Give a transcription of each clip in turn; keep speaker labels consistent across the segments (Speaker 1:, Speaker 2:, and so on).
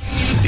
Speaker 1: The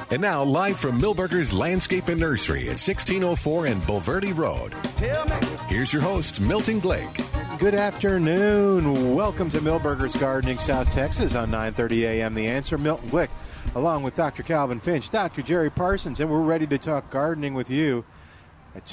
Speaker 2: And now, live from Millburgers Landscape and Nursery at 1604 and Bulverde Road, here's your host, Milton Blake.
Speaker 3: Good afternoon. Welcome to Millburgers Gardening, South Texas on 9:30 a.m. The Answer, Milton Glick, along with Dr. Calvin Finch, Dr. Jerry Parsons, and we're ready to talk gardening with you at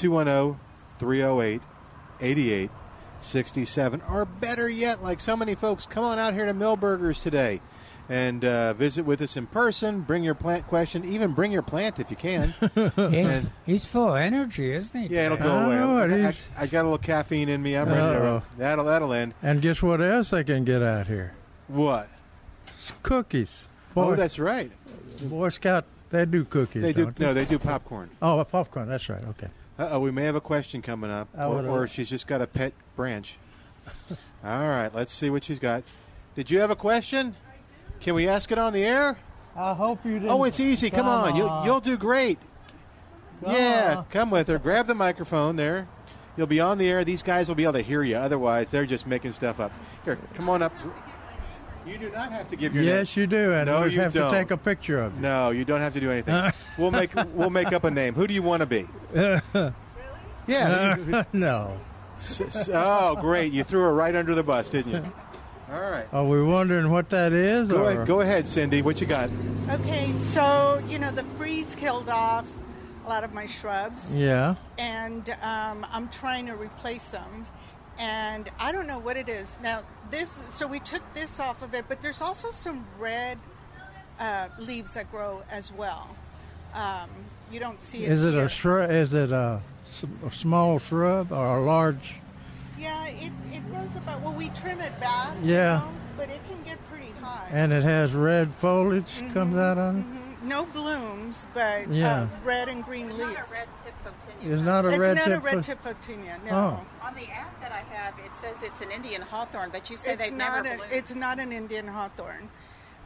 Speaker 3: 210-308-8867. Or better yet, like so many folks, come on out here to Millburgers today and uh, visit with us in person. Bring your plant question, even bring your plant if you can.
Speaker 4: He's,
Speaker 3: And-
Speaker 4: he's full of energy, isn't he? Oh,
Speaker 3: Yeah, it'll go
Speaker 5: I
Speaker 3: away.
Speaker 5: know it
Speaker 3: I,
Speaker 5: is.
Speaker 3: I got a little caffeine in me. I'm ready. To,
Speaker 5: Uh-oh.
Speaker 3: that'll that'll end.
Speaker 5: And guess what else I can get out here?
Speaker 3: What?
Speaker 5: It's cookies.
Speaker 3: Oh,
Speaker 5: Boy,
Speaker 3: that's right.
Speaker 5: Boy Scout, they do cookies.
Speaker 3: They do
Speaker 5: don't
Speaker 3: no, they do popcorn.
Speaker 5: Oh, popcorn. That's right. Okay.
Speaker 3: Uh oh, we may have a question coming up,
Speaker 5: I
Speaker 3: or,
Speaker 5: would've-
Speaker 3: or she's just got a pet branch. All right, let's see what she's got. Did you have a question? Can we ask it on the air?
Speaker 5: I hope you didn't.
Speaker 3: Oh, it's easy. Come on, you'll you'll do great. Yeah,
Speaker 5: on.
Speaker 3: come with her. Grab the microphone there. You'll be on the air. These guys will be able to hear you. Otherwise, they're just making stuff up. Here, come on up. You do not have to give your
Speaker 5: Yes,
Speaker 3: name.
Speaker 5: you do. And
Speaker 3: No,
Speaker 5: I always
Speaker 3: you
Speaker 5: have
Speaker 3: don't.
Speaker 5: to take a picture of you.
Speaker 3: No, you don't have to do
Speaker 4: Uh.
Speaker 3: anything. we'll make we'll make up a name. Who do you want to be? really? Yeah. you-
Speaker 5: no.
Speaker 3: S- s- oh, great! You threw her right under the bus, didn't you? All right.
Speaker 5: Are we wondering what that is?
Speaker 3: Go
Speaker 5: or?
Speaker 3: ahead, go ahead, Cindy. What you got?
Speaker 6: Okay, so you know the freeze killed off a lot of my shrubs,
Speaker 5: Yeah.
Speaker 6: and um, I'm trying to replace them. And I don't know what it is now. This so we took this off of it, but there's also some red uh, leaves that grow as well. Um, you don't see it.
Speaker 5: Is it
Speaker 6: here.
Speaker 5: a shrub? Is it a, s- a small shrub or a large?
Speaker 6: Yeah, it, it grows about. Well, we trim it back.
Speaker 5: Yeah.
Speaker 6: You know, but it can get pretty high.
Speaker 5: And it has red foliage comes out on it.
Speaker 6: Mm-hmm, no blooms, but
Speaker 5: Yeah.
Speaker 6: uh, red and green leaves.
Speaker 7: tip photinia.
Speaker 5: It's not a
Speaker 6: It's
Speaker 5: red
Speaker 6: not
Speaker 5: tip.
Speaker 6: a red
Speaker 5: fo-
Speaker 6: tip photinia. No.
Speaker 5: Oh.
Speaker 7: On the app that I have, it says it's an Indian hawthorn, but you say
Speaker 6: it's
Speaker 7: they've
Speaker 6: not
Speaker 7: never
Speaker 6: a,
Speaker 7: bloomed.
Speaker 6: it's not an Indian hawthorn.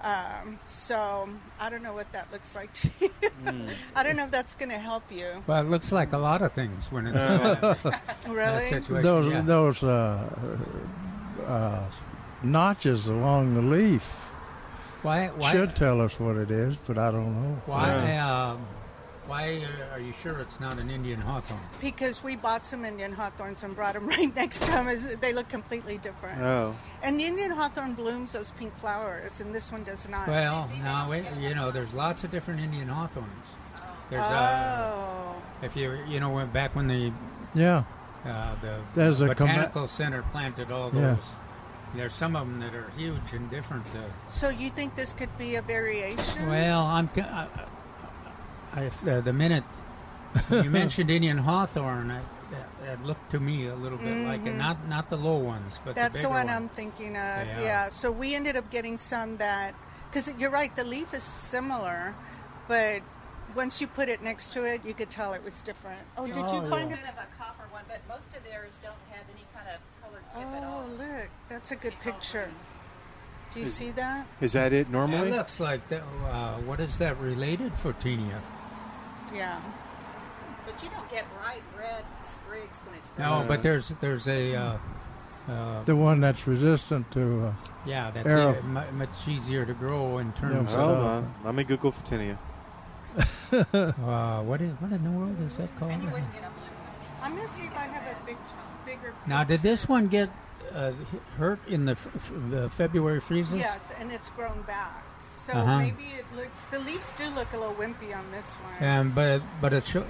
Speaker 6: Um, so I don't know what that looks like to you.
Speaker 5: Mm.
Speaker 6: I don't know if that's going to help you.
Speaker 4: Well, it looks like a lot of things when it's that
Speaker 6: Really?
Speaker 4: situation.
Speaker 5: those
Speaker 4: yeah.
Speaker 5: those uh, uh, notches along the leaf
Speaker 4: why? Why?
Speaker 5: should tell us what it is, but I don't know.
Speaker 4: why? Um, why are you sure it's not an Indian hawthorn?
Speaker 6: Because we bought some Indian hawthorns and brought them right next to them. Is they look completely different.
Speaker 3: Oh,
Speaker 6: And the Indian hawthorn blooms those pink flowers, and this one does not.
Speaker 4: Well, no, it, you know, there's lots of different Indian hawthorns. There's uh,
Speaker 6: oh.
Speaker 4: if you you know went back when the
Speaker 5: Yeah,
Speaker 4: uh, the
Speaker 5: There's a comma-
Speaker 4: botanical center planted all those.
Speaker 5: Yeah.
Speaker 4: There's some of them that are huge and different. Uh,
Speaker 6: So you think this could be a variation?
Speaker 4: Well, I'm. uh, t- I, I- I- uh, the minute you mentioned Indian hawthorn, I, that, that looked to me a little bit like it. Not not the low ones, but
Speaker 6: Mm-hmm. That's
Speaker 4: the,
Speaker 6: the
Speaker 4: bigger
Speaker 6: one um, I'm
Speaker 4: ones.
Speaker 6: thinking of.
Speaker 4: Yeah.
Speaker 6: Yeah. So we ended up getting some that, because you're right, the leaf is similar, but once you put it next to it, you could tell it was different. Oh, did you find
Speaker 7: kind of a copper one, but most of theirs don't have any kind of colored
Speaker 6: it?
Speaker 7: tip at all.
Speaker 6: Oh, look, that's a good picture. Do you see that?
Speaker 3: is that it normally?
Speaker 4: It looks like that. Uh, what is that related Fotinia?
Speaker 6: Yeah.
Speaker 7: But you don't get bright red sprigs when it's
Speaker 4: No, but there's there's a uh, uh,
Speaker 5: the one that's resistant to. Uh,
Speaker 4: yeah that's
Speaker 5: Arrow.
Speaker 4: e- mu- much easier to grow in terms
Speaker 5: Yeah.
Speaker 3: Hold
Speaker 5: Oh.
Speaker 3: on. Let me Google Fatinia.
Speaker 4: of uh, what is what in the world is that called?
Speaker 7: You wouldn't get a blue one.
Speaker 6: I'm going to see if I have a big, bigger
Speaker 4: Now, did this one get uh, h- hurt in the, f- f- the February freezes?
Speaker 6: Yes, and it's grown back. So
Speaker 4: Uh-huh.
Speaker 6: maybe it looks. The leaves do look a little wimpy on this one.
Speaker 4: And but it, but it sho-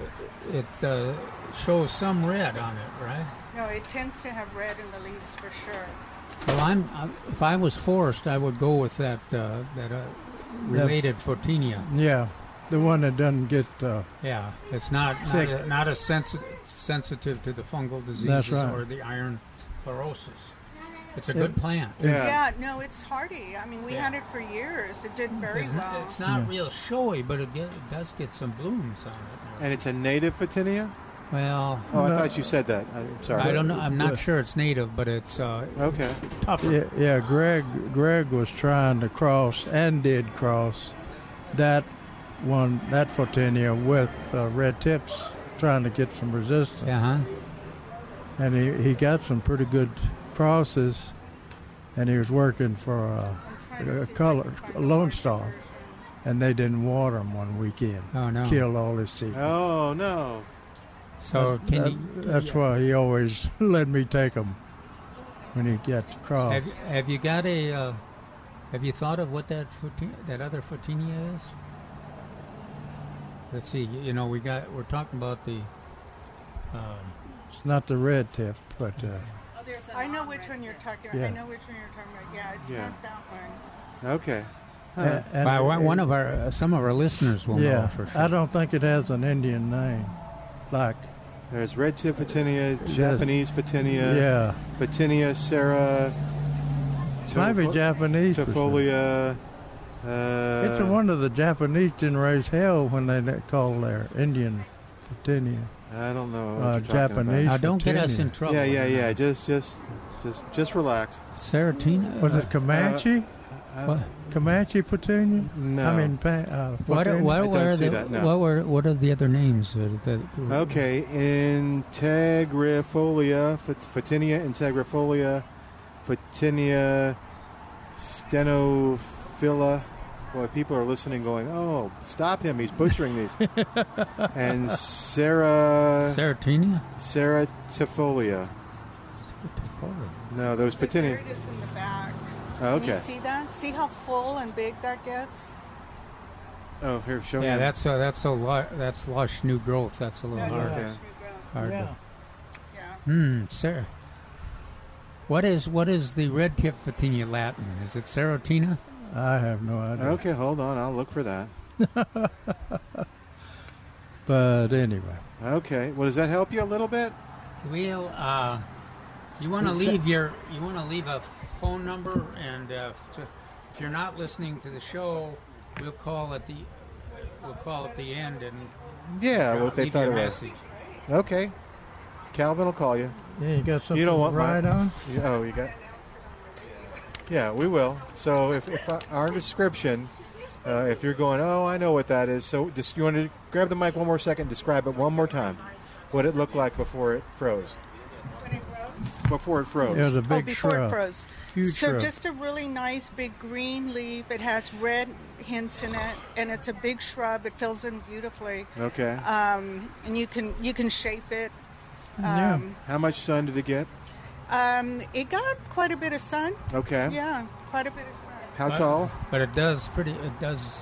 Speaker 4: it uh, shows some red on it, right?
Speaker 6: No, it tends to have red in the leaves for sure.
Speaker 4: Well, I'm, i if I was forced, I would go with that uh, that uh, related Fotinia.
Speaker 5: Yeah, the one that doesn't get. Uh,
Speaker 4: Yeah, it's not not,
Speaker 5: Sick.
Speaker 4: a, not as sensi- sensitive to the fungal diseases
Speaker 5: That's right.
Speaker 4: or the iron chlorosis. It's a good plant.
Speaker 3: Yeah.
Speaker 6: Yeah, no, it's hardy. I mean, we
Speaker 4: Yeah.
Speaker 6: had it for years. It did very
Speaker 4: It's,
Speaker 6: well.
Speaker 4: it's not real showy, but it, get, it does get some blooms on it.
Speaker 3: And it's a native Fatinia?
Speaker 4: well,
Speaker 3: Oh, I thought you said that. I'm sorry.
Speaker 4: I don't know. I'm
Speaker 5: Yeah.
Speaker 4: not sure it's native, but it's uh,
Speaker 3: Okay.
Speaker 4: tougher.
Speaker 5: yeah, yeah, Greg. Greg was trying to cross and did cross that one, that Fortinia with uh, red tips, trying to get some resistance.
Speaker 4: Uh-huh.
Speaker 5: and he, he got some pretty good crosses, and he was working for
Speaker 6: I'm trying to see
Speaker 5: a,
Speaker 6: if
Speaker 5: a
Speaker 6: I can
Speaker 5: color
Speaker 6: find
Speaker 5: a
Speaker 6: a
Speaker 5: Lone
Speaker 6: larger
Speaker 5: Star,
Speaker 6: version.
Speaker 5: and they didn't water him one weekend.
Speaker 4: Oh, no.
Speaker 5: Killed all his seed.
Speaker 3: Oh, no. Uh,
Speaker 4: So can
Speaker 5: That-
Speaker 4: you?
Speaker 5: that's why he always let me take him when he got to cross.
Speaker 4: Have, have you got a? Uh, have you thought of what that Foti- that other Fortinia is? Let's see. You know, we got we're talking about the. Um,
Speaker 5: It's not the red tip, but uh,
Speaker 7: Oh, there's a
Speaker 6: I know
Speaker 7: long
Speaker 6: which
Speaker 7: red
Speaker 6: one you're
Speaker 7: tip.
Speaker 6: talking about. I
Speaker 5: Yeah.
Speaker 6: know which one you're talking about. Yeah, it's
Speaker 3: Yeah.
Speaker 6: not that one.
Speaker 3: uh, Okay.
Speaker 5: a- and
Speaker 4: Uh, by one,
Speaker 5: it-
Speaker 4: one of our uh, some of our listeners will
Speaker 5: yeah.
Speaker 4: know for sure.
Speaker 5: I don't think it has an Indian name, like
Speaker 3: There's red tip Fatinia, Japanese Fatinia,
Speaker 5: yeah,
Speaker 3: Fatinia, Sarah,
Speaker 5: maybe
Speaker 3: Tofo-
Speaker 5: Japanese. for sure.
Speaker 3: Tofolia. Uh,
Speaker 5: It's the one of the Japanese didn't raise hell when they let- call their Indian Virginia.
Speaker 3: I don't know. What you're
Speaker 5: Uh,
Speaker 3: talking about.
Speaker 5: Japanese.
Speaker 4: Now, don't get us
Speaker 5: Fortinia.
Speaker 4: in trouble.
Speaker 3: Yeah, yeah, yeah. Just, just, just, just relax.
Speaker 4: Saratina.
Speaker 5: Was it Comanche?
Speaker 4: what,
Speaker 5: Comanche Petunia?
Speaker 3: Uh, No.
Speaker 5: I mean, pa- uh,
Speaker 4: what,
Speaker 5: Fortinia?
Speaker 4: what
Speaker 3: don't
Speaker 4: were
Speaker 3: see
Speaker 4: the,
Speaker 3: that, no.
Speaker 4: what were what are the other names uh, that?
Speaker 3: Oh, Okay, Integrifolia, Fat- Fatinia integrifolia, Fatinia stenophila. Boy, people are listening, going, "Oh, stop him! He's butchering these." and Sarah
Speaker 4: Saratina.
Speaker 3: Sarah Tifolia. No, those
Speaker 6: But there
Speaker 3: Fatinia.
Speaker 6: it is in the back.
Speaker 3: Oh,
Speaker 6: Can you
Speaker 3: okay.
Speaker 6: see that? See how full and big that gets?
Speaker 3: Oh, here, show me.
Speaker 4: Yeah, that's uh, that's a lu- that's lush new growth. That's a little
Speaker 6: That's
Speaker 4: hard.
Speaker 6: lush
Speaker 3: Okay.
Speaker 6: new growth.
Speaker 4: hard to-
Speaker 5: Yeah.
Speaker 6: Yeah.
Speaker 4: Hmm, sir. What is what is the red tip Fatinia Latin? Is it Serotina?
Speaker 5: I have no idea.
Speaker 3: Okay, hold on. I'll look for that.
Speaker 5: But anyway,
Speaker 3: Okay. Well, does that help you a little bit?
Speaker 4: We'll uh, you want to
Speaker 3: It's a-
Speaker 4: leave your you want to leave a phone number, and uh, f- to, if you're not listening to the show, we'll call at the we'll call at the end and
Speaker 3: Yeah, what they
Speaker 4: leave
Speaker 3: thought it
Speaker 4: your
Speaker 3: was.
Speaker 4: message.
Speaker 3: Okay. Calvin will call you.
Speaker 5: yeah, you got something
Speaker 3: You don't want my-
Speaker 5: right on?
Speaker 3: You- Oh, you got. Yeah, we will. So if, if I- our description, uh, if you're going, oh, I know what that is. So just you want to grab the mic one more second, describe it one more time. What it looked like before it froze.
Speaker 6: When it grows.
Speaker 3: Before it
Speaker 5: It was
Speaker 3: froze.
Speaker 5: a big
Speaker 6: oh, before
Speaker 5: shrub.
Speaker 6: it froze.
Speaker 5: Huge
Speaker 6: so
Speaker 5: shrub.
Speaker 6: just a really nice big green leaf. It has red hints in it, and it's a big shrub. It fills in beautifully,
Speaker 3: Okay.
Speaker 6: um, and you can you can shape it.
Speaker 5: Yeah.
Speaker 6: Um,
Speaker 3: How much sun did it get?
Speaker 6: um, it got quite a bit of sun.
Speaker 3: Okay.
Speaker 6: Yeah, quite a bit of sun.
Speaker 3: How tall?
Speaker 4: But it does pretty. It does.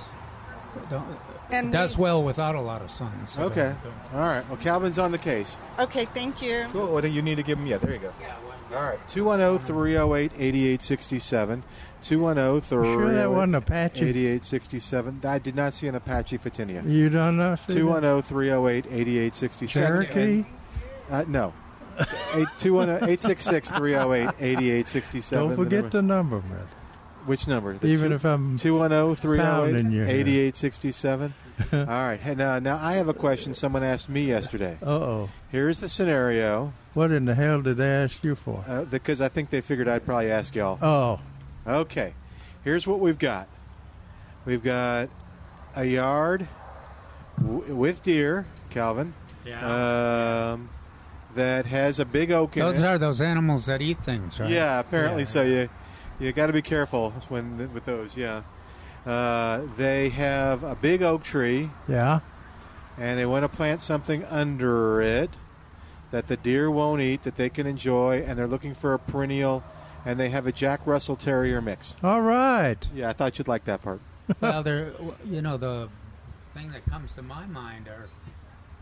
Speaker 4: Don't,
Speaker 6: And
Speaker 4: it does
Speaker 6: we-
Speaker 4: well without a lot of sun. so-
Speaker 3: Okay. All right. Well, Calvin's on the case.
Speaker 6: Okay, thank you.
Speaker 3: Cool. What do you need to give him? Yeah, there you go. All right. oh, 210 308 8867. 210
Speaker 5: Sure that wasn't
Speaker 3: 308 oh,
Speaker 5: Apache?
Speaker 3: 8867. I did not see an Apache Fatinia. oh,
Speaker 5: You don't know? see that?
Speaker 3: 210 308 8867.
Speaker 5: Cherokee?
Speaker 3: Uh, no. 210 866 308 8867.
Speaker 5: Don't forget the number, man.
Speaker 3: Which number?
Speaker 5: Even if I'm
Speaker 3: 210 308
Speaker 5: Pounding you.
Speaker 3: 8867. All right. Hey, now, now, I have a question someone asked me yesterday.
Speaker 5: uh oh,
Speaker 3: Here's the scenario.
Speaker 5: what in the hell did they ask you for?
Speaker 3: Uh, because I think they figured I'd probably ask y'all.
Speaker 5: Oh,
Speaker 3: Okay, here's what we've got. We've got a yard w- with deer, Calvin. Um, that has a big oak in
Speaker 4: Those
Speaker 3: it.
Speaker 4: are those animals that eat things, right?
Speaker 3: yeah, apparently. So you you got to be careful when with those. Yeah. Uh, they have a big oak tree,
Speaker 5: yeah.
Speaker 3: and they want to plant something under it. that the deer won't eat that they can enjoy, and they're looking for a perennial, and they have a Jack Russell Terrier mix.
Speaker 5: All right.
Speaker 3: Yeah, I thought you'd like that part.
Speaker 4: well, there, w- you know, the thing that comes to my mind are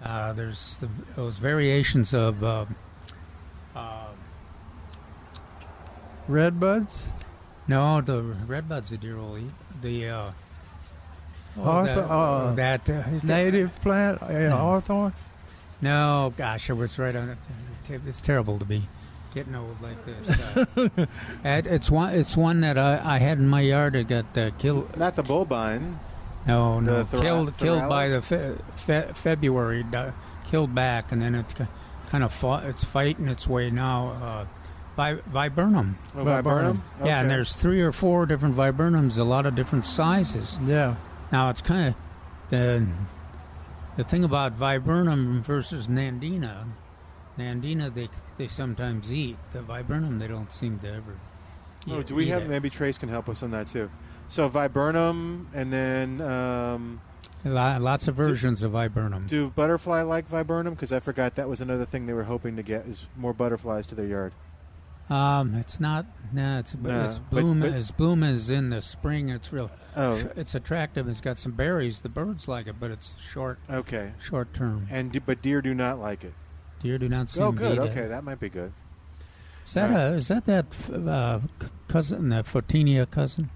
Speaker 4: uh, there's the, those variations of uh, uh,
Speaker 5: Red buds.
Speaker 4: no, the red buds that deer will eat. The uh, oh,
Speaker 5: Hawthorn-
Speaker 4: that,
Speaker 5: uh,
Speaker 4: that uh,
Speaker 5: Native plant. Uh, Hawthorn.
Speaker 4: No, gosh, I was right on it. It- It's terrible to be getting old like this. Uh, and it's one. It's one that I, I had in my yard. It got uh, killed.
Speaker 3: Not the bovine.
Speaker 4: No,
Speaker 3: The
Speaker 4: no,
Speaker 3: thora-
Speaker 4: killed killed by the
Speaker 3: thoralis?
Speaker 4: fe- fe- February, di- killed back, and then it ki- kind of fought. It's fighting its way now. Uh, vi- viburnum.
Speaker 3: Oh, viburnum?
Speaker 4: Yeah,
Speaker 3: Okay.
Speaker 4: and there's three or four different viburnums, a lot of different sizes.
Speaker 5: Yeah.
Speaker 4: Now it's kind of the the thing about viburnum versus nandina. Nandina they they sometimes eat the viburnum. They don't seem to ever.
Speaker 3: Oh,
Speaker 4: eat-
Speaker 3: do we
Speaker 4: eat
Speaker 3: have?
Speaker 4: it.
Speaker 3: Maybe Trace can help us on that too. So viburnum, and then um,
Speaker 4: Lo- lots of versions of viburnum?
Speaker 3: do butterfly like viburnum? Because I forgot that was another thing they were hoping to get is more butterflies to their yard.
Speaker 4: Um, it's not. Nah, it's
Speaker 3: No,
Speaker 4: it's
Speaker 3: but-
Speaker 4: bloom.
Speaker 3: but-
Speaker 4: as bloom is in the spring. It's real.
Speaker 3: Oh,
Speaker 4: It's attractive. It's got some berries. The birds like it, but it's short,
Speaker 3: okay.
Speaker 4: short term.
Speaker 3: And do, but deer do not like it.
Speaker 4: Deer do not seem
Speaker 3: Oh,
Speaker 4: to
Speaker 3: good.
Speaker 4: eat it.
Speaker 3: Okay, that might be good.
Speaker 4: Is that
Speaker 3: Right.
Speaker 4: a, is that that uh, c- cousin, that Fotinia cousin?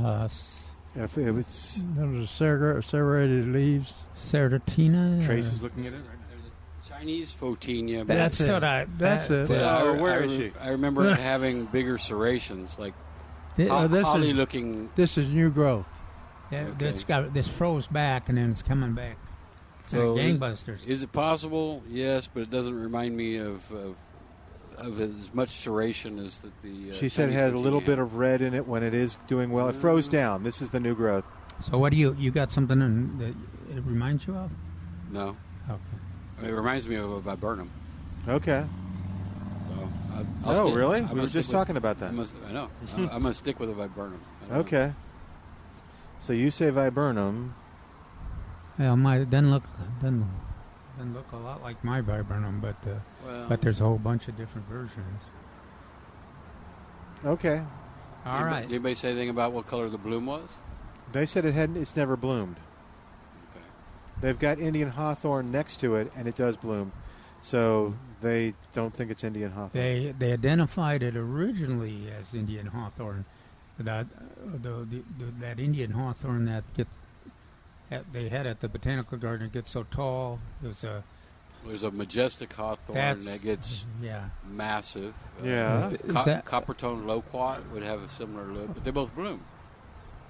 Speaker 4: Uh, S-
Speaker 3: If it was
Speaker 5: Those are serra- serrated leaves.
Speaker 4: Certina?
Speaker 3: Trace
Speaker 4: or-
Speaker 3: is looking at it. right now.
Speaker 8: Chinese fotinia. but
Speaker 4: That's,
Speaker 5: That's it.
Speaker 4: what I.
Speaker 5: That's
Speaker 4: that-
Speaker 5: it.
Speaker 8: but I-
Speaker 3: Oh, where
Speaker 8: I
Speaker 3: is
Speaker 8: re-
Speaker 3: she?
Speaker 8: I remember it having bigger serrations, like
Speaker 4: Thi-
Speaker 5: Oh,
Speaker 8: ho-
Speaker 5: this is-
Speaker 8: holly-looking.
Speaker 5: This is new growth.
Speaker 4: yeah,
Speaker 8: okay.
Speaker 4: It's got this froze back and then it's coming back. It's
Speaker 8: So
Speaker 4: like
Speaker 8: is-
Speaker 4: gangbusters.
Speaker 8: Is it possible? Yes, but it doesn't remind me of of, of as much serration as that the. Uh,
Speaker 3: She said it had a little bit of red in it when it is doing well. It froze
Speaker 8: Mm.
Speaker 3: down. This is the new growth.
Speaker 4: so what do you you got something in, that it reminds you of?
Speaker 8: No,
Speaker 4: Okay.
Speaker 8: it reminds me of a viburnum.
Speaker 3: Okay.
Speaker 8: So I, I'll
Speaker 3: Oh,
Speaker 8: stick-
Speaker 3: really?
Speaker 8: I'm
Speaker 3: We
Speaker 8: gonna
Speaker 3: were
Speaker 8: stick
Speaker 3: just
Speaker 8: with-
Speaker 3: talking about
Speaker 8: I,
Speaker 3: that.
Speaker 8: must, I know. I, I'm gonna stick with a viburnum. I don't know.
Speaker 3: Okay. So you say viburnum.
Speaker 4: Well, my it doesn't look doesn't, doesn't look a lot like my viburnum, but uh,
Speaker 8: Well,
Speaker 4: but there's a whole bunch of different versions.
Speaker 3: Okay.
Speaker 4: All
Speaker 8: anybody-
Speaker 4: right.
Speaker 8: Did anybody say anything about what color the bloom was?
Speaker 3: They said it hadn't. It's never bloomed.
Speaker 8: Okay.
Speaker 3: They've got Indian hawthorn next to it, and it does bloom. So they don't think it's Indian hawthorn.
Speaker 4: They they identified it originally as Indian hawthorn, that uh, the, the, the, that Indian hawthorn that get that they had at the botanical garden it gets so tall. It was a
Speaker 8: There's a majestic hawthorn
Speaker 4: that's
Speaker 8: that gets
Speaker 4: yeah.
Speaker 8: massive. Uh,
Speaker 3: Yeah. Is
Speaker 4: th- is that-
Speaker 8: copper tone loquat would have a similar look, but they both bloom.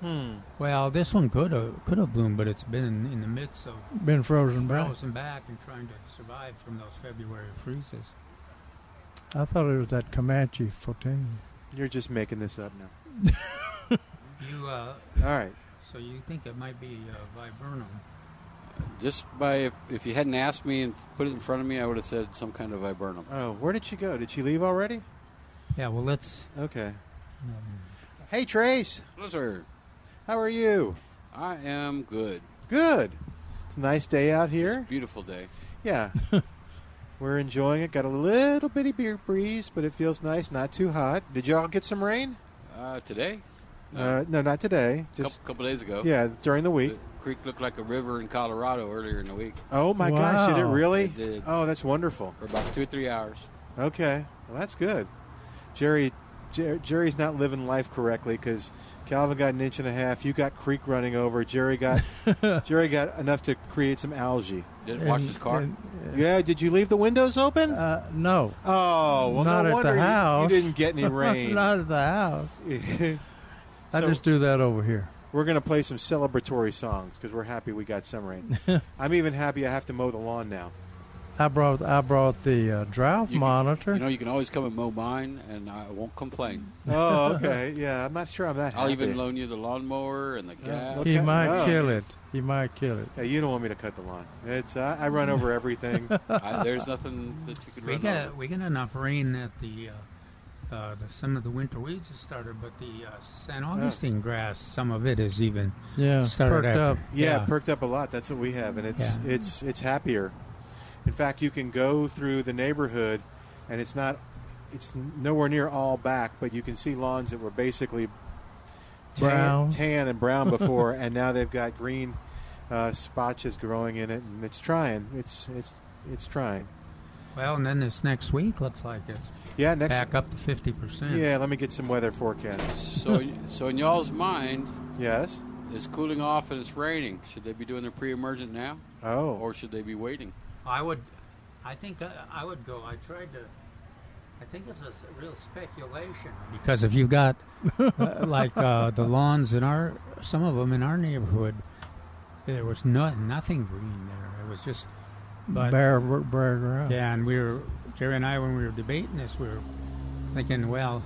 Speaker 3: hmm.
Speaker 4: Well, this one could have could have bloomed, but it's been in, in the midst of
Speaker 5: Been frozen back.
Speaker 4: frozen back and trying to survive from those February freezes.
Speaker 5: I thought it was that Comanche fotinia.
Speaker 3: You're just making this up now.
Speaker 4: You uh,
Speaker 3: All right.
Speaker 4: so you think it might be uh, viburnum?
Speaker 8: Just by if, if you hadn't asked me and put it in front of me, I would have said some kind of viburnum.
Speaker 3: Oh, where did she go? Did she leave already?
Speaker 4: Yeah. Well, let's.
Speaker 3: Okay.
Speaker 4: Um,
Speaker 3: Hey, Trace.
Speaker 8: Blizzard,
Speaker 3: How are you?
Speaker 8: I am good.
Speaker 3: Good. It's a nice day out
Speaker 8: It's
Speaker 3: here.
Speaker 8: a beautiful day.
Speaker 3: Yeah. We're enjoying it. Got a little bitty beer breeze, but it feels nice. Not too hot. Did y'all get some rain?
Speaker 8: Uh, today,
Speaker 3: Uh, no, not today.
Speaker 8: a
Speaker 3: Just
Speaker 8: couple, couple days ago,
Speaker 3: yeah, during the
Speaker 8: the
Speaker 3: week.
Speaker 8: creek looked like a river in Colorado earlier in the week
Speaker 3: Oh my gosh, did it
Speaker 5: Wow.
Speaker 3: really?
Speaker 8: It did.
Speaker 3: Oh, that's wonderful.
Speaker 8: for about two or three hours.
Speaker 3: Okay, well that's good. Jerry, Jer- Jerry's not living life correctly because Calvin got an inch and a half. You got creek running over. Jerry got Jerry got enough to create some algae.
Speaker 8: Did it wash
Speaker 5: And-
Speaker 8: his car?
Speaker 5: and,
Speaker 3: Yeah, did you leave the windows open?
Speaker 5: uh, no.
Speaker 3: oh, well,
Speaker 5: not
Speaker 3: no
Speaker 5: at
Speaker 3: wonder
Speaker 5: the
Speaker 3: you-
Speaker 5: house.
Speaker 3: You, didn't get any rain.
Speaker 5: not at the house. I
Speaker 3: So-
Speaker 5: just do that over here.
Speaker 3: We're going to play some celebratory songs because we're happy we got some rain. I'm even happy I have to mow the lawn now.
Speaker 5: I brought I brought the uh, drought
Speaker 8: You can-
Speaker 5: monitor.
Speaker 8: You know, you can always come and mow mine, and I won't complain.
Speaker 3: Oh, okay. Yeah, I'm not sure I'm that happy.
Speaker 8: I'll even loan you the lawnmower and the gas.
Speaker 3: what's
Speaker 5: he
Speaker 3: that?
Speaker 5: might
Speaker 3: Oh.
Speaker 5: kill it. He might kill it.
Speaker 3: Yeah, you don't want me to cut the lawn. It's uh, I, I run over everything.
Speaker 8: I, there's nothing that you could
Speaker 4: We
Speaker 8: run
Speaker 4: got
Speaker 8: over.
Speaker 4: we got enough rain that the, uh, uh, the some of the winter weeds have started, but the uh, San Augustine grass, some of it is e- even
Speaker 5: Yeah,
Speaker 4: started
Speaker 5: perked
Speaker 4: after.
Speaker 5: up.
Speaker 3: Yeah, it perked up a lot. That's what we have, and it's
Speaker 4: Yeah.
Speaker 3: it's it's happier. In fact, you can go through the neighborhood, and it's not, it's nowhere near all back, but you can see lawns that were basically tan,
Speaker 5: Brown.
Speaker 3: tan and brown before, and now they've got green uh, spotches growing in it, and it's trying. It's it's it's trying.
Speaker 4: Well, and then this next week looks like it's
Speaker 3: Yeah, next.
Speaker 4: back up to 50%.
Speaker 3: Yeah, let me get some weather forecasts.
Speaker 8: So, so in y'all's mind,
Speaker 3: Yes.
Speaker 8: it's cooling off and it's raining. Should they be doing their pre-emergent now,
Speaker 3: Oh.
Speaker 8: or should they be waiting?
Speaker 4: I would, I think I, I would go. I tried to. I think it's a s- real speculation because if you've got uh, like uh, the lawns in our some of them in our neighborhood, there was no, nothing green there. It was just but
Speaker 5: bare, bare ground.
Speaker 4: yeah, and we were Jerry and I when we were debating this, we were thinking, well,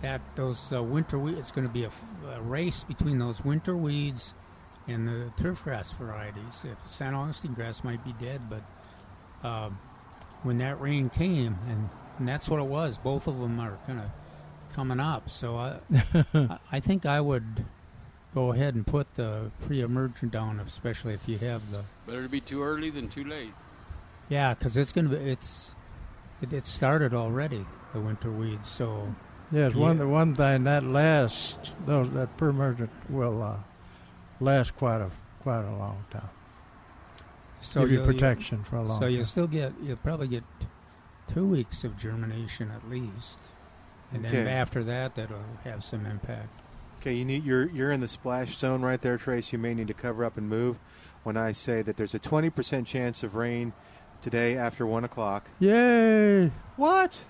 Speaker 4: that those uh, winter weeds, it's going to be a, f- a race between those winter weeds and the turf grass varieties. If San Augustine grass might be dead, but um, when that rain came, and, and that's what it was, both of them are kind of coming up. So I, I- I think I would go ahead and put the pre-emergent down, especially if you have the
Speaker 8: Better to be too early than too late.
Speaker 4: yeah, because it's gonna be it's it, it started already the winter weeds. So
Speaker 5: Yes, one
Speaker 4: Yeah.
Speaker 5: the one thing that lasts those that pre-emergent will uh, last quite a quite a long time.
Speaker 4: so
Speaker 5: Give you
Speaker 4: you'll- you-
Speaker 5: protection for a long.
Speaker 4: So you
Speaker 5: time.
Speaker 4: still get you'll probably get two weeks of germination at least, and then
Speaker 3: Okay.
Speaker 4: after that that'll have some impact.
Speaker 3: Okay, you need you're you're in the splash zone right there, Trace. You may need to cover up and move. When I say that there's a 20% chance of rain today after one o'clock.
Speaker 5: Yay!
Speaker 3: What?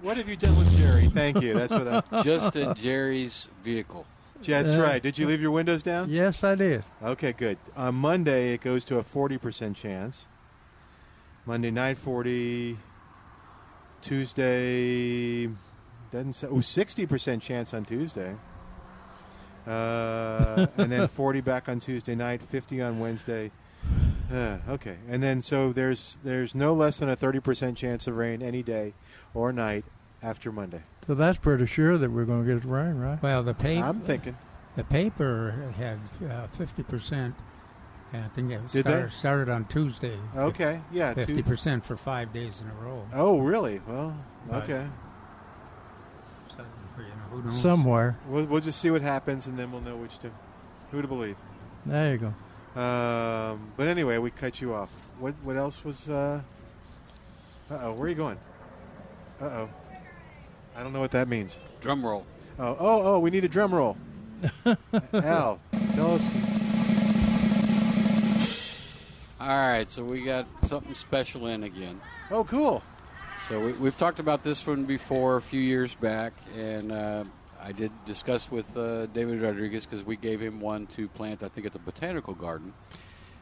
Speaker 3: what have you done with Jerry? Thank you. That's what. I,
Speaker 8: Just in Jerry's vehicle.
Speaker 3: that's right. Did you leave your windows down?
Speaker 5: Yes, I did.
Speaker 3: Okay, good. On Monday, it goes to a 40% chance. Monday night, 40. Tuesday, doesn't say. Oh, 60% chance on Tuesday. Uh, and then 40 back on Tuesday night, 50 on Wednesday. Uh, okay, and then so there's there's no less than a 30% chance of rain any day or night after Monday.
Speaker 5: So that's pretty sure that we're going to get rain, right?
Speaker 4: Well, the paper
Speaker 3: I'm thinking.
Speaker 4: the paper had uh, fifty percent. I think it
Speaker 3: Did they?
Speaker 4: started, started on Tuesday.
Speaker 3: Okay, yeah. Tu-
Speaker 4: fifty percent for five days in a row.
Speaker 3: Oh, really? Well, okay.
Speaker 4: So, you know, who knows?
Speaker 5: Somewhere.
Speaker 3: We'll, we'll just see what happens, and then we'll know which to, who to believe.
Speaker 5: There you go.
Speaker 3: Um, but anyway, we cut you off. What what else was? Uh oh, where are you going? Uh oh, I don't know what that means.
Speaker 8: Drum roll.
Speaker 3: Oh oh oh, we need a drum roll. Al, tell us.
Speaker 8: All right, so we got something special in again.
Speaker 3: Oh, cool.
Speaker 8: So we, we've talked about this one before a few years back, and uh, I did discuss with uh, David Rodriguez because we gave him one to plant, I think, at the botanical garden.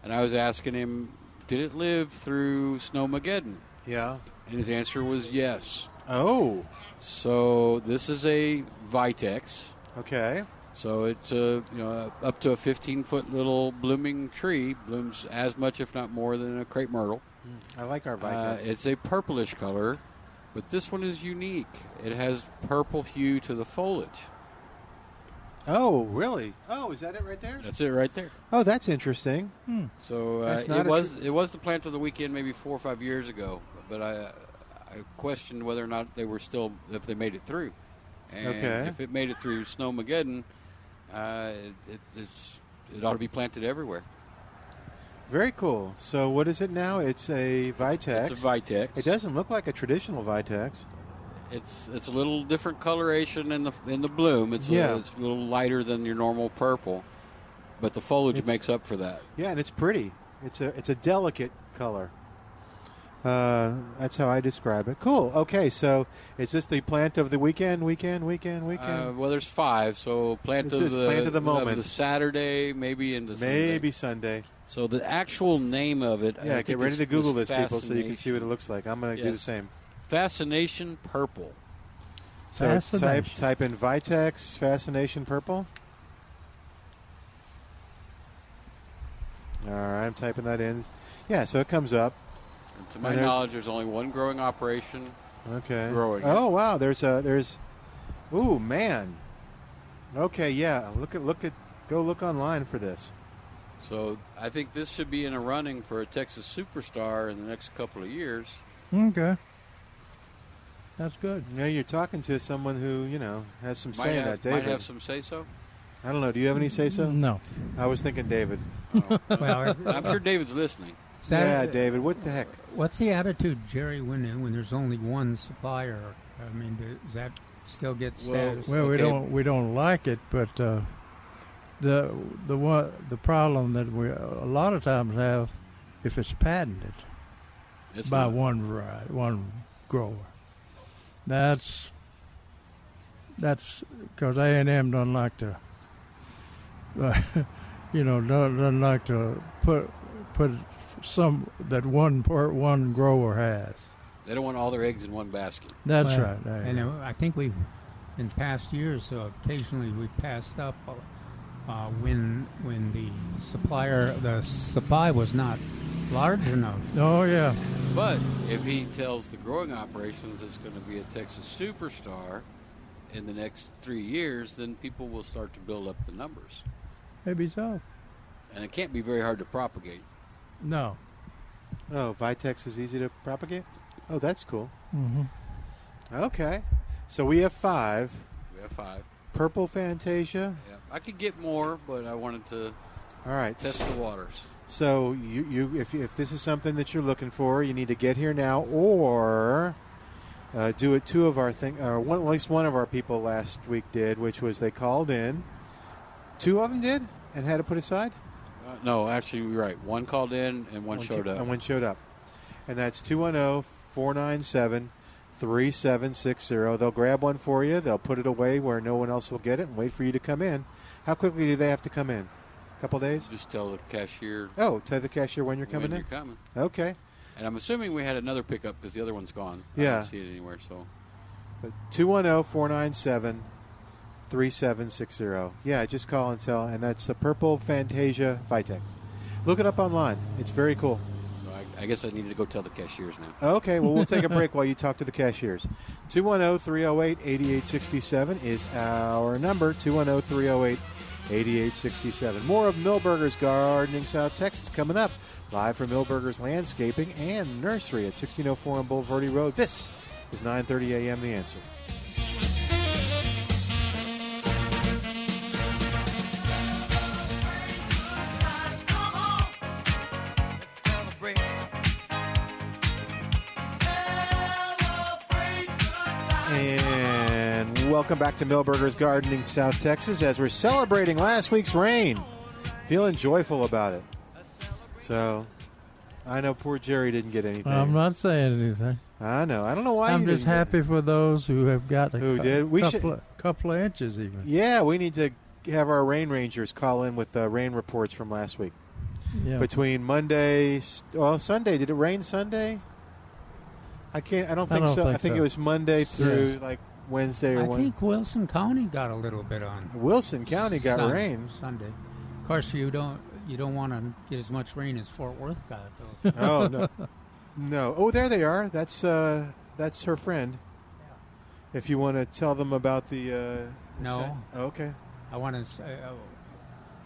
Speaker 8: And I was asking him, did it live through Snowmageddon?
Speaker 3: Yeah.
Speaker 8: And his answer was yes.
Speaker 3: Oh,
Speaker 8: So this is a Vitex.
Speaker 3: okay.
Speaker 8: So it's a, you know up to a 15 foot little blooming tree, blooms as much, if not more, than a crepe myrtle.
Speaker 3: Hmm, I like our
Speaker 8: Uh,
Speaker 3: Vikings.
Speaker 8: it's a purplish color, but this one is unique. It has purple hue to the foliage.
Speaker 3: oh, really? Oh, is that it right there?
Speaker 8: That's it right there.
Speaker 3: Oh, that's interesting.
Speaker 8: So uh,
Speaker 3: That's not
Speaker 8: it
Speaker 3: a
Speaker 8: was it was the plant of the weekend maybe four or five years ago, but I I questioned whether or not they were still if they made it through. And
Speaker 3: Okay.
Speaker 8: If it made it through Snowmageddon, uh, it, it, it's it ought to be planted everywhere.
Speaker 3: Very cool. So, what is it now? It's a Vitex.
Speaker 8: It's a vitex.
Speaker 3: It doesn't look like a traditional Vitex.
Speaker 8: It's it's a little different coloration in the in the bloom. It's a,
Speaker 3: Yeah.
Speaker 8: it's a little lighter than your normal purple, but the foliage
Speaker 3: It's-
Speaker 8: makes up for that.
Speaker 3: Yeah, and it's pretty. It's a it's a delicate color. Uh, that's how I describe it. Cool. Okay, so is this the plant of the weekend? Weekend? Weekend?
Speaker 8: Uh,
Speaker 3: Weekend?
Speaker 8: well, there's five. So plant
Speaker 3: This
Speaker 8: of
Speaker 3: is
Speaker 8: the
Speaker 3: plant of the moment.
Speaker 8: the Saturday, maybe into Uh, Sunday.
Speaker 3: Maybe Sunday.
Speaker 8: So the actual name of it.
Speaker 3: Yeah,
Speaker 8: I
Speaker 3: get
Speaker 8: think
Speaker 3: ready
Speaker 8: is-
Speaker 3: to Google
Speaker 8: is
Speaker 3: this, people, so you can see
Speaker 8: fascination-
Speaker 3: what it looks like. I'm going to do the
Speaker 8: Yes.
Speaker 3: same.
Speaker 8: Fascination purple.
Speaker 3: So type
Speaker 5: Fascination.
Speaker 3: type in Vitex Fascination Purple. All right, I'm typing that in. Yeah, so it comes up.
Speaker 8: And to my
Speaker 3: And there's-
Speaker 8: knowledge, there's only one growing operation.
Speaker 3: Okay.
Speaker 8: Growing.
Speaker 3: Oh wow, there's a there's Ooh, man. Okay, yeah. Look at look at go look online for this.
Speaker 8: So I think this should be in a running for a Texas superstar in the next couple of years.
Speaker 5: Okay. That's good.
Speaker 3: Now you're talking to someone who you know has some
Speaker 8: Might
Speaker 3: say in
Speaker 8: have,
Speaker 3: that, David.
Speaker 8: might have some say so.
Speaker 3: I don't know. Do you have any say so?
Speaker 5: No.
Speaker 3: I was thinking, David.
Speaker 4: Well,
Speaker 8: Oh. I'm sure David's listening.
Speaker 3: yeah,
Speaker 4: Saturday-
Speaker 3: David. What the heck?
Speaker 4: What's the attitude, Jerry, when when there's only one supplier? I mean, does that still get
Speaker 8: Well,
Speaker 4: status?
Speaker 5: Well, we
Speaker 8: Okay.
Speaker 5: don't we don't like it, but uh, the the one the problem that we a lot of times have if it's patented
Speaker 8: It's
Speaker 5: by
Speaker 8: not-
Speaker 5: one variety, one grower. That's that's because A and M don't like to, you know, don't, don't like to put put some that one per, one grower has.
Speaker 8: They don't want all their eggs in one basket.
Speaker 5: That's
Speaker 4: Well,
Speaker 5: right. there you
Speaker 4: And
Speaker 5: go.
Speaker 4: uh, I think we've, in past years, uh, occasionally we passed up uh, when when the supplier the supply was not large enough.
Speaker 5: Oh yeah.
Speaker 8: But if he tells the growing operations it's going to be a Texas superstar in the next three years, then people will start to build up the numbers.
Speaker 5: Maybe so.
Speaker 8: And it can't be very hard to propagate.
Speaker 5: No.
Speaker 3: Oh, Vitex is easy to propagate. Oh, that's cool.
Speaker 5: hmm
Speaker 3: Okay, so we have five.
Speaker 8: We have five.
Speaker 3: Purple Fantasia.
Speaker 8: Yeah. I could get more, but I wanted to
Speaker 3: All right.
Speaker 8: test the waters.
Speaker 3: So you, you if, if this is something that you're looking for, you need to get here now or uh, do it. Two of our thing, or one, at least one of our people last week did, which was they called in. Two of them did and had to put aside.
Speaker 8: Uh, no, actually, you're right. One called in and one, showed
Speaker 3: ca-
Speaker 8: up.
Speaker 3: And one showed up. And that's oh, 210 497 3760. They'll grab one for you. They'll put it away where no one else will get it and wait for you to come in. How quickly do they have to come in? A couple days?
Speaker 8: Just tell the cashier
Speaker 3: Oh, tell the cashier when you're
Speaker 8: when
Speaker 3: coming
Speaker 8: you're
Speaker 3: in?
Speaker 8: coming.
Speaker 3: okay.
Speaker 8: And I'm assuming we had another pickup because the other one's gone. I
Speaker 3: Yeah.
Speaker 8: don't see it anywhere. So
Speaker 3: 210 497 3760. Yeah, just call and tell. And that's the Purple Fantasia Vitex. Look it up online. It's very cool.
Speaker 8: so I, I guess I needed to go tell the cashiers now.
Speaker 3: Oh, Okay, well, we'll take a break while you talk to the cashiers. oh, 210 308 8867 is our number oh, 210 308 8867. More of Millburgers Gardening South Texas coming up live from Millburgers Landscaping and Nursery at 1604 on Boulevardy Road. This is 9:30 a.m. The Answer. And welcome back to Millburgers Gardening South Texas as we're celebrating last week's rain. Feeling joyful about it. So, I know poor Jerry didn't get anything.
Speaker 5: I'm not saying anything.
Speaker 3: I know. I don't know why
Speaker 5: I'm
Speaker 3: you
Speaker 5: just
Speaker 3: didn't get-
Speaker 5: happy for those who have got a
Speaker 3: Who
Speaker 5: cou-
Speaker 3: did. We
Speaker 5: couple,
Speaker 3: should-
Speaker 5: of, couple of inches even.
Speaker 3: Yeah, we need to have our rain rangers call in with uh, rain reports from last week.
Speaker 5: Yeah.
Speaker 3: Between Monday, s- well, Sunday. Did it rain Sunday? I can't. I don't
Speaker 5: I
Speaker 3: think
Speaker 5: don't
Speaker 3: so. I
Speaker 5: think
Speaker 3: think
Speaker 5: so.
Speaker 3: it was Monday through
Speaker 5: Yes.
Speaker 3: like Wednesday or
Speaker 4: I
Speaker 3: Wed-
Speaker 4: think Wilson County got a little bit on.
Speaker 3: Wilson County got
Speaker 4: Sun-
Speaker 3: rain.
Speaker 4: Sunday. Of course, you don't you don't want to get as much rain as Fort Worth got. Though.
Speaker 3: Oh no, no. Oh, there they are. That's uh, that's her friend. If you want to tell them about the. Uh,
Speaker 4: No.
Speaker 3: Okay.
Speaker 4: I want to say oh,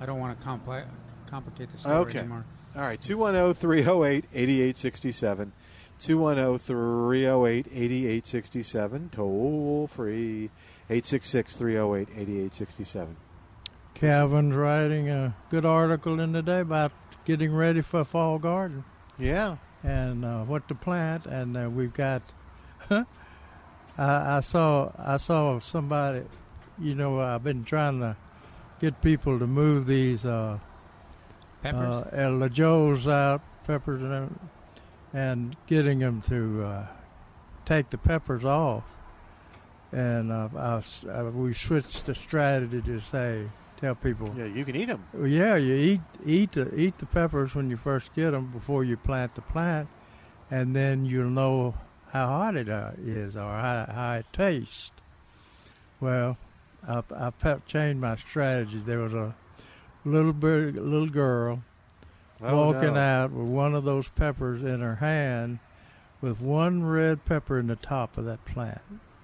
Speaker 4: I don't want to compli- complicate the story
Speaker 3: Okay.
Speaker 4: anymore.
Speaker 3: All right, 210 308 8867. 210 308 8867. Toll free. 866 308 8867.
Speaker 5: Calvin's writing a good article in the day about getting ready for fall garden
Speaker 3: Yeah.
Speaker 5: and uh, what to plant, and uh, we've got. I, I saw I saw somebody, you know, I've been trying to get people to move these. Uh,
Speaker 4: Peppers.
Speaker 5: uh, and the Joes out, peppers and everything, and getting them to uh, take the peppers off. And uh, I s- uh, we switched the strategy to say, tell people,
Speaker 3: Yeah, you can eat them.
Speaker 5: well, yeah, you eat eat the, eat the peppers when you first get them before you plant the plant, and then you'll know how hot it uh, is or how, how it tastes. Well, I, I pe- changed my strategy. There was a little bir- little girl
Speaker 3: Oh,
Speaker 5: walking out with one of those peppers in her hand with one red pepper in the top of that plant.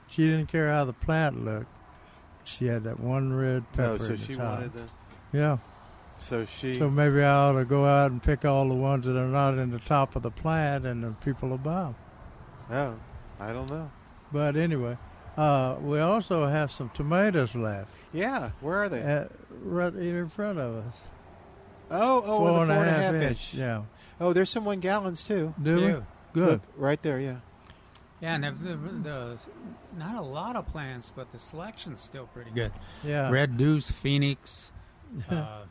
Speaker 5: She didn't care how the plant looked. She had that one red pepper
Speaker 3: No, Oh, so
Speaker 5: in the
Speaker 3: she
Speaker 5: top.
Speaker 3: wanted the.
Speaker 5: Yeah.
Speaker 3: So she.
Speaker 5: So maybe I ought to go out and pick all the ones that are not in the top of the plant and the people above.
Speaker 3: oh, I don't know.
Speaker 5: But anyway, uh, we also have some tomatoes left
Speaker 3: Yeah, where are they?
Speaker 5: uh, right here in front of us.
Speaker 3: oh, oh,
Speaker 5: Four
Speaker 3: on
Speaker 5: and
Speaker 3: the
Speaker 5: a half
Speaker 3: four and a half
Speaker 5: inch. Yeah.
Speaker 3: Oh, there's some one gallons too.
Speaker 5: Do
Speaker 4: Yeah.
Speaker 5: we? Good.
Speaker 3: Look, right there. Yeah.
Speaker 4: Yeah, and the, the, the not a lot of plants, but the selection's still pretty good.
Speaker 5: Yeah.
Speaker 4: Red Deuce, Phoenix, uh,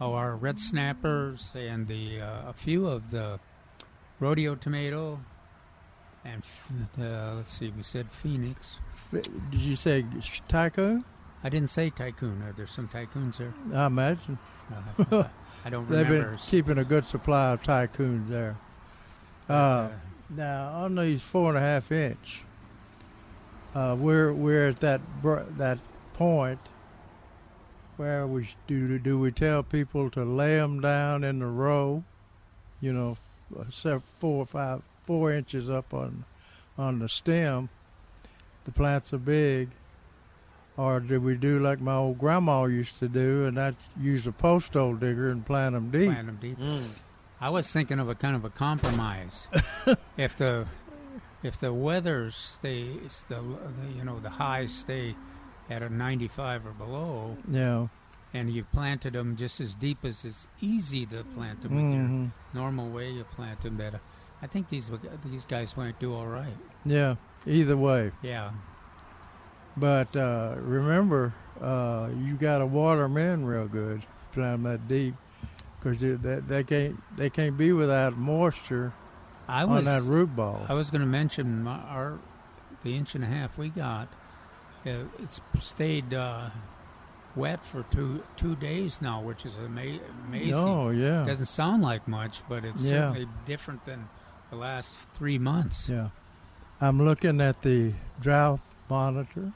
Speaker 4: oh, our red snappers, and the uh, a few of the rodeo tomato, and f- uh, let's see, we said Phoenix.
Speaker 5: Did you say sh- tycoon?
Speaker 4: I didn't say tycoon. Are there some tycoons there?
Speaker 5: I imagine.
Speaker 4: Uh, I don't
Speaker 5: They've
Speaker 4: remember.
Speaker 5: been keeping a good supply of tycoons there. Uh,
Speaker 4: Uh,
Speaker 5: now on these four and a half inch, uh, we're we're at that br- that point where we sh- do do we tell people to lay them down in the row, you know, uh, se- four or five four inches up on on the stem. The plants are big, or do we do like my old grandma used to do, and I use a post hole digger and plant them deep?
Speaker 4: plant 'em deep. I was thinking of a kind of a compromise. if the if the weather stays the the, you know the highs stay at a 95 or below,
Speaker 5: Yeah.
Speaker 4: and you planted them just as deep as it's easy to plant them with
Speaker 5: Mhm.
Speaker 4: your normal way you plant them, that uh, I think these would- these guys might do all right.
Speaker 5: Yeah. Either way.
Speaker 4: Yeah,
Speaker 5: But uh, remember, uh, you got to water them in real good, plant 'em that deep, because they, they can't they can't be without moisture
Speaker 4: I
Speaker 5: on
Speaker 4: was
Speaker 5: that root ball.
Speaker 4: I was going to mention my, our the inch and a half we got. Uh, it's stayed uh, wet for two two days now, which is ama- amazing.
Speaker 5: no, yeah,
Speaker 4: Doesn't sound like much, but it's
Speaker 5: Yeah.
Speaker 4: certainly different than the last three months.
Speaker 5: yeah. I'm looking at the drought monitor.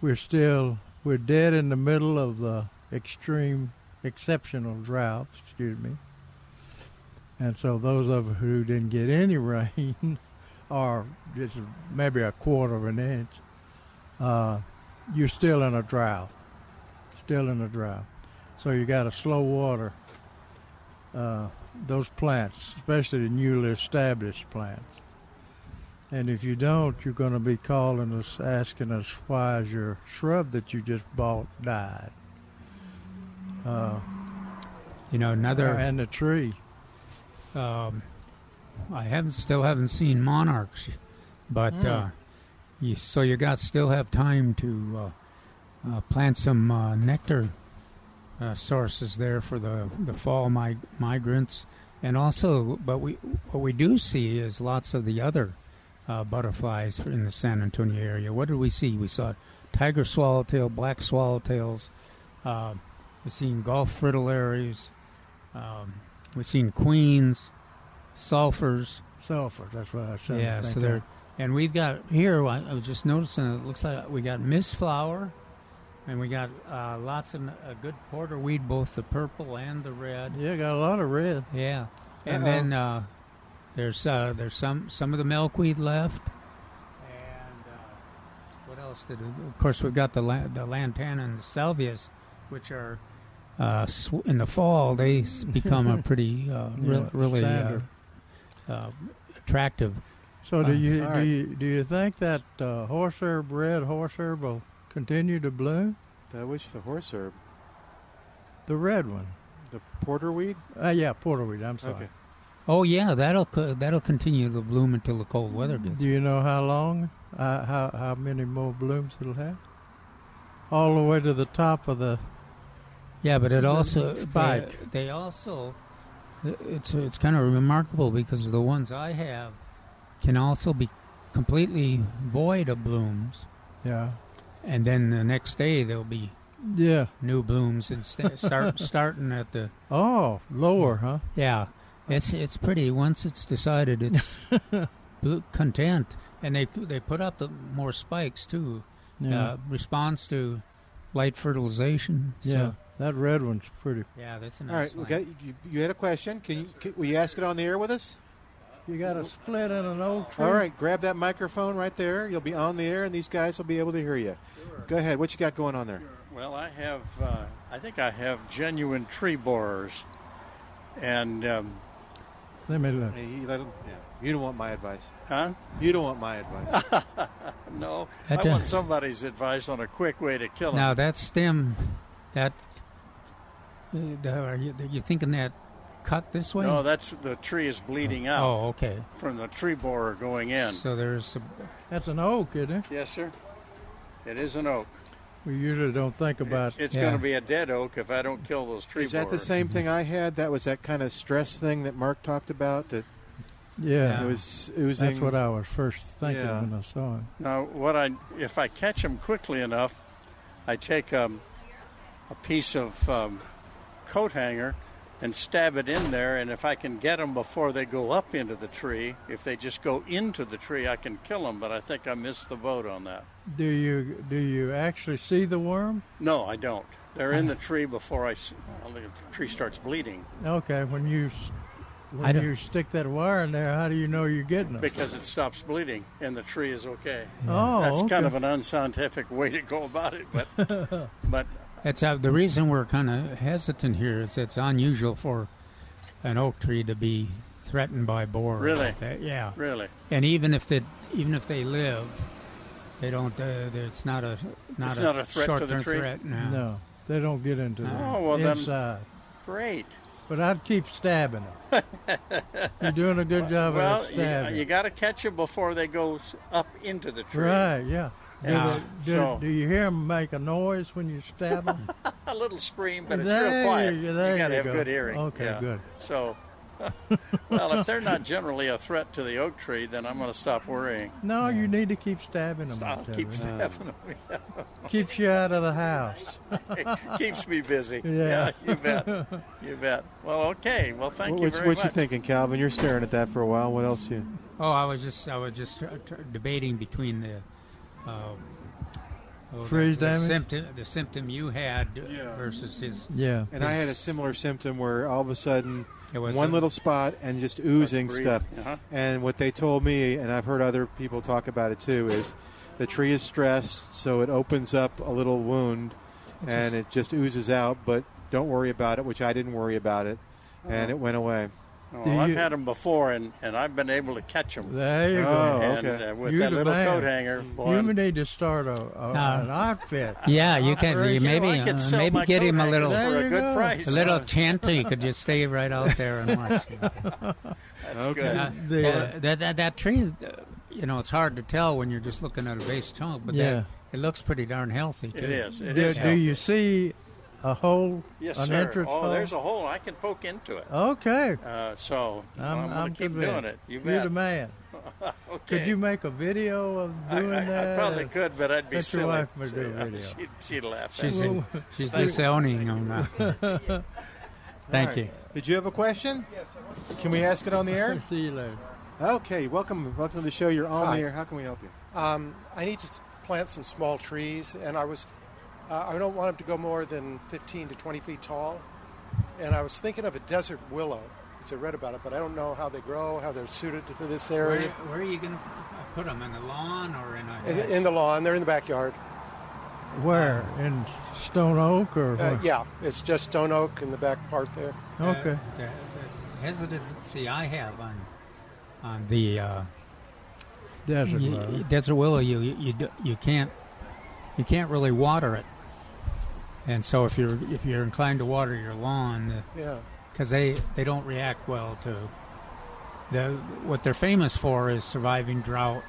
Speaker 5: We're still we're dead in the middle of the extreme exceptional drought. Excuse me. And so those of who didn't get any rain, or just maybe a quarter of an inch, uh, you're still in a drought. Still in a drought. So you got to slow water uh, those plants, especially the newly established plants. And if you don't, you're going to be calling us, asking us why is your shrub that you just bought died, Uh,
Speaker 4: You know, another.
Speaker 5: and the tree.
Speaker 4: Um, I haven't still haven't seen monarchs, but
Speaker 5: Hmm.
Speaker 4: uh, you, so you got still have time to uh, uh, plant some uh, nectar uh, sources there for the the fall mig- migrants, and also, but we what we do see is lots of the other uh, butterflies in the San Antonio area. What did we see? We saw tiger swallowtail, black swallowtails. Uh, we've seen Gulf fritillaries. Um, we've seen queens, sulfurs.
Speaker 5: Sulfur, that's what I said.
Speaker 4: yeah, so there. And we've got here. I I was just noticing. It looks like we got Miss Flower, and we got uh, lots of a good porter weed, both the purple and the red.
Speaker 5: Yeah, got a lot of red.
Speaker 4: Yeah, and
Speaker 3: Uh-oh.
Speaker 4: then uh, there's uh, there's some some of the milkweed left, and uh, what else did? We, of course, we've got the la- the lantana and the salvias, which are uh, sw- in the fall they s- become a pretty uh, re-
Speaker 5: Yeah,
Speaker 4: really uh,
Speaker 5: standard.
Speaker 4: uh, attractive.
Speaker 5: So do
Speaker 4: Um,
Speaker 5: you
Speaker 3: all
Speaker 5: do
Speaker 3: right.
Speaker 5: you do you think that uh, horse herb, red horse herb, will continue to bloom?
Speaker 3: I wish the horse herb,
Speaker 5: The red one.
Speaker 3: the porter weed.
Speaker 5: Uh, yeah, porterweed. I'm sorry.
Speaker 3: Okay.
Speaker 4: Oh yeah, that'll co- that'll continue to bloom until the cold weather gets.
Speaker 5: Do you know how long, uh, how how many more blooms it'll have? All the way to the top of the
Speaker 4: Yeah, but it also
Speaker 5: spike.
Speaker 4: They, they also it's it's kind of remarkable because the ones I have can also be completely void of blooms,
Speaker 5: yeah
Speaker 4: and then the next day there'll be
Speaker 5: yeah
Speaker 4: new blooms and sta start starting at the
Speaker 5: oh lower huh
Speaker 4: yeah. It's it's pretty. Once it's decided, it's blo- content, and they they put up the more spikes too. Uh, response to light fertilization. So,
Speaker 5: yeah that red one's pretty
Speaker 4: yeah, that's a nice
Speaker 3: All right,
Speaker 4: one.
Speaker 3: we got, you, you had a question. Can you can, will you ask it on the air with us?
Speaker 5: You got a split in an oak tree.
Speaker 3: All right, grab that microphone right there. You'll be on the air, and these guys will be able to hear you. Go ahead. What you got going on there?
Speaker 9: Well, I have, uh, I think I have genuine tree borers. And, um,
Speaker 5: Let me look.
Speaker 3: Hey, you let 'em- yeah. You don't want my advice.
Speaker 9: huh?
Speaker 3: You don't want my advice.
Speaker 9: No,
Speaker 4: That,
Speaker 9: I
Speaker 4: uh,
Speaker 9: want somebody's advice on a quick way to kill them.
Speaker 4: Now that stem, that uh, the- are you are you thinking that cut this way?
Speaker 9: no, that's the tree is bleeding out
Speaker 4: oh, okay.
Speaker 9: from the tree borer going in.
Speaker 4: So there's a,
Speaker 5: That's an oak, isn't it?
Speaker 9: Yes, sir. It is an oak.
Speaker 5: We usually don't think about
Speaker 9: It's
Speaker 4: Yeah.
Speaker 9: going to be a dead oak if I don't kill those tree
Speaker 3: Is that the
Speaker 9: borers.
Speaker 3: same thing I had? That was that kind of stress thing that Mark talked about. That
Speaker 5: Yeah,
Speaker 3: it was oozing.
Speaker 5: that's what I was first thinking
Speaker 3: Yeah.
Speaker 5: when I saw it.
Speaker 9: Now, what I if I catch them quickly enough, I take um, a piece of um, coat hanger and stab it in there. And if I can get them before they go up into the tree, if they just go into the tree, I can kill them. But I think I missed the boat on that.
Speaker 5: Do you do you actually see the worm?
Speaker 9: No, I don't. They're in the tree before I. s- well, The tree starts bleeding
Speaker 5: Okay, when you s-
Speaker 4: I
Speaker 5: when
Speaker 4: don't-
Speaker 5: you stick that wire in there, how do you know you're getting them?
Speaker 9: because it stops bleeding, and the tree is okay.
Speaker 5: Oh,
Speaker 9: That's
Speaker 5: okay.
Speaker 9: kind of an unscientific way to go about it, but but
Speaker 4: that's how, the reason we're kind of hesitant here is it's unusual for an oak tree to be threatened by borer.
Speaker 9: Really?
Speaker 4: like that. Yeah.
Speaker 9: really.
Speaker 4: And even if they even if they live, they don't. Uh, it's not a not
Speaker 9: It's
Speaker 4: a
Speaker 9: not a threat to the
Speaker 4: short-term
Speaker 9: tree?
Speaker 4: threat. No.
Speaker 5: no, they don't get into the
Speaker 9: Oh, well, then-
Speaker 5: inside.
Speaker 9: Great.
Speaker 5: But I'd keep stabbing them. you're doing a good job
Speaker 9: Well,
Speaker 5: of
Speaker 9: you, uh,
Speaker 5: stabbing.
Speaker 9: you got to catch them before they go s- up into the tree.
Speaker 5: right, yeah. Do,
Speaker 9: Yeah.
Speaker 5: they- do,
Speaker 9: So-
Speaker 5: do you hear them make a noise when you stab them?
Speaker 9: A little scream, but it's
Speaker 5: There
Speaker 9: real quiet.
Speaker 5: you-
Speaker 9: You,
Speaker 5: there
Speaker 9: got to
Speaker 5: you
Speaker 9: have
Speaker 5: go.
Speaker 9: good hearing.
Speaker 5: Okay,
Speaker 9: yeah.
Speaker 5: good.
Speaker 9: So, well, if they're not generally a threat to the oak tree, then I'm going to stop worrying.
Speaker 5: no, you need to keep stabbing them.
Speaker 9: I'll keep stabbing them.
Speaker 5: Keeps you out of the house.
Speaker 9: It keeps me busy.
Speaker 5: Yeah.
Speaker 9: you bet. You bet. Well, okay. Well, thank
Speaker 3: What,
Speaker 9: you
Speaker 3: what,
Speaker 9: very
Speaker 3: what
Speaker 9: much.
Speaker 3: you thinking, Calvin? You're staring at that for a while. What else you?
Speaker 4: Oh, I was just I was just tr- tr- debating between the. Uh, oh,
Speaker 5: Freeze
Speaker 4: the, the
Speaker 5: damage?
Speaker 4: symptom the symptom you had versus his
Speaker 5: Yeah.
Speaker 3: And I had a similar symptom where all of a sudden
Speaker 4: It was
Speaker 3: one
Speaker 4: a-
Speaker 3: little spot and just oozing stuff.
Speaker 9: Uh-huh.
Speaker 3: And what they told me, and I've heard other people talk about it too, is the tree is stressed, so it opens up a little wound and it just oozes out, but don't worry about it, which I didn't worry about it. And it went away.
Speaker 9: Well,
Speaker 5: Do
Speaker 9: Uh-huh. Oh, I've
Speaker 5: you-
Speaker 9: had them before, and, and I've been able to catch them.
Speaker 5: There you
Speaker 3: Oh,
Speaker 5: go.
Speaker 9: and
Speaker 3: okay.
Speaker 9: uh, with
Speaker 5: You're
Speaker 9: that
Speaker 5: the
Speaker 9: little
Speaker 5: man.
Speaker 9: coat hanger, boy,
Speaker 5: You
Speaker 9: I'm-
Speaker 5: need to start a, a,
Speaker 4: No.
Speaker 5: an outfit.
Speaker 4: yeah you
Speaker 9: Or,
Speaker 4: can
Speaker 9: you
Speaker 4: you
Speaker 9: know,
Speaker 4: maybe
Speaker 9: I could
Speaker 4: uh,
Speaker 9: sell
Speaker 4: maybe
Speaker 9: my
Speaker 4: get
Speaker 9: coat
Speaker 4: him a
Speaker 9: hanger
Speaker 4: little
Speaker 5: There
Speaker 9: for a
Speaker 5: you
Speaker 9: good
Speaker 5: go.
Speaker 9: price.
Speaker 4: a little tent you could just stay right out there and watch him.
Speaker 9: That's good.
Speaker 4: Uh,
Speaker 5: The-
Speaker 4: uh, that, that that tree uh, you know it's hard to tell when you're just looking at a base chunk but
Speaker 5: Yeah.
Speaker 4: that, it looks pretty darn healthy
Speaker 9: It is. It
Speaker 5: do,
Speaker 9: is.
Speaker 5: do you see a hole?
Speaker 9: Yes,
Speaker 5: an
Speaker 9: sir.
Speaker 5: entrance
Speaker 9: oh,
Speaker 5: hole?
Speaker 9: there's a hole. I can poke into it.
Speaker 5: Okay.
Speaker 9: Uh, so
Speaker 5: I'm,
Speaker 9: I'm,
Speaker 5: I'm,
Speaker 9: going to keep
Speaker 5: convinced.
Speaker 9: doing it. You
Speaker 5: You're the
Speaker 9: bet.
Speaker 5: man.
Speaker 9: Okay.
Speaker 5: Could you make a video of
Speaker 9: I,
Speaker 5: doing
Speaker 9: I,
Speaker 5: that?
Speaker 9: I probably could, but I'd be
Speaker 5: Let your
Speaker 9: silly.
Speaker 5: wife make a video.
Speaker 9: She'd, she'd laugh. at
Speaker 4: she's
Speaker 9: me.
Speaker 4: she's disowning him now. thank you
Speaker 3: Did you have a question? Yes, Can we ask it on the air?
Speaker 5: See you later.
Speaker 3: Okay, welcome welcome to the show. You're on
Speaker 10: Hi.
Speaker 3: the air. How can we help you?
Speaker 10: Um, I need to s- plant some small trees, and I was, uh, I don't want them to go more than 15 to 20 feet tall. And I was thinking of a desert willow because I read about it, but I don't know how they grow, how they're suited for this
Speaker 4: where,
Speaker 10: area.
Speaker 4: where are you going to put them in the lawn or in a
Speaker 10: In, in the lawn, they're in the backyard.
Speaker 5: Where? In Stone Oak or
Speaker 10: Uh,
Speaker 5: where?
Speaker 10: yeah, it's just stone oak in the back part there.
Speaker 5: Okay.
Speaker 3: Uh,
Speaker 4: The, the, the hesitancy I have on on the uh,
Speaker 5: Desert
Speaker 4: y-
Speaker 5: willow.
Speaker 4: y- desert willow, you you you d- you can't you can't really water it, and so if you're if you're inclined to water your lawn,
Speaker 10: Yeah.
Speaker 4: because they they don't react well to the what they're famous for is surviving drought,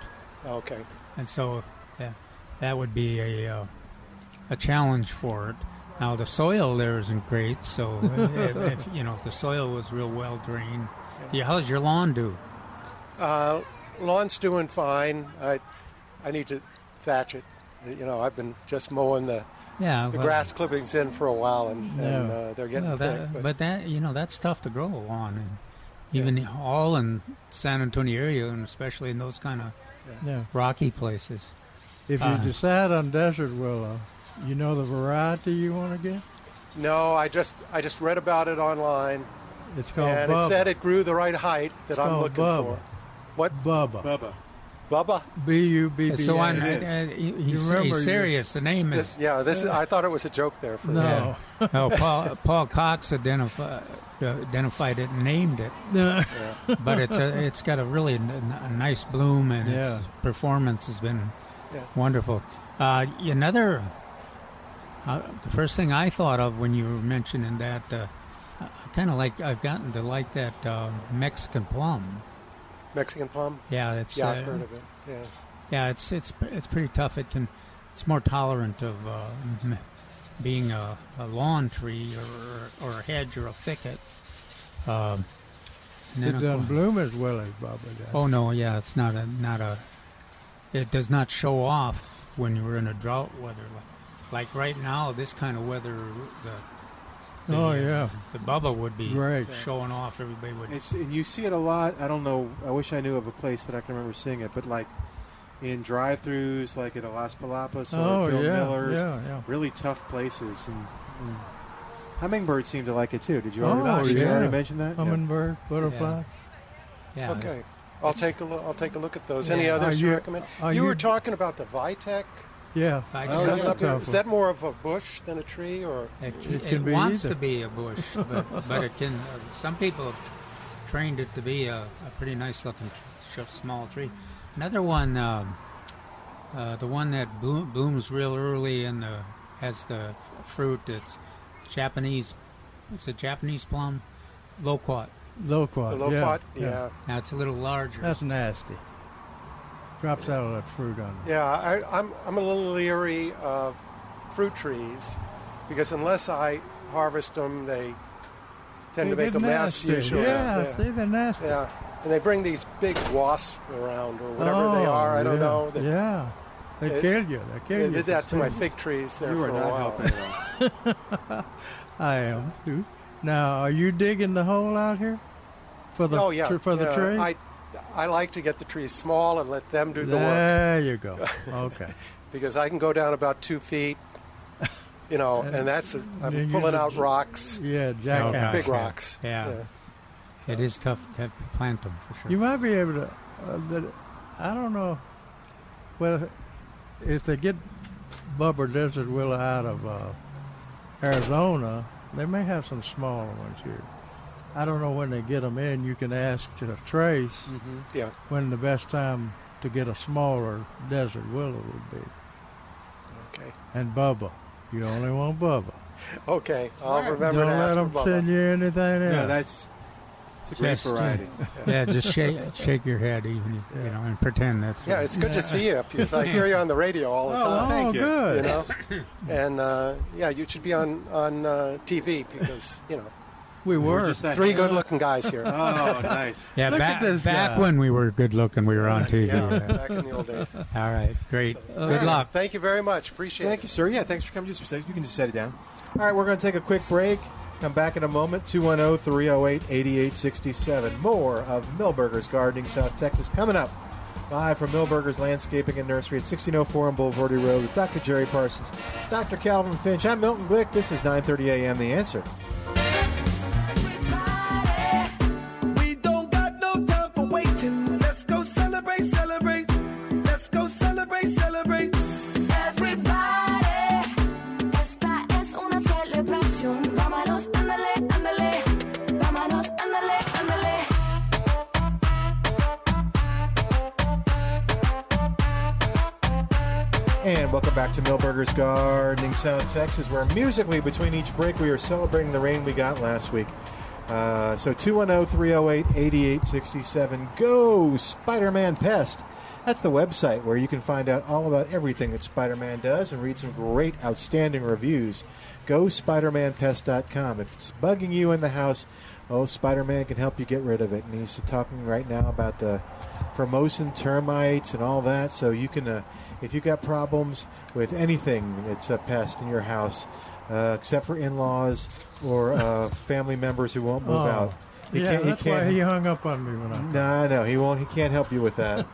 Speaker 10: Okay.
Speaker 4: and so that, that would be a uh, a challenge for it. Now the soil there isn't great, so uh, if, if you know if the soil was real well drained, yeah, how's your lawn do?
Speaker 10: Uh, lawn's doing fine. I, I need to thatch it. You know, I've been just mowing the,
Speaker 4: Yeah,
Speaker 10: the
Speaker 4: well-
Speaker 10: grass clippings in for a while, and, and
Speaker 5: Yeah.
Speaker 10: uh, they're getting
Speaker 4: Well,
Speaker 10: thick.
Speaker 4: that,
Speaker 10: but-
Speaker 4: but, that you know that's tough to grow on, and even all in San Antonio area, and especially in those kind of
Speaker 5: Yeah.
Speaker 4: rocky places.
Speaker 5: If you
Speaker 4: Uh.
Speaker 5: decide on desert willow, you know the variety you want to get.
Speaker 10: No, I just I just read about it online,
Speaker 5: It's called
Speaker 10: and
Speaker 5: Bubba.
Speaker 10: it said it grew the right height that
Speaker 5: It's
Speaker 10: I'm
Speaker 5: called
Speaker 10: looking
Speaker 5: Bubba.
Speaker 10: for. What?
Speaker 5: Bubba.
Speaker 10: Bubba. Bubba.
Speaker 5: B U B B.
Speaker 4: So
Speaker 5: A.
Speaker 4: I'm, uh, he- he's, he's serious. The name is
Speaker 10: This- yeah, this is, I thought it was a joke there for a
Speaker 4: No,
Speaker 10: second.
Speaker 4: no. Oh, Paul Paul Cox identifi- uh, identified it and named it.
Speaker 10: Yeah.
Speaker 4: but it's a, it's got a really n- n- a nice bloom and
Speaker 5: Yeah.
Speaker 4: its performance has been
Speaker 10: Yeah.
Speaker 4: wonderful. Uh, another, uh, the first thing I thought of when you were mentioning that, uh, I kind of like I've gotten to like that uh, Mexican plum.
Speaker 10: Mexican plum.
Speaker 4: Yeah, it's
Speaker 10: yeah, I've
Speaker 4: uh,
Speaker 10: heard of it. Yeah.
Speaker 4: yeah, it's it's it's pretty tough. It can it's more tolerant of uh, m- being a, a lawn tree or or a hedge or a thicket. Um, and
Speaker 5: It uh,
Speaker 4: then, of
Speaker 5: doesn't
Speaker 4: course-
Speaker 5: bloom as well as Bubba does.
Speaker 4: oh no, yeah, it's not a not a. It does not show off when you're in a drought weather, like, like right now. This kind of weather, the, the
Speaker 5: Oh,
Speaker 4: uh,
Speaker 5: yeah.
Speaker 4: the bubba would be
Speaker 5: Great.
Speaker 4: showing off. Everybody would
Speaker 3: It's, and you see it a lot. I don't know. I wish I knew of a place that I can remember seeing it, but like in drive-throughs, like at Las Palapas or
Speaker 5: Oh,
Speaker 3: Bill
Speaker 5: yeah,
Speaker 3: Miller's,
Speaker 5: yeah, yeah.
Speaker 3: really tough places. And, and hummingbirds seem to like it too. Did you already,
Speaker 5: Oh,
Speaker 3: did you
Speaker 5: yeah.
Speaker 3: already mention that?
Speaker 5: Hummingbird, butterfly.
Speaker 4: Yeah.
Speaker 10: Okay. I'll take a look. I'll take a look at those. Any
Speaker 5: Yeah.
Speaker 10: others
Speaker 5: Are
Speaker 10: you,
Speaker 5: you-
Speaker 10: recommend?
Speaker 5: are
Speaker 10: You,
Speaker 5: you-
Speaker 10: were talking about the Vitec.
Speaker 5: Yeah.
Speaker 10: Oh,
Speaker 5: That's
Speaker 10: yeah.
Speaker 5: a tough
Speaker 10: Is
Speaker 5: one.
Speaker 10: that more of a bush than a tree, or
Speaker 4: It,
Speaker 5: It
Speaker 4: it
Speaker 5: can be
Speaker 4: wants
Speaker 5: either.
Speaker 4: to be a bush, but, but it can. Uh, some people have tr- trained it to be a, a pretty nice looking tr- sh- small tree. Another one, um uh, the one that bloom, blooms real early and uh, has the f- fruit. It's Japanese. It's a Japanese plum, loquat.
Speaker 5: Loquat.
Speaker 10: The loquat?
Speaker 5: Yeah.
Speaker 10: Yeah.
Speaker 4: Now it's a little larger.
Speaker 5: That's nasty. Drops out all that fruit on it.
Speaker 10: Yeah, I, I'm, I'm a little leery of fruit trees because unless I harvest them, they tend to
Speaker 5: They
Speaker 10: make a
Speaker 5: get
Speaker 10: mess
Speaker 5: nasty.
Speaker 10: usually.
Speaker 5: Yeah, see, they're nasty.
Speaker 10: Yeah, and they bring these big wasps around or whatever they
Speaker 5: Oh,
Speaker 10: are. I don't
Speaker 5: yeah,
Speaker 10: know. They,
Speaker 5: yeah. They
Speaker 10: it-
Speaker 5: kill you. They kill
Speaker 10: they
Speaker 5: you.
Speaker 10: did
Speaker 5: if
Speaker 10: that
Speaker 5: you
Speaker 10: to my
Speaker 5: see
Speaker 10: fig trees there
Speaker 3: You
Speaker 10: for
Speaker 3: are
Speaker 10: a
Speaker 3: not
Speaker 10: while.
Speaker 3: helping
Speaker 5: I am too. Now, are you digging the hole out here for the
Speaker 10: oh yeah,
Speaker 5: tr- for the
Speaker 10: yeah,
Speaker 5: tree?
Speaker 10: I, I like to get the trees small and let them do the work
Speaker 5: there you go. Okay.
Speaker 10: because I can go down about two feet. You know, and that's I'm
Speaker 5: Then
Speaker 10: pulling
Speaker 5: you're
Speaker 10: out
Speaker 5: the-
Speaker 10: rocks.
Speaker 5: yeah, jack
Speaker 4: Okay.
Speaker 10: big
Speaker 4: yeah.
Speaker 10: rocks.
Speaker 4: Yeah. It is tough to plant them for sure.
Speaker 5: You might be able to. Uh, the, I don't know. Well, if they get bubber desert willow out of uh, Arizona, they may have some smaller ones here. I don't know when they get them in. You can ask to Trace
Speaker 4: Mm-hmm.
Speaker 10: Yeah.
Speaker 5: when the best time to get a smaller desert willow would be.
Speaker 10: Okay.
Speaker 5: And Bubba, you only want Bubba.
Speaker 10: Okay. I'll remember
Speaker 5: don't
Speaker 10: to
Speaker 5: let
Speaker 10: ask
Speaker 5: them
Speaker 10: for Bubba.
Speaker 5: send you anything else.
Speaker 3: No, that's it's a great
Speaker 4: Just, uh,
Speaker 3: variety.
Speaker 4: yeah, just shake shake your head, even if, you know, and pretend that's
Speaker 10: Yeah,
Speaker 4: what-
Speaker 10: it's good to see you because I hear you on the radio all the
Speaker 5: Oh,
Speaker 10: time.
Speaker 5: thank you. good.
Speaker 10: You know, and uh, yeah, you should be on on uh, TV because you know
Speaker 5: we
Speaker 3: We're
Speaker 5: were.
Speaker 3: just that-
Speaker 10: three good-looking guys here.
Speaker 3: Oh, nice.
Speaker 4: Yeah,
Speaker 5: Look
Speaker 4: back,
Speaker 5: at this
Speaker 4: back
Speaker 5: guy.
Speaker 4: when we were good looking, we were on TV.
Speaker 10: Yeah,
Speaker 4: yeah.
Speaker 10: back in the old days.
Speaker 4: All right, great.
Speaker 10: Yeah,
Speaker 5: Uh,
Speaker 4: good luck.
Speaker 10: Thank you very much. Appreciate
Speaker 3: Thank
Speaker 10: it.
Speaker 3: you, sir. Yeah, thanks for coming. Just for a second. You can just set it down. All right, we're going to take a quick break. Come back in a moment. oh, 210 308 8867. More of Millburgers Gardening South Texas coming up. Live from Millburgers Landscaping and Nursery at 1604 on Boulevardy Road with Dr. Jerry Parsons, Dr. Calvin Finch. I'm Milton Glick. This is 9:30 a.m. The Answer.
Speaker 11: We don't got no time for waiting. Let's go celebrate, celebrate. Let's go celebrate, celebrate.
Speaker 12: Everybody, esta es una celebración. Vámonos, ándale, ándale. Vámonos, ándale, ándale.
Speaker 3: And welcome back to Millburgers Gardening South Texas, where musically between each break we are celebrating the rain we got last week. Uh, so 210 308 8867. Go Spider Man Pest. That's the website where you can find out all about everything that Spider Man does and read some great, outstanding reviews. Go SpiderManPest.com. If it's bugging you in the house, oh, Spider Man can help you get rid of it. And he's talking right now about the Formosan termites and all that. So you can, uh, if you got problems with anything that's a pest in your house, uh, except for in-laws or uh, family members who won't move
Speaker 5: Oh.
Speaker 3: out,
Speaker 5: yeah, that's why he hung up on me when I.
Speaker 3: no, no, he won't. He can't help you with that,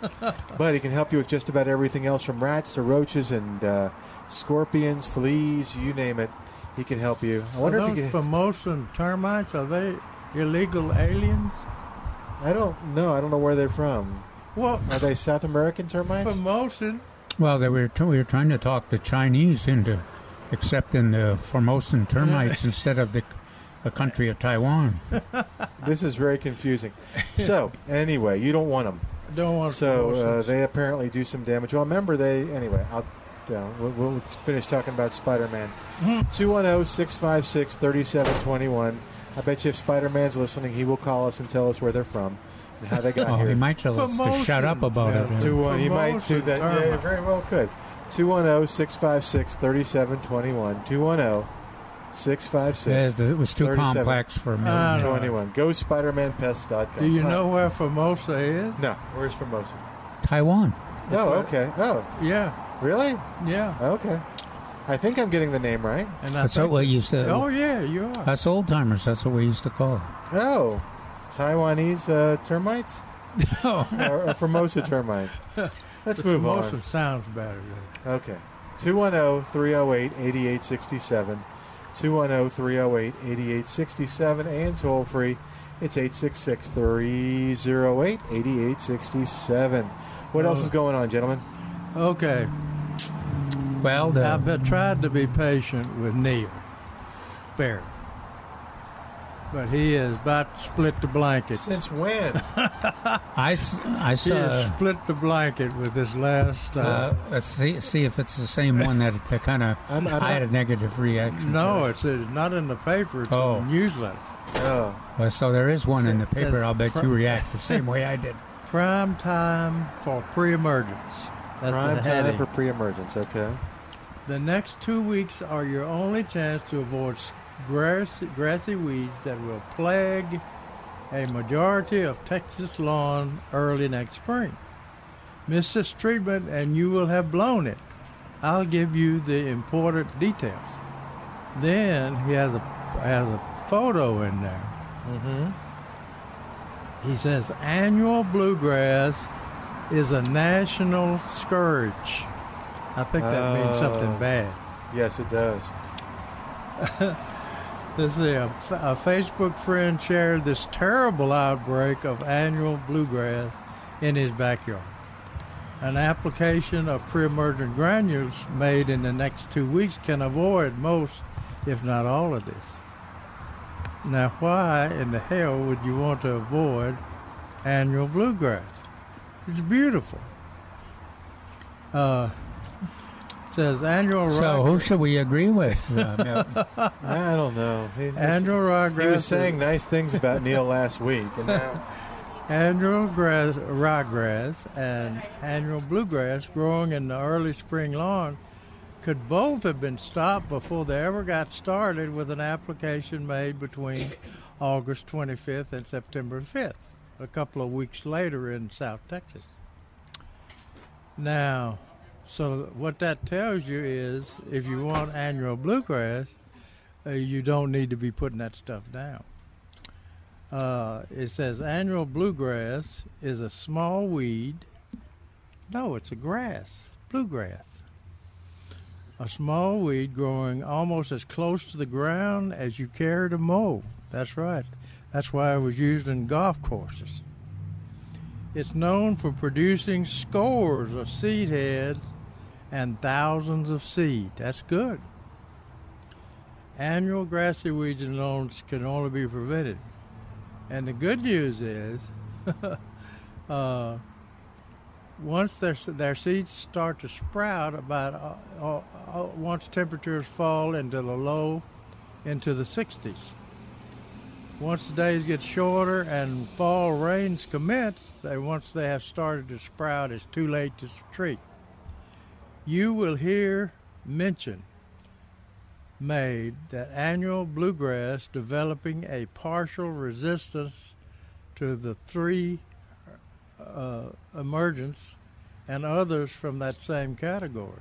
Speaker 3: but he can help you with just about everything else from rats to roaches and uh, scorpions, fleas, you name it. He can help you. I wonder
Speaker 5: are
Speaker 3: if he
Speaker 5: those
Speaker 3: can.
Speaker 5: Formosan termites are they Illegal aliens?
Speaker 3: I don't know. I don't know where they're from.
Speaker 5: Well,
Speaker 3: are they South American termites?
Speaker 5: From Mosin.
Speaker 4: Well, they were we were trying to talk the Chinese into accepting the Formosan termites instead of the, the country of Taiwan.
Speaker 3: This is very confusing. So anyway, you don't want them.
Speaker 5: Don't want
Speaker 3: So uh,
Speaker 5: promotions.
Speaker 3: they apparently do some damage. Well, remember they anyway. I'll uh, we'll, we'll finish talking about Spider-Man.
Speaker 4: Mm-hmm.
Speaker 3: oh, 210-656-3721. I bet you if Spider-Man's listening, he will call us and tell us where they're from and how they got
Speaker 4: Oh,
Speaker 3: here.
Speaker 4: he might tell us to shut up about
Speaker 3: Yeah,
Speaker 4: it.
Speaker 3: 2-1. He might do that. Yeah,
Speaker 4: termite.
Speaker 3: he very well could. oh, 210-656-3721. 210 656
Speaker 4: Yeah, it was too complex for me. I don't know.
Speaker 3: 21. Go spidermanpest.com.
Speaker 5: Do you
Speaker 3: Huh.
Speaker 5: know where Formosa is?
Speaker 3: No. Where's Formosa?
Speaker 4: Taiwan.
Speaker 3: oh,
Speaker 5: where-
Speaker 3: okay. Oh.
Speaker 5: Yeah.
Speaker 3: Really?
Speaker 5: Yeah.
Speaker 3: Okay. I think I'm getting the name right.
Speaker 5: And
Speaker 4: That's what we used to.
Speaker 5: Oh, yeah, you are.
Speaker 4: Us old timers. That's what we used to call. it.
Speaker 3: Oh, Taiwanese uh, termites?
Speaker 4: No.
Speaker 3: or, or Formosa termite. Let's
Speaker 5: The
Speaker 3: move
Speaker 5: Formosa
Speaker 3: on.
Speaker 5: sounds better.
Speaker 3: Okay. oh, 210-308-8867. oh, 210-308-8867 and toll free. It's 866-308-8867. What else is going on, gentlemen?
Speaker 5: Okay.
Speaker 4: Well,
Speaker 5: I've been tried to be patient with Neil Barry, but he is about to split the blanket.
Speaker 3: Since when?
Speaker 4: I, s- I
Speaker 5: He has
Speaker 4: saw.
Speaker 5: split the blanket with his last. Uh,
Speaker 4: Uh, let's see, see if it's the same one that, that kind of.
Speaker 5: I'm- I'm
Speaker 4: I had a
Speaker 5: not-
Speaker 4: negative reaction.
Speaker 5: no, it's, it's not in the paper. It's
Speaker 4: Uh, Oh.
Speaker 5: in the newsletter.
Speaker 3: Oh.
Speaker 4: Well, so there is one in the
Speaker 5: Says-
Speaker 4: paper. I'll bet
Speaker 5: says-
Speaker 4: you react the same way I did.
Speaker 5: Prime time for pre-emergence. That's
Speaker 3: Prime
Speaker 5: the
Speaker 3: time
Speaker 5: heading.
Speaker 3: for pre-emergence, okay.
Speaker 5: The next two weeks are your only chance to avoid s- grass, grassy weeds that will plague a majority of Texas lawn early next spring. Miss this treatment and you will have blown it. I'll give you the important details. Then he has a has a photo in there. Mm-hmm. He says annual bluegrass is a national scourge. I think that means something
Speaker 3: Oh.
Speaker 5: bad.
Speaker 3: Yes, it does.
Speaker 5: This is a, a Facebook friend shared this terrible outbreak of annual bluegrass in his backyard. An application of pre-emergent granules made in the next two weeks can avoid most, if not all, of this. Now, why in the hell would you want to avoid annual bluegrass? It's beautiful. Uh, it says annual.
Speaker 4: So who should we agree with? Uh, Mel?
Speaker 3: I don't know. He,
Speaker 5: Andrew Rodgers
Speaker 3: He was
Speaker 5: is-
Speaker 3: saying nice things about Neil last week, and now
Speaker 5: annual grass, ryegrass and annual bluegrass growing in the early spring lawn could both have been stopped before they ever got started with an application made between August 25th and September 5th, a couple of weeks later in South Texas. Now, so what that tells you is if you want annual bluegrass, uh, you don't need to be putting that stuff down. Uh, it says annual bluegrass is a small weed. No, it's a grass, bluegrass. A small weed growing almost as close to the ground as you care to mow. That's right. That's why it was used in golf courses. It's known for producing scores of seed heads and thousands of seed. That's good. Annual grassy weeds and lawns can only be prevented. And the good news is, uh, once their, their seeds start to sprout, about uh, uh, uh, once temperatures fall into the low, into the 60s. Once the days get shorter and fall rains commence, they once they have started to sprout, it's too late to treat. You will hear mention made that annual bluegrass developing a partial resistance to the three uh, emergence and others from that same category.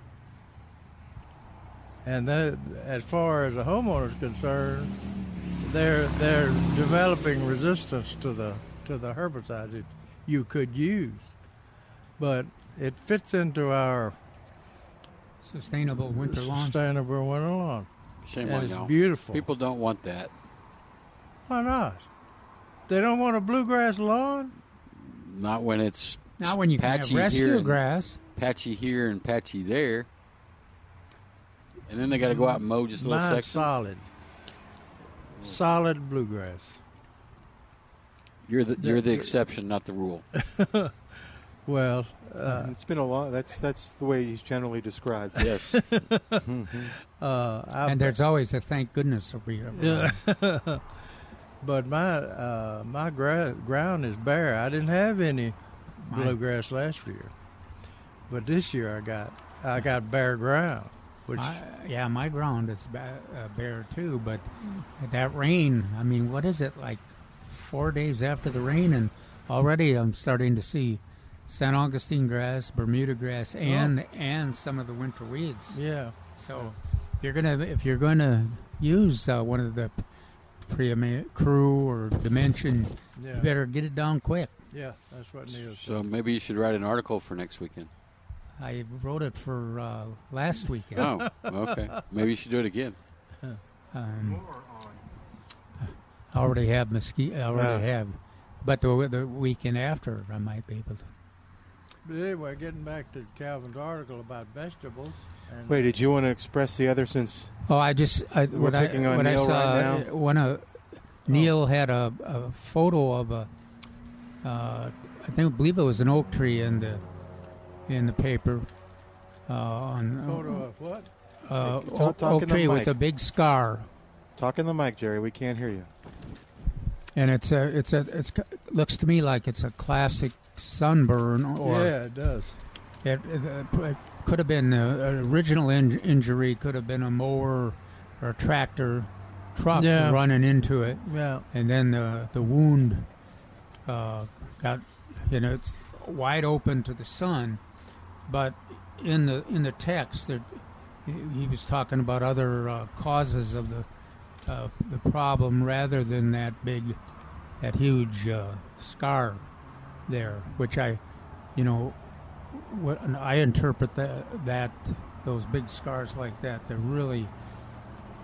Speaker 5: And that, as far as the homeowner is concerned, they're they're developing resistance to the to the herbicide that you could use, but it fits into our
Speaker 4: Sustainable winter lawn.
Speaker 5: Sustainable winter lawn.
Speaker 8: Shame
Speaker 5: And
Speaker 8: on
Speaker 5: it's
Speaker 8: y'all.
Speaker 5: beautiful.
Speaker 8: People don't want that.
Speaker 5: Why not? They don't want a bluegrass lawn.
Speaker 8: Not when it's
Speaker 4: Not when you can have
Speaker 8: patchy
Speaker 4: rescue
Speaker 8: here and-
Speaker 4: grass.
Speaker 8: patchy here and patchy there, and then they got to go out and mow just a little
Speaker 5: Mine's
Speaker 8: section.
Speaker 5: solid, solid bluegrass.
Speaker 8: You're the
Speaker 5: They're-
Speaker 8: you're the
Speaker 5: they're-
Speaker 8: exception, not the rule.
Speaker 5: Well,
Speaker 3: uh, it's been a long. That's that's the way he's generally described. Mm-hmm.
Speaker 8: Yes.
Speaker 5: Uh, I-
Speaker 4: and there's always a thank goodness will be around.
Speaker 5: Yeah. but my uh, my gra- ground is bare. I didn't have any
Speaker 4: Mine-
Speaker 5: bluegrass last year, but this year I got I got bare ground, which
Speaker 4: I- yeah, my ground is ba- uh, bare too, but that rain, I mean, what is it like four days after the rain? And already I'm starting to see San Augustine grass, Bermuda
Speaker 5: Oh.
Speaker 4: grass, and and some of the winter weeds.
Speaker 5: Yeah.
Speaker 4: So you're gonna if you're gonna use uh, one of the pre crew or dimension,
Speaker 5: Yeah.
Speaker 4: you better get it down quick.
Speaker 5: yeah, that's what Neil said.
Speaker 8: so maybe you should write an article for next weekend.
Speaker 4: I wrote it for uh, last weekend.
Speaker 8: Oh, okay. Maybe you should do it again.
Speaker 4: Um, I already have mosquito. I already
Speaker 5: Yeah.
Speaker 4: have, but the the weekend after I might be able to.
Speaker 5: But anyway, getting back to Calvin's article about vegetables. And
Speaker 3: Wait, did you want to express the other since?
Speaker 4: Oh, I just I,
Speaker 3: We're
Speaker 4: what
Speaker 3: picking
Speaker 4: I,
Speaker 3: on
Speaker 4: what I
Speaker 3: Neil
Speaker 4: saw
Speaker 3: right now? Oh.
Speaker 4: uh, when a, Neil had a, a photo of a uh, I think believe it was an oak tree in the in the paper uh, on
Speaker 5: Photo of what?
Speaker 4: uh,
Speaker 3: Talk-
Speaker 4: oak,
Speaker 3: talk
Speaker 4: oak
Speaker 3: in the
Speaker 4: tree
Speaker 3: mic.
Speaker 4: with a big scar,
Speaker 3: Talk in the mic, Jerry. We can't hear you.
Speaker 4: and it's a it's a it's c- looks to me like it's a classic sunburn or
Speaker 5: yeah, it does.
Speaker 4: It, it, uh, p- it could have been uh, an original in- injury. Could have been a mower or a tractor truck
Speaker 5: Yeah.
Speaker 4: running into it.
Speaker 5: Yeah.
Speaker 4: And then the the wound uh, got you know it's wide open to the sun, but in the in the text that he he was talking about other uh, causes of the uh, the problem rather than that big that huge uh, scar there, which I you know what and I interpret that that those big scars like that they really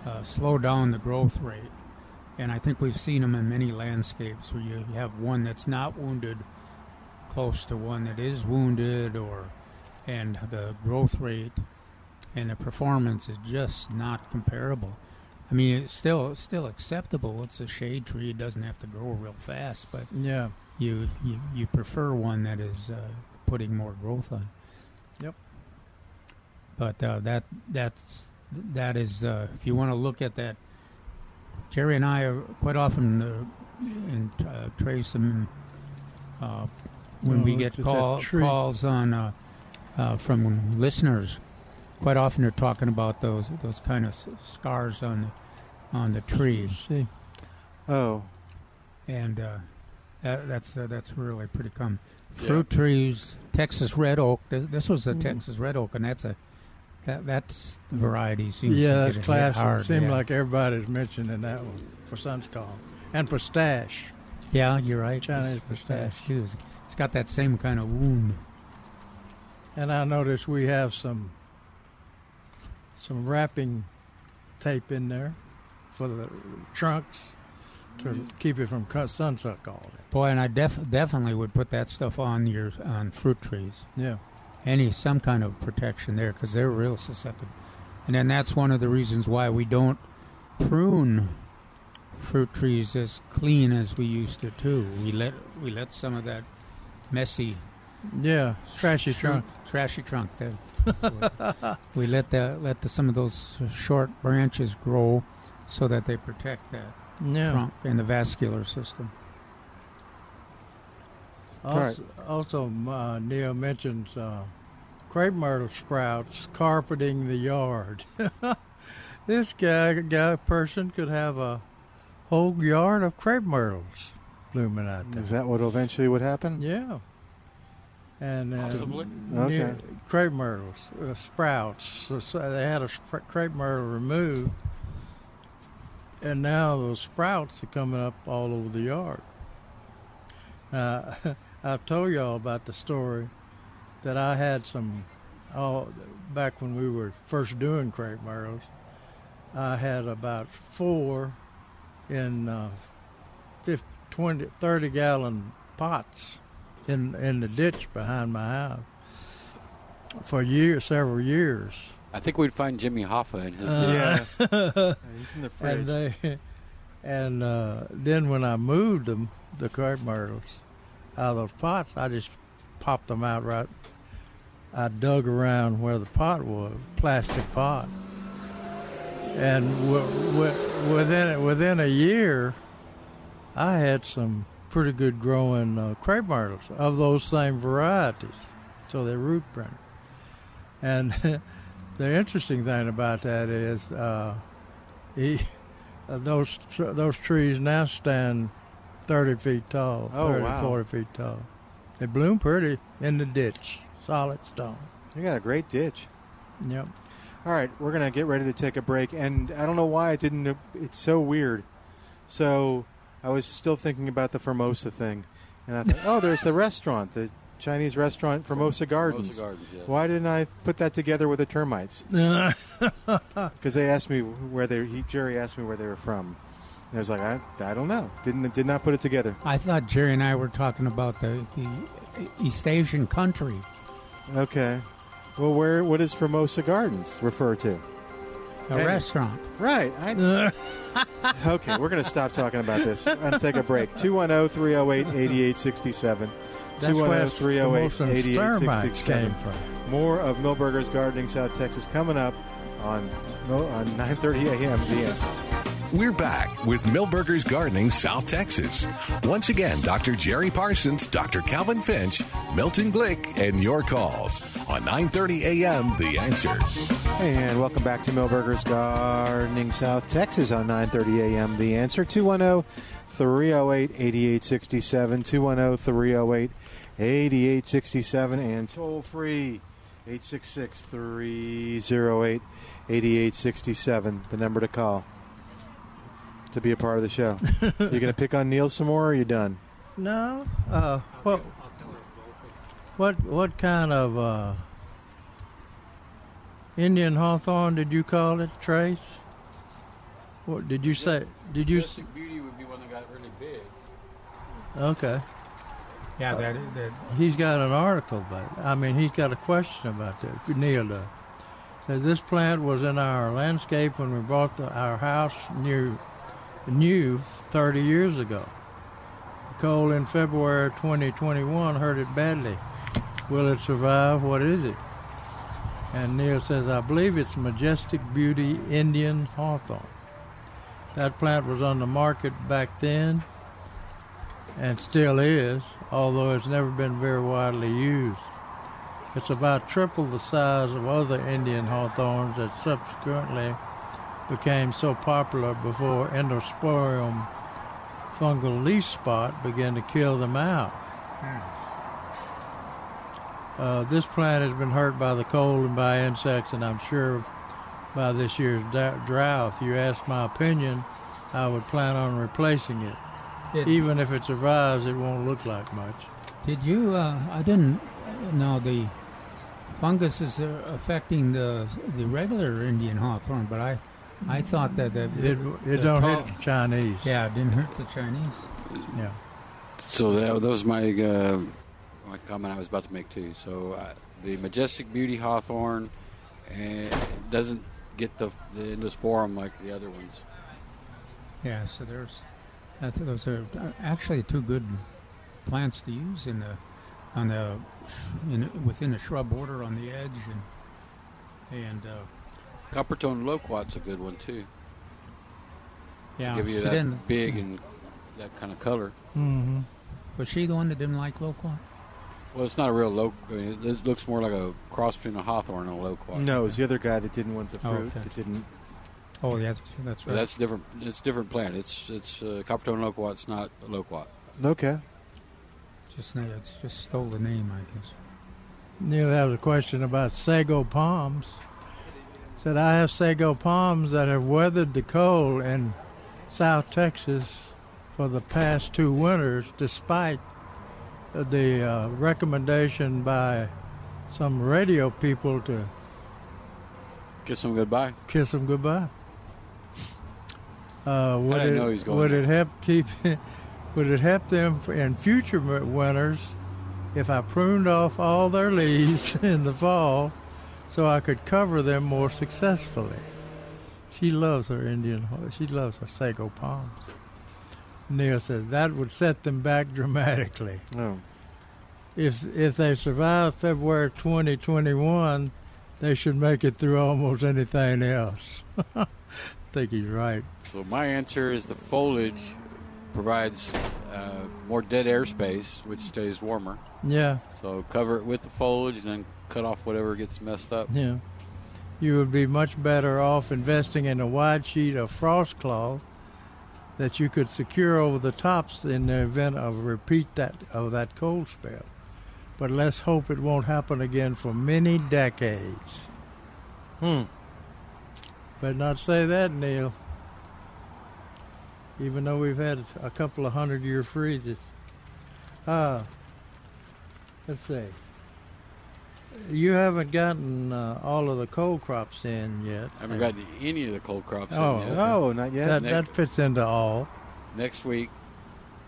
Speaker 4: uh, slow down the growth rate, and I think we've seen them in many landscapes where you have one that's not wounded close to one that is wounded, or and the growth rate and the performance is just not comparable. I mean, it's still it's still acceptable. It's a shade tree; it doesn't have to grow real fast, but
Speaker 5: Yeah.
Speaker 4: you you, you prefer one that is uh, putting more growth on.
Speaker 5: Yep.
Speaker 4: But uh, that that's that is uh, if you want to look at that. Jerry and I are quite often uh, and uh, trace them uh, when
Speaker 5: Oh,
Speaker 4: we
Speaker 5: look
Speaker 4: get
Speaker 5: at that
Speaker 4: call,
Speaker 5: tree.
Speaker 4: calls on uh, uh, from listeners. Quite often they're talking about those those kind of s- scars on the, on the tree
Speaker 5: See.
Speaker 3: Oh,
Speaker 4: and uh, that, that's uh, that's really pretty common.
Speaker 3: Yeah.
Speaker 4: Fruit trees, Texas red oak. Th- This was a
Speaker 5: Mm.
Speaker 4: Texas red oak, and that's a that that's the variety seems to
Speaker 5: Yeah,
Speaker 4: get
Speaker 5: that's
Speaker 4: hit
Speaker 5: classic.
Speaker 4: hard,
Speaker 5: Seems
Speaker 4: yeah.
Speaker 5: like everybody's mentioning that one for sunscald and pistache.
Speaker 4: yeah, you're right.
Speaker 5: Chinese
Speaker 4: It's pistache too. It's- It's got that same kind of wound.
Speaker 5: And I noticed we have some some wrapping tape in there for the trunks to
Speaker 3: Mm-hmm.
Speaker 5: keep it from cut sunsuck all.
Speaker 4: Boy, and I def- definitely would put that stuff on your on fruit trees.
Speaker 5: Yeah.
Speaker 4: any some kind of protection there because they're real susceptible. And then that's one of the reasons why we don't prune fruit trees as clean as we used to too. We let we let some of that messy
Speaker 5: Yeah, trashy trunk.
Speaker 4: trashy trunk. That we let the let the, some of those short branches grow so that they protect that
Speaker 5: Yeah.
Speaker 4: trunk and the vascular system.
Speaker 5: Also,
Speaker 4: Right.
Speaker 5: also uh, Neil mentions uh, crepe myrtle sprouts carpeting the yard. this guy, guy, person could have a whole yard of crepe myrtles blooming out there.
Speaker 3: is that what eventually would happen?
Speaker 5: Yeah. And uh,
Speaker 13: Possibly.
Speaker 5: near-
Speaker 3: Okay.
Speaker 5: crepe myrtles, uh, sprouts. So, so they had a sp- crepe myrtle removed, and now those sprouts are coming up all over the yard. Uh, I've told y'all about the story that I had some, oh, back when we were first doing crepe myrtles, I had about four in uh, 15, 20, 30 gallon pots in in the ditch behind my house for years, several years.
Speaker 8: I think we'd find Jimmy Hoffa in his.
Speaker 5: Uh,
Speaker 3: He's in the fridge.
Speaker 5: and they, and uh, then when I moved them, the crepe myrtles, out of those pots, I just popped them out right. I dug around where the pot was, plastic pot, and w- w- within within a year, I had some pretty good growing uh, crepe myrtles of those same varieties. So they're root print. And the interesting thing about that is uh, he, uh, those tr- those trees now stand 30 feet tall,
Speaker 3: Oh,
Speaker 5: 30,
Speaker 3: wow.
Speaker 5: 40 feet tall. They bloom pretty in the ditch, solid stone.
Speaker 3: You got a great ditch.
Speaker 5: Yep.
Speaker 3: All right, we're gonna get ready to take a break, and I don't know why it didn't. It's so weird. So I was still thinking about the Formosa thing, and I thought, oh, there's the restaurant, the Chinese restaurant Formosa Gardens.
Speaker 8: Gardens, yes.
Speaker 3: Why didn't I put that together with the termites? Because they asked me where they. He, Jerry asked me where they were from, and I was like, I, I don't know. Didn't did not put it together.
Speaker 4: I thought Jerry and I were talking about the, the East Asian country.
Speaker 3: Okay. Well, where what does Formosa Gardens refer to?
Speaker 4: A
Speaker 3: Hey.
Speaker 4: restaurant.
Speaker 3: Right. I, okay, we're going to stop talking about this and take a break. oh, 210 308 8867.
Speaker 5: That's where it's
Speaker 3: 308
Speaker 5: Formosan termites came
Speaker 3: 8867.
Speaker 5: from.
Speaker 3: More of Milburger's Gardening South Texas coming up on, on 9.30 a.m. The Answer.
Speaker 2: We're back with Millburgers Gardening South Texas. Once again, Dr. Jerry Parsons, Dr. Calvin Finch, Milton Glick, and your calls on 9:30 a.m. The Answer.
Speaker 3: And welcome back to Millburgers Gardening South Texas on 9:30 a.m. The answer oh, oh, 210-308-8867 210-308-8867 and toll free 866-308-8867 the number to call to be a part of the show. you going to pick on Neil some more or are you done?
Speaker 5: No. Uh, what, what what kind of uh, Indian hawthorn did you call it, Trace? What did you say? Did you? s-
Speaker 8: Majestic Beauty would be one that got really big.
Speaker 5: Okay. Uh,
Speaker 4: Yeah, that, that
Speaker 5: He's got an article about. It. I mean, he's got a question about that. Neil does. Says this plant was in our landscape when we bought the, our house new, new 30 years ago. The cold in February 2021 hurt it badly. Will it survive? What is it? And Neil says, I believe it's majestic beauty Indian hawthorn. That plant was on the market back then and still is, although it's never been very widely used. It's about triple the size of other Indian hawthorns that subsequently became so popular before endosporium fungal leaf spot began to kill them out. Uh, this plant has been hurt by the cold and by insects, and I'm sure by this year's da- drought. If you ask my opinion, I would plan on replacing it.
Speaker 4: It-
Speaker 5: Even if it survives, it won't look like much.
Speaker 4: Did you? Uh, I didn't. Now the fungus is uh, affecting the the regular Indian hawthorn, but I I thought that that
Speaker 5: It, it
Speaker 4: the
Speaker 5: don't
Speaker 4: tall-
Speaker 5: hit the Chinese.
Speaker 4: Yeah, it didn't hurt the Chinese.
Speaker 5: Yeah.
Speaker 8: So that, that was my uh, my comment I was about to make too. So uh, the majestic beauty hawthorn uh, doesn't get the the endosporum like the other ones.
Speaker 4: Yeah, so there's I think those are uh, actually two good plants to use in the on the sh- in, within the shrub order on the edge and and uh,
Speaker 8: Coppertone loquat's a good one too.
Speaker 4: yeah.
Speaker 8: to give you
Speaker 4: she
Speaker 8: that
Speaker 4: didn't-
Speaker 8: big and that kind of color.
Speaker 5: Mm-hmm.
Speaker 4: Was she the one that didn't like loquat?
Speaker 8: Well, it's not a real loquat. I mean, it, this looks more like a cross between a hawthorn and a loquat.
Speaker 3: No, it was the other guy that didn't want the
Speaker 4: Oh,
Speaker 3: fruit.
Speaker 4: okay.
Speaker 3: That didn't
Speaker 4: Oh, that's that's
Speaker 8: So
Speaker 4: right.
Speaker 8: that's different. It's a different plant. It's it's uh, coppertone loquat's not a loquat.
Speaker 3: Okay.
Speaker 4: Just now, it's just stole the name, I guess.
Speaker 5: Neil has a question about sago palms. Said I have sago palms that have weathered the cold in South Texas for the past two winters, despite the uh, recommendation by some radio people to
Speaker 8: Kiss them goodbye.
Speaker 5: kiss Uh, them goodbye. Uh, would
Speaker 8: didn't
Speaker 5: it,
Speaker 8: know he was going
Speaker 5: would
Speaker 8: there.
Speaker 5: it help keep Would it help them for- in future mo- winters if I pruned off all their leaves in the fall so I could cover them more successfully? She loves her Indian, ho- she loves her sago palms. Neil says that would set them back dramatically.
Speaker 3: No.
Speaker 5: If, if they survive February 2021, they should make it through almost anything else. I think he's right.
Speaker 8: So my answer is the foliage provides uh, more dead air space, which stays warmer.
Speaker 5: Yeah.
Speaker 8: So cover it with the foliage and then cut off whatever gets messed up.
Speaker 5: Yeah. You would be much better off investing in a wide sheet of frost cloth that you could secure over the tops in the event of a repeat that of that cold spell. But let's hope it won't happen again for many decades. Hmm. Better not say that, Neil. Even though we've had a couple of hundred year freezes. Uh, let's see. You haven't gotten uh, all of the cold crops in yet.
Speaker 8: I haven't gotten any of the cold crops.
Speaker 5: Oh,
Speaker 8: in yet.
Speaker 5: oh, That, that
Speaker 8: Next,
Speaker 5: fits into all.
Speaker 8: next week,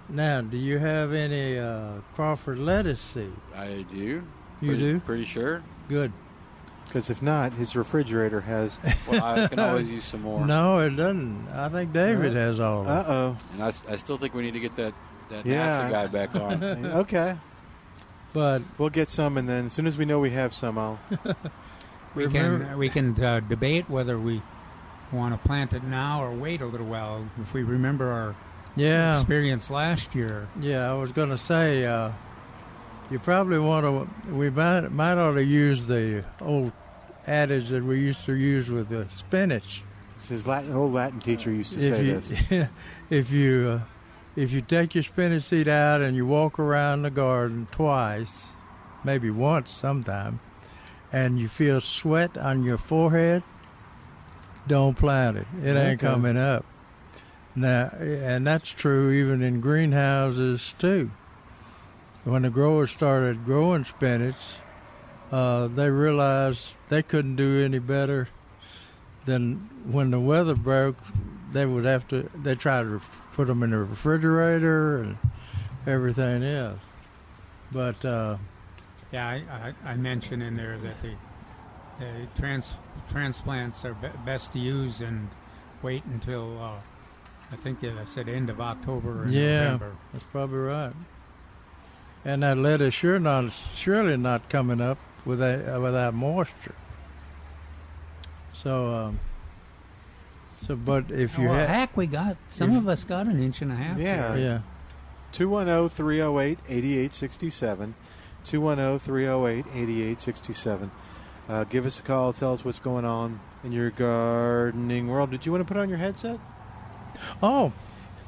Speaker 5: Now, do you have any uh, Crawford lettuce seed?
Speaker 8: I do.
Speaker 5: You
Speaker 8: Pretty-
Speaker 5: do?
Speaker 8: Pretty sure.
Speaker 5: Good.
Speaker 3: Because if not, his refrigerator has.
Speaker 8: Well, I can always use some more.
Speaker 5: No, it doesn't. I think David
Speaker 3: Uh,
Speaker 5: has all. of it.
Speaker 3: Uh-oh.
Speaker 8: And I, s- I still think we need to get that, that
Speaker 3: Yeah.
Speaker 8: NASA guy back on.
Speaker 3: okay.
Speaker 5: But
Speaker 3: we'll get some, and then as soon as we know we have some, I'll.
Speaker 4: We can we can uh, debate whether we want to plant it now or wait a little while. If we remember our
Speaker 5: Yeah.
Speaker 4: experience last year,
Speaker 5: Yeah, I was going to say, uh, you probably want to. We might might ought to use the old adage that we used to use with the spinach.
Speaker 3: His Latin, old Latin teacher used to say
Speaker 5: you,
Speaker 3: this.
Speaker 5: if you uh, if you take your spinach seed out and you walk around the garden twice, maybe once sometime, and you feel sweat on your forehead, don't plant it. It ain't
Speaker 3: Okay.
Speaker 5: coming up. Now, and that's true even in greenhouses too. When the growers started growing spinach, uh, they realized they couldn't do any better then when the weather broke, they would have to. They tried to ref- put them in the refrigerator and everything else. But uh,
Speaker 4: yeah, I, I, I mentioned in there that the, the trans, transplants are be- best to use and wait until uh, I think I said end of October and
Speaker 5: yeah,
Speaker 4: November.
Speaker 5: that's probably right. And that lettuce sure not surely not coming up without without moisture. So, um, so but if you
Speaker 4: well,
Speaker 5: had
Speaker 4: heck, we got some of us got an inch and a half.
Speaker 3: Yeah. oh,
Speaker 4: there.
Speaker 3: 210 308 8867. 210 308 8867. Uh, Give us a call. Tell us what's going on in your gardening world. Did you want to put on your headset?
Speaker 5: Oh,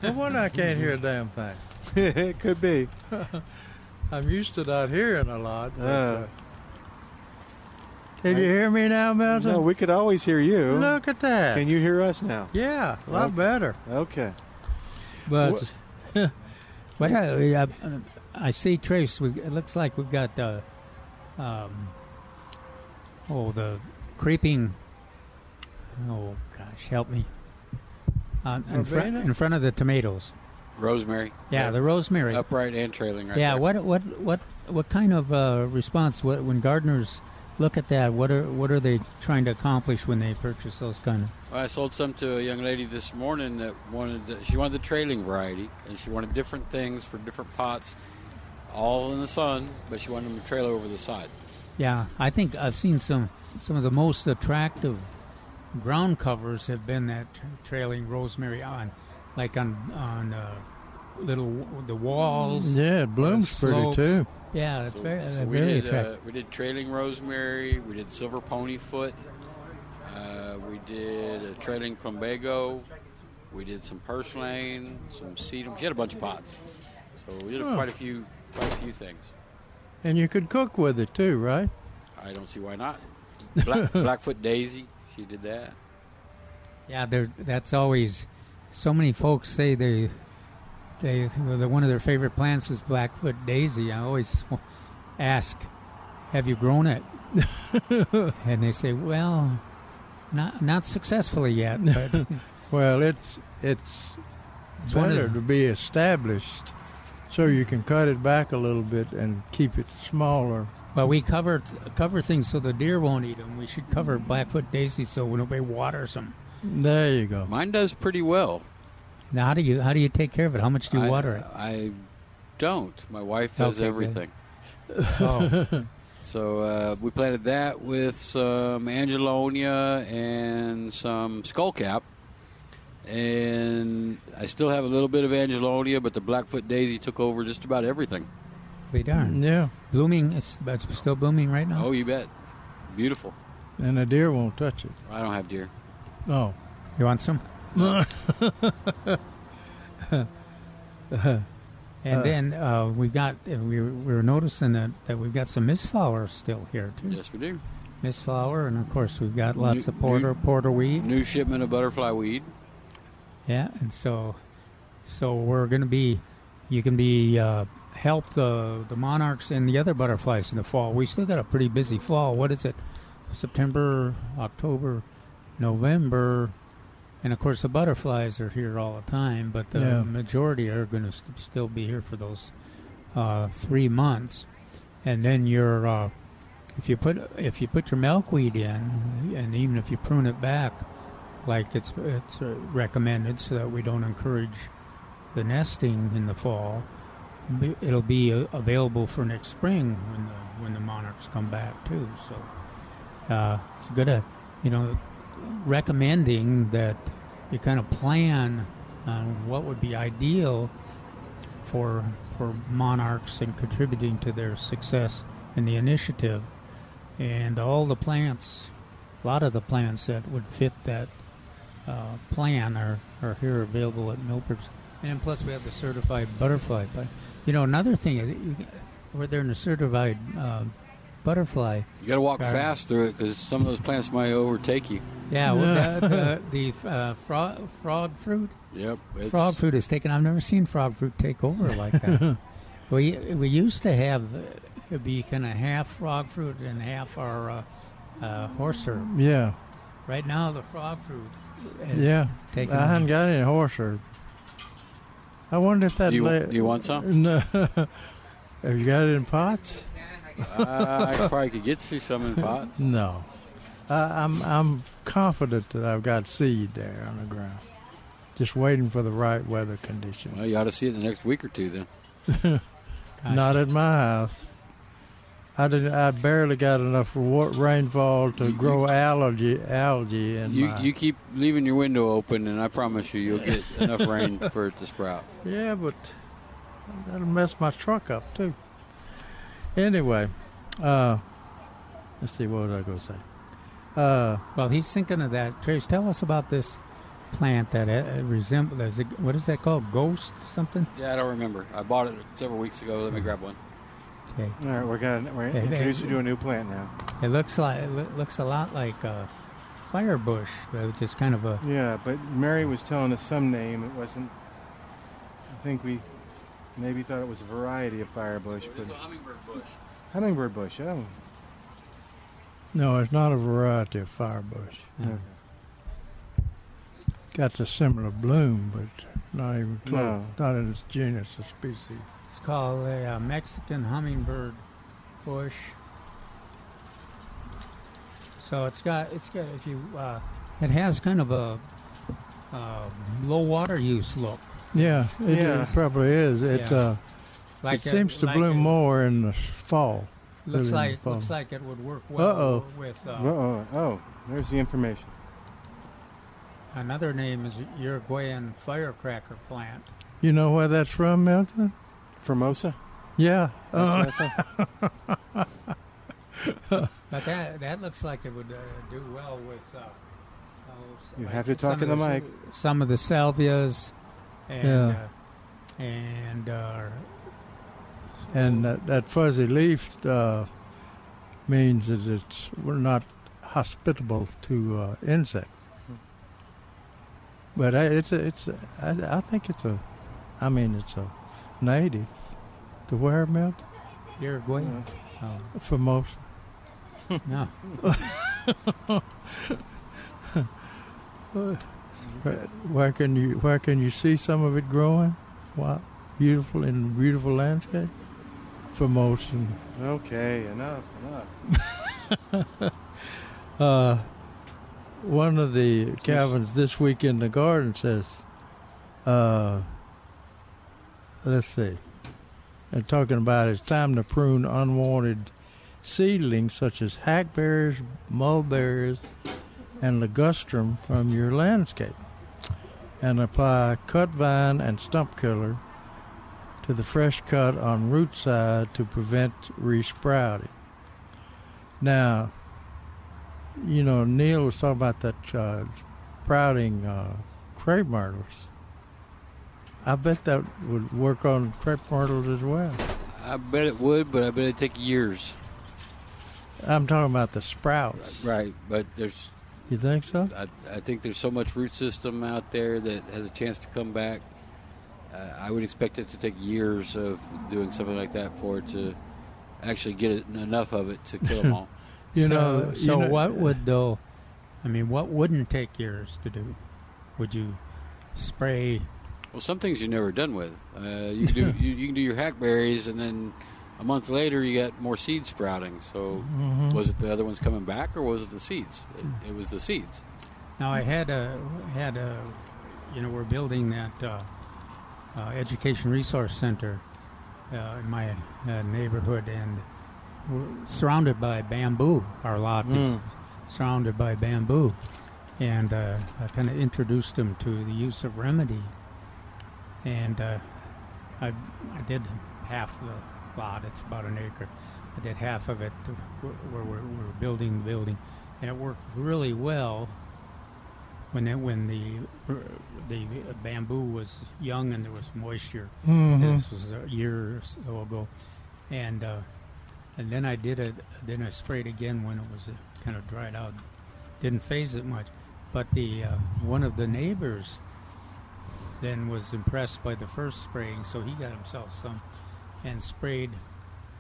Speaker 5: no wonder I can't hear a damn thing.
Speaker 3: it could be.
Speaker 5: I'm used to not hearing a lot. But,
Speaker 3: Uh,
Speaker 5: uh, Can you hear me now, Milton?
Speaker 3: No, we could always hear you.
Speaker 5: Look at that.
Speaker 3: Can you hear us now?
Speaker 5: Yeah, a lot
Speaker 3: Okay.
Speaker 5: better.
Speaker 3: Okay.
Speaker 5: But
Speaker 4: But I, I, I see Trace. We, it looks like we've got uh, um, oh the creeping. Oh gosh, help me! Um, in, fr-
Speaker 8: Verbena?
Speaker 4: in front of the tomatoes.
Speaker 8: Rosemary.
Speaker 4: Yeah, the rosemary.
Speaker 8: Upright and trailing right
Speaker 4: yeah,
Speaker 8: there.
Speaker 4: what what what what kind of uh, response? What, when gardeners look at that, what are what are they trying to accomplish when they purchase those kind of?
Speaker 8: I sold some to a young lady this morning that wanted the, she wanted the trailing variety and she wanted different things for different pots, all in the sun, but she wanted them to trail over the side.
Speaker 4: Yeah, I think I've seen some some of the most attractive ground covers have been that tra- trailing rosemary on, like on on uh, little the walls.
Speaker 5: Yeah, it
Speaker 4: or the
Speaker 5: blooms pretty,
Speaker 4: slopes.
Speaker 5: too.
Speaker 4: Yeah, it's
Speaker 8: So-
Speaker 4: very
Speaker 8: so
Speaker 4: uh,
Speaker 8: we
Speaker 4: very
Speaker 8: did,
Speaker 4: attractive.
Speaker 8: Uh, we did trailing rosemary. We did silver ponyfoot. Uh, we did a trailing plumbago. We did some purslane, some sedum. She had a bunch of pots, so we did
Speaker 5: Huh.
Speaker 8: quite a few, quite a few things.
Speaker 5: and you could cook with it too, right?
Speaker 8: I don't see why not. Black, Blackfoot daisy. She did that.
Speaker 4: Yeah, there. That's always. So many folks say they, they well, the, one of their favorite plants is Blackfoot Daisy. I always w- ask, "Have you grown it?" and they say, "Well, not not successfully yet." But
Speaker 5: Well, it's it's
Speaker 4: It's one of
Speaker 5: better
Speaker 4: the-
Speaker 5: to be established, so you can cut it back a little bit and keep it smaller.
Speaker 4: Well, we cover cover things so the deer won't eat them. We should cover blackfoot daisy so nobody waters them.
Speaker 5: There you go.
Speaker 8: Mine does pretty well.
Speaker 4: Now, how do you how do you take care of it? How much do you
Speaker 8: I-
Speaker 4: water it?
Speaker 8: I don't. My wife does
Speaker 4: Okay, good.
Speaker 8: everything.
Speaker 4: Oh.
Speaker 8: so uh, we planted that with some angelonia and some skullcap. And I still have a little bit of angelonia, but the blackfoot daisy took over just about everything.
Speaker 4: Be darned.
Speaker 5: Yeah.
Speaker 4: Blooming. It's, it's still blooming right now.
Speaker 8: Oh, you bet. Beautiful.
Speaker 5: And a deer won't touch it.
Speaker 8: I don't have deer.
Speaker 5: Oh.
Speaker 4: You want some? And
Speaker 5: Uh,
Speaker 4: then uh, we've got uh, we we we're noticing that, that we've got some mist flowers still here too.
Speaker 8: Yes, we do.
Speaker 4: Mist flower, and of course we've got
Speaker 8: New-
Speaker 4: Hmm. lots of porter porter weed.
Speaker 8: New shipment of butterfly weed.
Speaker 4: Yeah, and so so we're going to be you can be uh, help the the monarchs and the other butterflies in the fall. We still got a pretty busy fall. What is it? September, October, November, and of course the butterflies are here all the time. But um, the
Speaker 5: Yeah.
Speaker 4: majority are going to st- still be here for those uh, three months, and then your uh, if you put if you put your milkweed in, and even if you prune it back, like it's it's uh, recommended, so that we don't encourage the nesting in the fall, be- it'll be uh, available for next spring when the when the monarchs come back too. So uh, it's good to you know recommending that you kind of plan on what would be ideal for for monarchs and contributing to their success in the initiative, and all the plants, a lot of the plants that would fit that uh, plan are, are here available at Milberg's. And plus, we have the certified butterfly. But you know, another thing is you- we're there in a certified uh, butterfly.
Speaker 8: You got to walk
Speaker 4: garden.
Speaker 8: fast through it because some of those plants might overtake you.
Speaker 4: Yeah, well, the, the, the uh, frog, frog fruit.
Speaker 8: Yep, it's-
Speaker 4: frog fruit is taken. I've never seen frog fruit take over like that. we we used to have uh, it'd be kind of half frog fruit and half our uh, uh, horse herb.
Speaker 5: Yeah.
Speaker 4: Right now, the frog fruit. Is
Speaker 5: yeah. Uh,
Speaker 4: Taken
Speaker 5: I haven't got any horse herb. I wonder if that.
Speaker 8: Do you-
Speaker 5: la-
Speaker 8: do you want some?
Speaker 5: No. Have you got it in pots?
Speaker 8: uh, I probably could get you some in pots.
Speaker 5: No. I I'm I'm confident that I've got seed there on the ground, just waiting for the right weather conditions.
Speaker 8: Well, you ought to see it in the next week or two then.
Speaker 5: Not at my house. I did. I barely got enough wa- rainfall to grow algae algae in
Speaker 8: You,
Speaker 5: my.
Speaker 8: you keep leaving your window open, and I promise you, you'll get enough rain for it to sprout.
Speaker 5: yeah, but that'll mess my truck up too. Anyway, uh, let's see. What was I going to say? Uh,
Speaker 4: well, he's thinking of that. Trace, tell us about this plant that uh, resembles. What is that called? Ghost something?
Speaker 8: Yeah, I don't remember. I bought it several weeks ago. Let me grab one.
Speaker 4: Okay.
Speaker 3: All right, we're gonna we're
Speaker 4: Yeah,
Speaker 3: gonna introduce
Speaker 4: they-
Speaker 3: you to a new plant now.
Speaker 4: It looks like it loo- looks a lot like a firebush, but it's just kind of a
Speaker 3: Yeah, but Mary was telling us some name. It wasn't. I think we maybe thought it was a variety of firebush, but
Speaker 8: hummingbird bush.
Speaker 3: Hummingbird bush. Oh,
Speaker 5: no, it's not a variety of firebush.
Speaker 3: Yeah.
Speaker 5: Got the similar bloom, but not even close.
Speaker 4: No.
Speaker 5: Not in its genus or species.
Speaker 4: It's called a uh, Mexican hummingbird bush. So it's got it's got if you uh, it has kind of a uh, low water use look.
Speaker 5: Yeah, it,
Speaker 4: Yeah.
Speaker 5: it probably is. It
Speaker 4: Yeah.
Speaker 5: uh,
Speaker 4: Like
Speaker 5: it
Speaker 4: a-
Speaker 5: seems to
Speaker 4: like
Speaker 5: bloom
Speaker 4: a-
Speaker 5: more in the s- fall.
Speaker 4: Looks
Speaker 5: really in the
Speaker 4: like
Speaker 5: fall.
Speaker 4: looks like it would work well
Speaker 3: uh-oh.
Speaker 4: with uh,
Speaker 3: uh-oh. Oh, there's the information.
Speaker 4: another name is Uruguayan firecracker plant.
Speaker 5: You know where that's from, Milton?
Speaker 3: Formosa.
Speaker 5: Yeah.
Speaker 4: That's
Speaker 5: Uh,
Speaker 4: But that that looks like it would uh, do well with. Uh, those-
Speaker 3: You
Speaker 4: like
Speaker 3: have to
Speaker 4: some
Speaker 3: talk to
Speaker 4: of
Speaker 3: the
Speaker 4: those-
Speaker 3: mic.
Speaker 4: Some of the salvias, and
Speaker 5: Yeah.
Speaker 4: uh, and uh,
Speaker 5: and that, that fuzzy leaf uh, means that it's we're not hospitable to uh, insects.
Speaker 3: Hmm.
Speaker 5: But I, it's a, it's a, I, I think it's a, I mean it's a native to where, Milton?
Speaker 4: Uruguayan.
Speaker 5: Formosa. Oh.
Speaker 4: Oh, no.
Speaker 5: Uh, Where, where can you where can you see some of it growing? Wow, beautiful in beautiful landscape. Promotion.
Speaker 3: Okay, enough, enough.
Speaker 5: Uh, one of the cabins this week in the garden says, uh, let's see, they're talking about it's time to prune unwanted seedlings such as hackberries, mulberries, and ligustrum from your landscape, and apply cut vine and stump killer to the fresh cut on root side to prevent resprouting. Now, you know, Neil was talking about that uh, sprouting uh, crepe myrtles. I bet that would work on crepe myrtles as well.
Speaker 8: I bet it would, but I bet it'd take years.
Speaker 5: I'm talking about the sprouts.
Speaker 8: Right, but there's.
Speaker 5: You think so?
Speaker 8: I, I think there's so much root system out there that has a chance to come back. Uh, I would expect it to take years of doing something like that for it to actually get it, enough of it to kill them all.
Speaker 4: You
Speaker 5: You
Speaker 4: know,
Speaker 5: know-
Speaker 4: so
Speaker 5: you know-
Speaker 4: what would though? I mean, what wouldn't take years to do? Would you spray?
Speaker 8: Well, some things you're never done with. Uh, you, can do, you, you can do your hackberries, and then a month later you got more seeds sprouting. So
Speaker 5: Mm-hmm.
Speaker 4: Mhm.
Speaker 8: was it the other ones coming back, or was it the seeds? It, it was the seeds.
Speaker 4: Now I had a had a, you know, we're building that uh, uh, education resource center uh, in my uh, neighborhood, and we're surrounded by bamboo. Our lot is
Speaker 14: Mm.
Speaker 4: surrounded by bamboo, and uh, I kind of introduced them to the use of remedy, and uh, I I did half the lot. It's about an acre. I did half of it to- where we're, we're building the building, and it worked really well when that when the the bamboo was young and there was moisture.
Speaker 5: Mhm.
Speaker 4: This was a year or so ago, and uh, and then I did it. Then I sprayed again when it was uh, kind of dried out. Didn't phase it much, but the uh, one of the neighbors then was impressed by the first spraying, so he got himself some and sprayed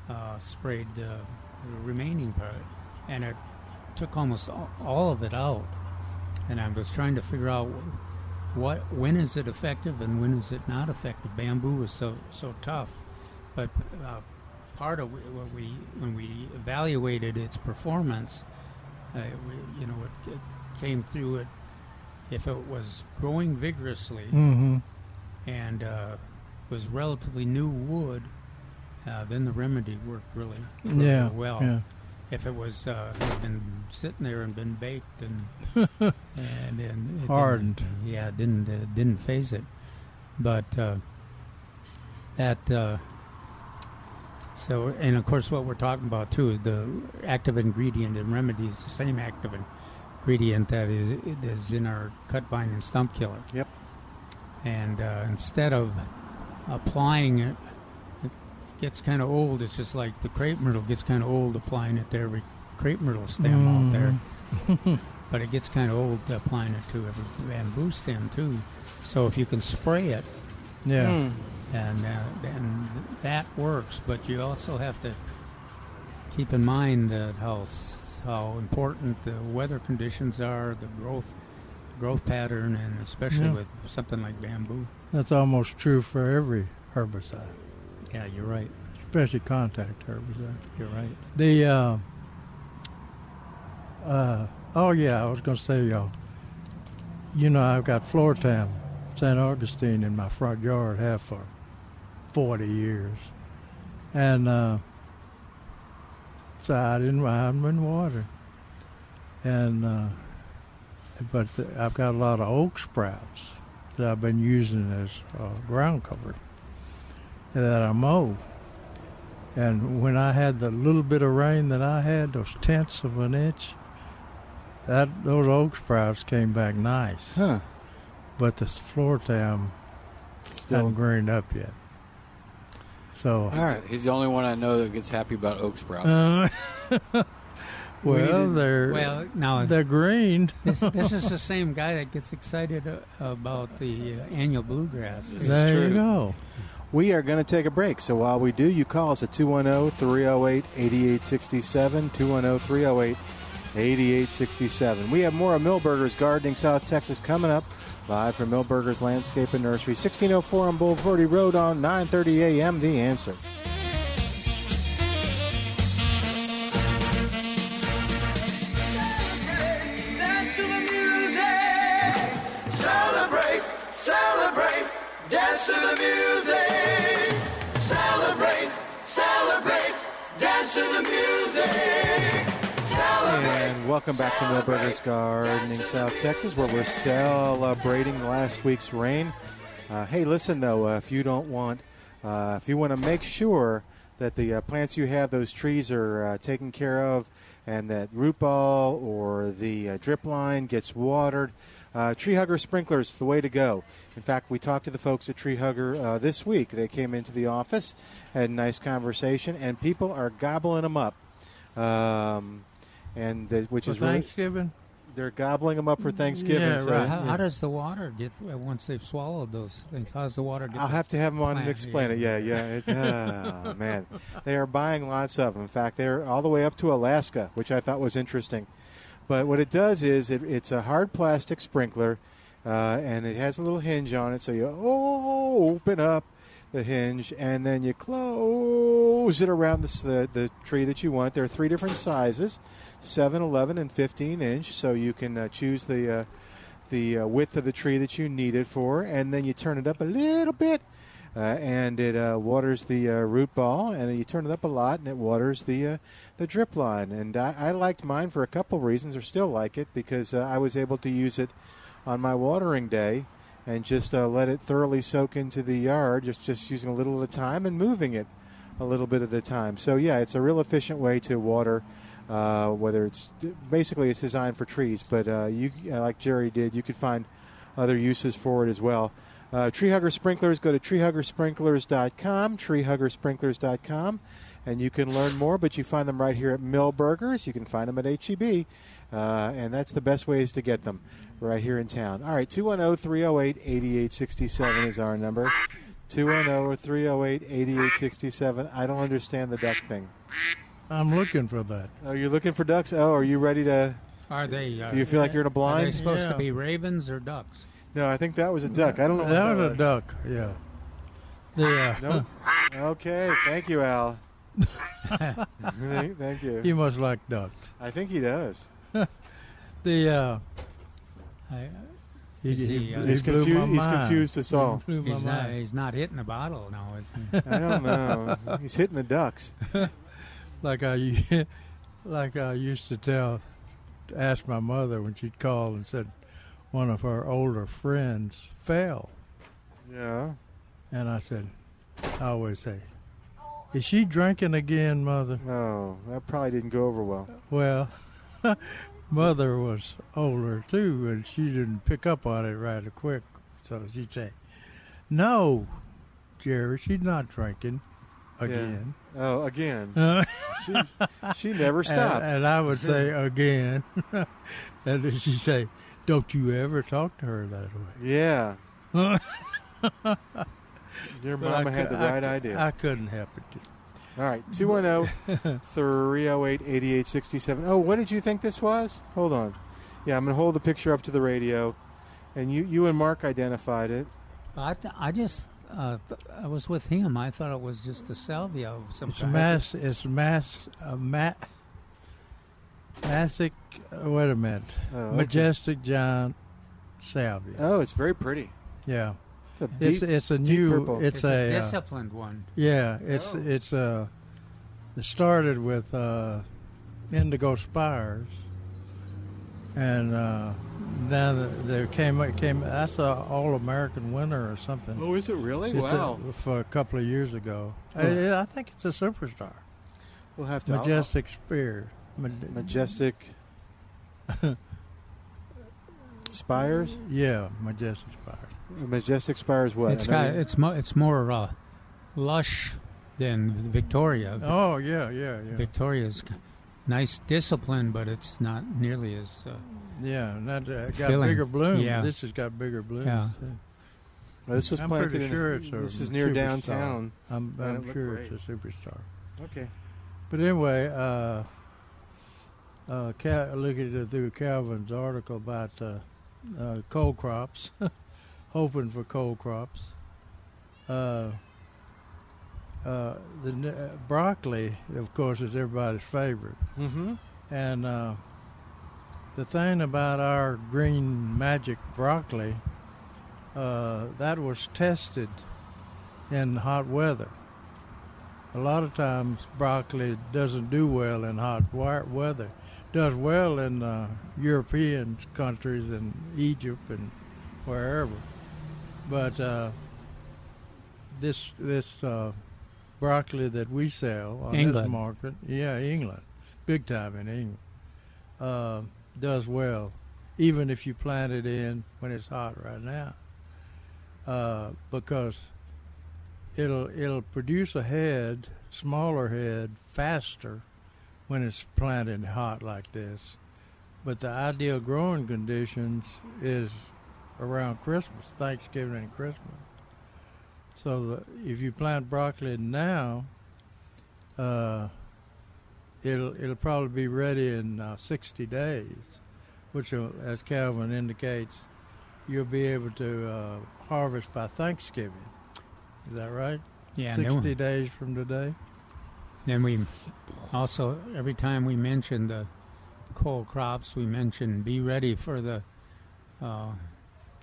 Speaker 4: uh, sprayed uh, the remaining part, and it took almost all- all of it out. And I was trying to figure out wh- what when is it effective and when is it not effective. Bamboo is so so tough, but uh, part of wh- what we when we evaluated its performance, uh, we, you know, it, it came through it if it was growing vigorously
Speaker 5: Mhm.
Speaker 4: and uh, was relatively new wood, uh, then the remedy worked really, really
Speaker 5: Yeah,
Speaker 4: well.
Speaker 5: yeah.
Speaker 4: If it was uh, had been sitting there and been baked and and then it
Speaker 5: Hardened.
Speaker 4: didn't- yeah, it didn't uh, didn't phase it, but uh, that. Uh, so, and of course, what we're talking about too is the active ingredient in remedy is the same active ingredient that is, is in our cut vine and stump killer.
Speaker 3: Yep.
Speaker 4: And uh, instead of applying it, it gets kind of old. It's just like the crepe myrtle gets kind of old applying it to every crepe myrtle stem out there but it gets kind of old applying it to every bamboo stem too. So if you can spray it,
Speaker 5: Yeah. Mm.
Speaker 4: and uh, and that works. But you also have to keep in mind that how s- how important the weather conditions are, the growth growth pattern, and especially
Speaker 5: Yeah.
Speaker 4: with something like bamboo.
Speaker 5: That's almost true for every herbicide,
Speaker 4: Yeah, you're right.
Speaker 5: especially contact herbicide.
Speaker 4: You're right.
Speaker 5: The uh, uh, oh yeah, I was going to say y'all. You know, I've got Flortam, St. Augustine in my front yard, have for forty years, and uh, so I didn't I haven't been water, and uh, but the, I've got a lot of oak sprouts that I've been using as uh, ground cover that I mow. And when I had the little bit of rain that I had, those tenths of an inch, that those oak sprouts came back nice.
Speaker 3: Huh.
Speaker 5: But the floor tam
Speaker 3: Still-
Speaker 5: hadn't greened up yet. So
Speaker 8: He's, the, he's the only one I know that gets happy about oak sprouts.
Speaker 5: Uh, well, they're
Speaker 4: well now
Speaker 5: they're green.
Speaker 4: this, this is the same guy that gets excited uh, about the uh, annual bluegrass.
Speaker 5: go.
Speaker 3: We are going to take a break. So while we do, you call us at oh, 210 308 8867. 210 308 8867. We have more of Millburgers Gardening South Texas coming up. Live from Millburgers Landscape and Nursery, 1604 on Boulevardy Road on 9:30 a.m. The Answer.
Speaker 11: Dance to the music. Celebrate, celebrate. Dance to the music. Celebrate, celebrate. Dance to the music. Celebrate.
Speaker 3: And welcome back to Millburgers Gardening, South Texas, where we're celebrating last week's rain. Uh, hey, listen though, uh, if you don't want, uh, if you want to make sure that the uh, plants you have, those trees are uh, taken care of, and that root ball or the uh, drip line gets watered, uh, Tree Hugger sprinklers the way to go. In fact, we talked to the folks at Tree Hugger uh, this week. They came into the office, had a nice conversation, and people are gobbling them up. Um, and the, which
Speaker 5: For
Speaker 3: is really-
Speaker 5: Thanksgiving?
Speaker 3: they're gobbling them up for Thanksgiving.
Speaker 5: Yeah,
Speaker 3: so-
Speaker 5: right.
Speaker 4: How, how does the water get uh, once they've swallowed those things? How does the water get?
Speaker 3: I'll
Speaker 4: to
Speaker 3: have to have them on and
Speaker 4: plant?
Speaker 3: explain it. Yeah, yeah. It, ah, man, they are buying lots of them. In fact, they're all the way up to Alaska, which I thought was interesting. But what it does is it, it's a hard plastic sprinkler, uh, and it has a little hinge on it. So you oh, open up the hinge, and then you close it around the, s- the, the tree that you want. There are three different sizes 7, 11, and 15 inch. So you can uh, choose the. Uh, the uh, width of the tree that you need it for, and then you turn it up a little bit, uh, and it uh, waters the uh, root ball, and then you turn it up a lot, and it waters the uh, the drip line. And I, I liked mine for a couple reasons, or still like it because uh, I was able to use it on my watering day and just uh, let it thoroughly soak into the yard, just just using a little at a time and moving it a little bit at a time. So yeah, it's a real efficient way to water. Uh, whether it's basically it's designed for trees, but uh, you uh, like Jerry did, you could find other uses for it as well. Uh, tree hugger sprinklers. Go to treehuggersprinklers.com, treehuggersprinklers.com, and you can learn more. But you find them right here at Millburgers. You can find them at HEB, uh, and that's the best ways to get them right here in town. All right, oh, 210 308 8867 is our number. oh, 210 308 8867. I don't understand the duck thing.
Speaker 5: I'm looking for that.
Speaker 3: Oh, you're looking for ducks? Oh, are you ready to?
Speaker 4: Are they? Uh,
Speaker 3: Do you feel like you're in a blind?
Speaker 4: Are they supposed
Speaker 5: Yeah.
Speaker 4: to be ravens or ducks?
Speaker 3: No, I think that was a duck. I don't know. what
Speaker 5: That was a duck. Yeah. Yeah.
Speaker 3: Nope. okay. Thank you, Al. thank, thank you.
Speaker 5: He must like ducks.
Speaker 3: I think he does.
Speaker 5: The uh,
Speaker 4: I,
Speaker 5: He-
Speaker 4: is
Speaker 5: he-
Speaker 4: he, uh,
Speaker 5: he's
Speaker 4: he blew my
Speaker 5: confused- he's
Speaker 4: mind.
Speaker 5: confused us all. He blew my
Speaker 4: He's not,
Speaker 5: mind.
Speaker 4: he's not hitting the bottle now, is he?
Speaker 3: I don't know. He's hitting the ducks.
Speaker 5: like I u- like I used to tell to ask my mother when she'd call and said one of her older friends fell.
Speaker 3: Yeah.
Speaker 5: And I said, I always say, Is she drinking again, mother? Oh,
Speaker 3: No, that probably didn't go over well.
Speaker 5: Well, mother was older too, and she didn't pick up on it right quick. So she'd say, No, Jerry, she's not drinking
Speaker 3: Yeah.
Speaker 5: again.
Speaker 3: Oh, again.
Speaker 5: Uh,
Speaker 3: she, she never
Speaker 5: And-
Speaker 3: stopped.
Speaker 5: And, I would say again, and then she'd say, "Don't you ever talk to her that way."
Speaker 3: Yeah. Your
Speaker 5: But I
Speaker 3: mama
Speaker 5: cou-
Speaker 3: had the
Speaker 5: I
Speaker 3: right
Speaker 5: cou-
Speaker 3: idea.
Speaker 5: I couldn't help it.
Speaker 3: All right, oh, 210 308 8867. Oh, what did you think this was? Hold on. Yeah, I'm going to hold the picture up to the radio. And you, you and Mark identified it.
Speaker 4: I, th- I just uh, th- I was with him. I thought it was just a salvia of some
Speaker 5: It's
Speaker 4: kind.
Speaker 5: mass. It's mass. Uh, ma- massic. Uh, wait a minute.
Speaker 3: Oh, okay.
Speaker 5: Majestic giant salvia.
Speaker 3: Oh, it's very pretty.
Speaker 5: Yeah.
Speaker 3: It's a
Speaker 5: it's,
Speaker 3: deep-
Speaker 5: it's a
Speaker 3: deep
Speaker 5: new.
Speaker 3: purple.
Speaker 5: It's,
Speaker 4: It's a
Speaker 5: uh,
Speaker 4: disciplined one.
Speaker 5: Yeah. It's
Speaker 4: Oh.
Speaker 5: it's uh, it started with uh, indigo spires, and uh, now th- there came it came that's a all American winner or something.
Speaker 3: Oh, is it really?
Speaker 5: It's a-
Speaker 3: Wow.
Speaker 5: for a couple of years ago,
Speaker 3: Huh.
Speaker 5: I, I think it's a superstar.
Speaker 3: Oh. We'll have to.
Speaker 5: Majestic Spear. Mag-
Speaker 3: majestic. spires?
Speaker 5: Yeah, Majestic Spear.
Speaker 3: Majestic spires what?
Speaker 4: It's
Speaker 3: I know
Speaker 4: got,
Speaker 3: you-
Speaker 4: it's mo- it's more uh, lush than Victoria.
Speaker 5: Oh, yeah, yeah, yeah.
Speaker 4: Victoria's g- nice discipline, but it's not nearly as uh,
Speaker 5: Yeah, and that uh, got
Speaker 4: Filling.
Speaker 5: bigger blooms.
Speaker 4: Yeah.
Speaker 5: This has got bigger blooms.
Speaker 4: Yeah.
Speaker 5: too.
Speaker 3: Well, this was
Speaker 5: I'm
Speaker 3: planted
Speaker 5: pretty
Speaker 3: in-
Speaker 5: sure it's a
Speaker 3: this is near
Speaker 5: superstar.
Speaker 3: downtown.
Speaker 5: I'm,
Speaker 3: Man, it
Speaker 5: I'm
Speaker 3: looked
Speaker 5: sure
Speaker 3: great.
Speaker 5: it's a superstar.
Speaker 3: Okay.
Speaker 5: But anyway, uh, uh, Cal- looking at- through Calvin's article about uh, uh, cold crops, hoping for cold crops. Uh, uh, the n- uh, broccoli, of course, is everybody's favorite.
Speaker 3: Mhm.
Speaker 5: And uh, the thing about our green magic broccoli, uh, that was tested in hot weather. A lot of times, broccoli doesn't do well in hot wi- weather. Does well in uh, European countries and Egypt and wherever, but uh, this this uh, broccoli that we sell on this
Speaker 4: England.
Speaker 5: market, yeah, England, big time in England, uh, does well, even if you plant it in when it's hot right now, uh, because it'll it'll produce a head, smaller head, faster when it's planted hot like this. But the ideal growing conditions is around Christmas, Thanksgiving and Christmas. So the, if you plant broccoli now, uh, it'll it'll probably be ready in uh, 60 days, which, will, as Calvin indicates, you'll be able to uh, harvest by Thanksgiving. Is that right?
Speaker 4: Yeah, and they
Speaker 5: 60 days from today.
Speaker 4: And we also, every time we mention the cold crops, we mention be ready for the, uh,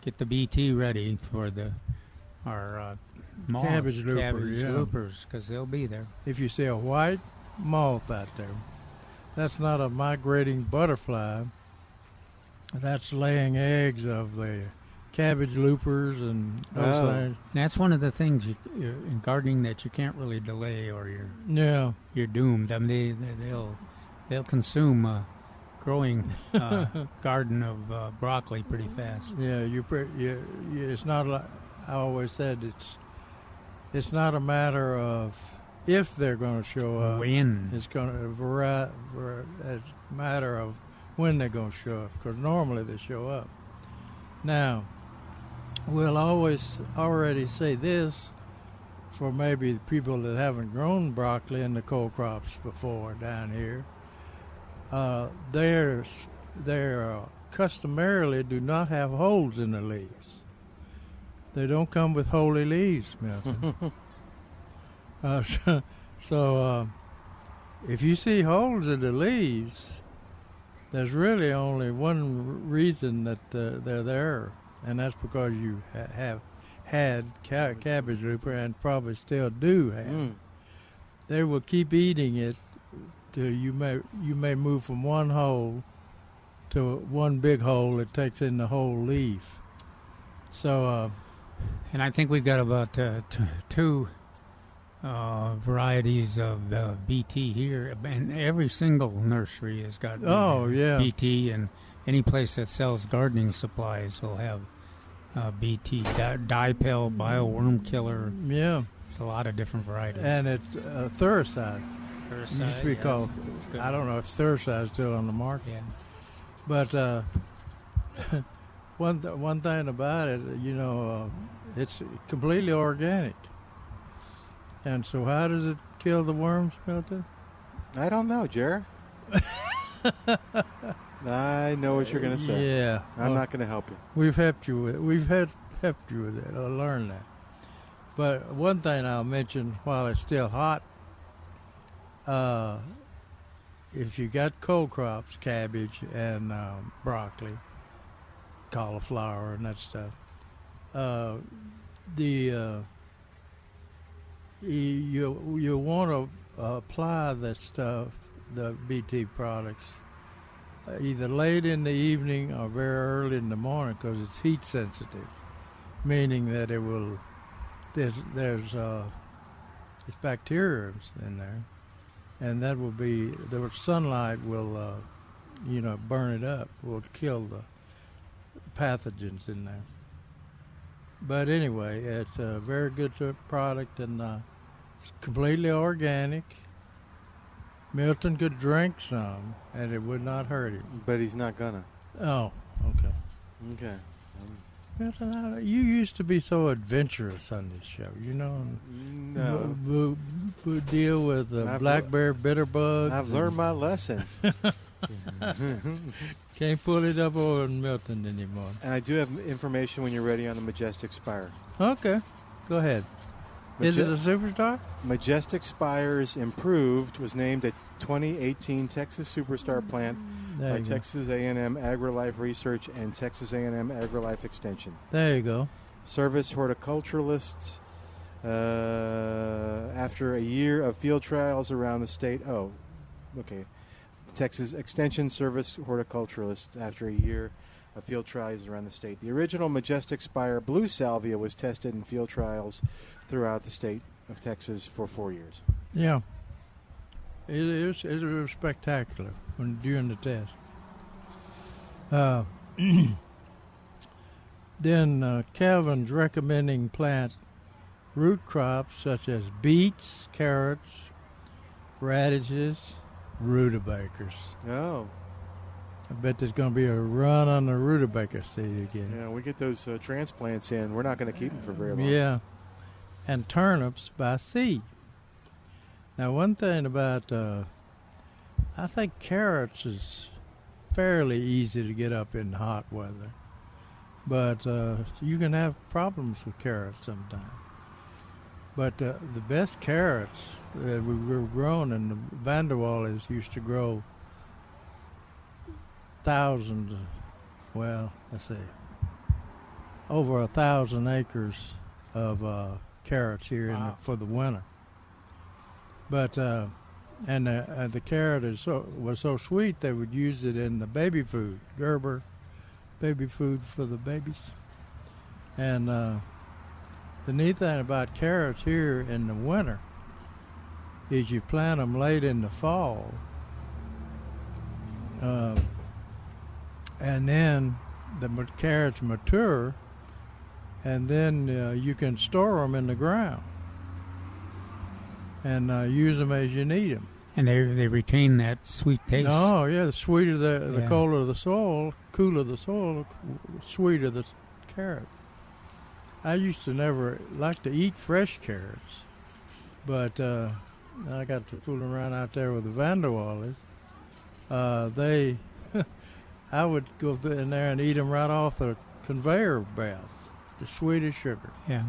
Speaker 4: get the BT ready for the, our uh, moth,
Speaker 5: Cabbage looper,
Speaker 4: cabbage
Speaker 5: yeah.
Speaker 4: loopers, because they'll be there.
Speaker 5: If you see a white moth out there, that's not a migrating butterfly. That's laying eggs of the cabbage loopers and those
Speaker 4: And
Speaker 5: things.
Speaker 4: that's one of the things you, you, in gardening that you can't really delay, or you're
Speaker 5: Yeah.
Speaker 4: you're doomed. I mean, they, they, they'll they'll consume a growing uh, garden of uh, broccoli pretty fast.
Speaker 5: Yeah, you, pre- you, you. It's not. Like, I always said it's. It's not a matter of if they're going to show up.
Speaker 4: When.
Speaker 5: uh, it's going to vari- vari- It's a matter of when they're going to show up because normally they show up. Now, we'll always already say this for maybe the people that haven't grown broccoli in the cold crops before down here. Uh, they're they're uh, customarily do not have holes in the leaves. They don't come with holy leaves, Milton. uh, so, so uh, if you see holes in the leaves, there's really only one r- reason that uh, they're there, and that's because you ha- have had ca- cabbage looper and probably still do have. They will keep eating it till you may you may move from one hole to one big hole that takes in the whole leaf. So, uh,
Speaker 4: and I think we've got about uh, t- two uh, varieties of uh, BT here, and every single nursery has got
Speaker 5: Oh,
Speaker 4: uh,
Speaker 5: yeah.
Speaker 4: BT, and any place that sells gardening supplies will have uh, BT, di- dipel, bioworm killer.
Speaker 5: Yeah,
Speaker 4: it's a lot of different varieties.
Speaker 5: And it's uh, Thuricide.
Speaker 4: Thuricide,
Speaker 5: Used to be
Speaker 4: yeah,
Speaker 5: called.
Speaker 4: that's- that's a good
Speaker 5: I don't know if Thuricide's still on the market.
Speaker 4: Yeah.
Speaker 5: But uh, one th- one thing about it, you know, uh, it's completely organic. And so, how does it kill the worms, Milton?
Speaker 3: I don't know, Jer. I know what you're going to say.
Speaker 5: Yeah,
Speaker 3: I'm
Speaker 5: Well,
Speaker 3: not going to help you.
Speaker 5: We've helped you with. We've had helped you with that. I learned that. But one thing I'll mention while it's still hot, uh, if you got cold crops, cabbage and um, broccoli, cauliflower and that stuff, uh, the uh, y- you you want to apply the stuff, the BT products, uh, either late in the evening or very early in the morning because it's heat sensitive, meaning that it will there's there's uh, it's bacteria in there, and that will be the sunlight will uh, you know burn it up, will kill the pathogens in there. But anyway, it's a very good to- product and uh, it's completely organic. Milton could drink some and it would not hurt him.
Speaker 3: But he's not gonna.
Speaker 5: Oh, okay.
Speaker 3: Okay. Um,
Speaker 5: Milton, I- you used to be so adventurous on this show, you know.
Speaker 3: No.
Speaker 5: We, deal with the
Speaker 3: I've
Speaker 5: black
Speaker 3: lear-
Speaker 5: bear bitter bugs.
Speaker 3: I've learned my lesson.
Speaker 5: Can't pull it up over in Milton anymore.
Speaker 3: And I do have information when you're ready on the Majestic Spire.
Speaker 5: Okay, go ahead. Is it a superstar?
Speaker 3: Majestic Spires Improved was named a 2018 Texas Superstar Plant
Speaker 5: There
Speaker 3: by
Speaker 5: you go.
Speaker 3: Texas A&M AgriLife Research and Texas A&M AgriLife Extension.
Speaker 5: There you go.
Speaker 3: Service horticulturalists uh, after a year of field trials around the state. Oh, okay. Texas Extension Service horticulturalists after a year of field trials around the state. The original Majestic Spire Blue Salvia was tested in field trials throughout the state of Texas for four years.
Speaker 5: Yeah. It, it, was, it was spectacular when during the test. Uh, then uh, Calvin's recommending plant root crops such as beets, carrots, radishes, rutabagas.
Speaker 3: Oh.
Speaker 5: I bet there's going to be a run on the rutabaga seed again.
Speaker 3: Yeah, we get those uh, transplants in. We're not going to keep them for very long.
Speaker 5: Yeah, and turnips by seed. Now, one thing about uh, I think carrots is fairly easy to get up in hot weather, but uh, you can have problems with carrots sometimes. But uh, the best carrots that we were grown in the Vanderwallers used to grow thousands, well, let's see, over a thousand acres of uh, carrots here in the, for the winter. But uh, and the, uh, the carrot is so was so sweet they would use it in the baby food Gerber, baby food for the babies. And uh, the neat thing about carrots here in the winter is you plant them late in the fall. Uh, and then the ma- carrots mature, and then uh, you can store them in the ground and uh, use them as you need them.
Speaker 4: And they they retain that sweet taste.
Speaker 5: No, yeah, the sweeter the the
Speaker 4: Yeah.
Speaker 5: colder the soil, cooler the soil, the sweeter the carrot. I used to never like to eat fresh carrots, but uh, I got to fooling around out there with the Vanderwallers. Uh, they, I would go th- in there and eat them right off the conveyor belts, the sweetest sugar.
Speaker 4: Yeah.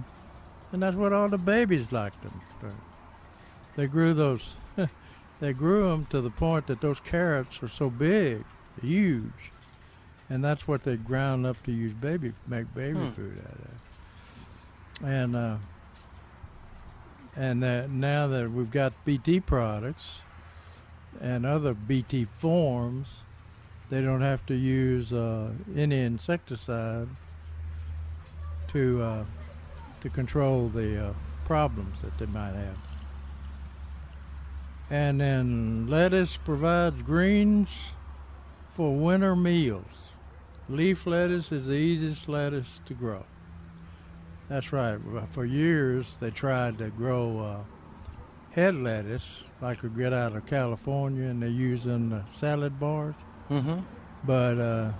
Speaker 5: And that's what all the babies liked them for. They grew those, they grew them to the point that those carrots are so big, huge, and that's what they ground up to use baby make baby
Speaker 11: Hmm.
Speaker 5: food out of. And uh, and that now that we've got BT products and other BT forms, they don't have to use uh, any insecticide to uh, to control the uh, problems that they might have. And then lettuce provides greens for winter meals. Leaf lettuce is the easiest lettuce to grow. That's right. For years, they tried to grow uh, head lettuce, like we get out of California, and they use in the salad bars.
Speaker 11: Mhm.
Speaker 5: But uh,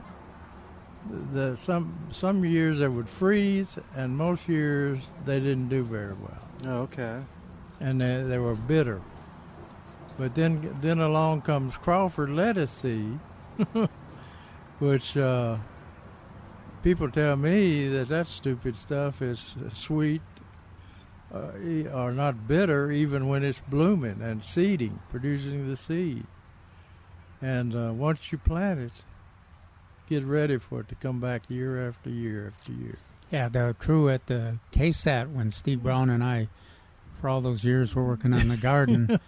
Speaker 5: the some some years they would freeze, and most years they didn't do very well.
Speaker 3: Oh, okay.
Speaker 5: And they, they were bitter. But then then along comes Crawford lettuce seed, which uh, people tell me that that stupid stuff is sweet uh, e- or not bitter even when it's blooming and seeding, producing the seed. And uh, once you plant it, get ready for it to come back year after year after year.
Speaker 4: Yeah, the crew at the KSAT when Steve Brown and I, for all those years we're working on the garden,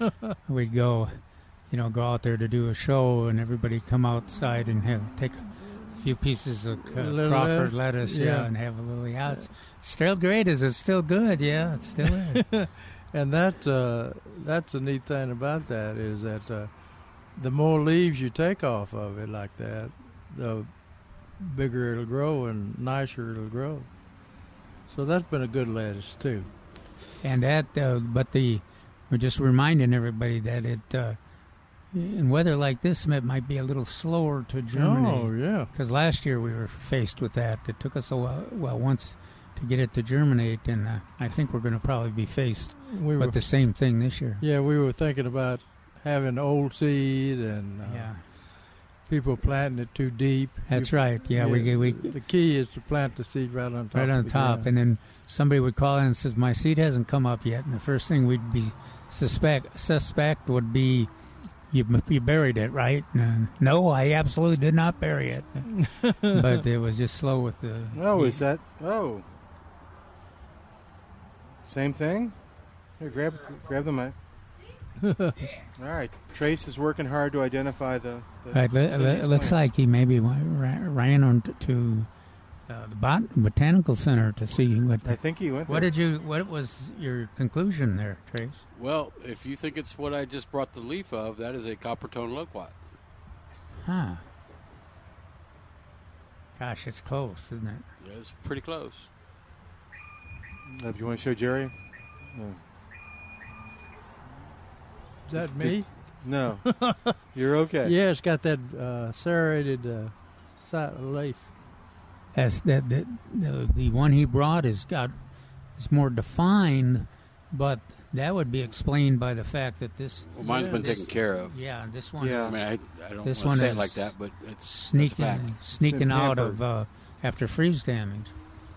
Speaker 4: we'd go, you know, go out there to do a show, and everybody come outside and have take a few pieces of uh,
Speaker 5: Little
Speaker 4: Crawford
Speaker 5: lettuce,
Speaker 4: lettuce, yeah.
Speaker 5: yeah.
Speaker 4: and have a little. Yeah, it's still great. Is it still good? Yeah, it's still in.
Speaker 5: and that uh, that's the neat thing about that is that uh, the more leaves you take off of it like that, the bigger it'll grow and nicer it'll grow. So that's been a good lettuce too.
Speaker 4: And that, uh, but the, we're just reminding everybody that it, uh, in weather like this, it might be a little slower to germinate.
Speaker 5: Oh, yeah.
Speaker 4: Because last year we were faced with that. It took us a while, well, once to get it to germinate, and uh, I think we're going to probably be faced
Speaker 5: We were-
Speaker 4: with the same thing this year.
Speaker 5: Yeah, we were thinking about having old seed and uh,
Speaker 4: Yeah.
Speaker 5: people planting it too deep.
Speaker 4: That's right. Yeah, we- we-
Speaker 5: The key is to plant the seed right on top.
Speaker 4: right
Speaker 5: of
Speaker 4: on
Speaker 5: the
Speaker 4: top,
Speaker 5: ground.
Speaker 4: and then somebody would call in and says, "My seed hasn't come up yet." And the first thing we'd be suspect suspect would be, "You you buried it, right?" And, uh, no, I absolutely did not bury it, but it was just slow with the.
Speaker 3: Oh,
Speaker 4: Hmm?
Speaker 3: is that? Oh. Same thing? Here, grab, grab the mic. All right. Trace is working hard to identify the. the
Speaker 4: All right, le- le-
Speaker 3: city's
Speaker 4: looks
Speaker 3: plan.
Speaker 4: like he maybe wa- ra- ran on t- to uh, the bot- botanical center to see what.
Speaker 3: I think he went.
Speaker 4: What
Speaker 3: there.
Speaker 4: did you? What was your conclusion there, Trace?
Speaker 8: Well, if you think it's what I just brought the leaf of, that is a coppertone loquat.
Speaker 4: Huh. Gosh, it's close, isn't it?
Speaker 8: Yeah, It's pretty close.
Speaker 3: Uh, do you want to show Jerry? Uh, No.
Speaker 5: Is that me?
Speaker 3: No. You're okay.
Speaker 5: Yeah, it's got that uh, serrated uh, side leaf.
Speaker 4: That's that the, the the one he brought is got it's more defined, but that would be explained by the fact that this
Speaker 8: Well, mine's been
Speaker 4: this-
Speaker 8: taken care of.
Speaker 4: Yeah, this one.
Speaker 8: Yeah.
Speaker 4: is-
Speaker 8: I mean, I- I don't
Speaker 4: this
Speaker 8: wanna
Speaker 4: one
Speaker 8: say it
Speaker 4: is
Speaker 8: like that, but it's- that's a
Speaker 4: sneaking
Speaker 8: fact.
Speaker 3: It's been
Speaker 4: sneaking out of
Speaker 3: pampered.
Speaker 4: uh, after freeze damage.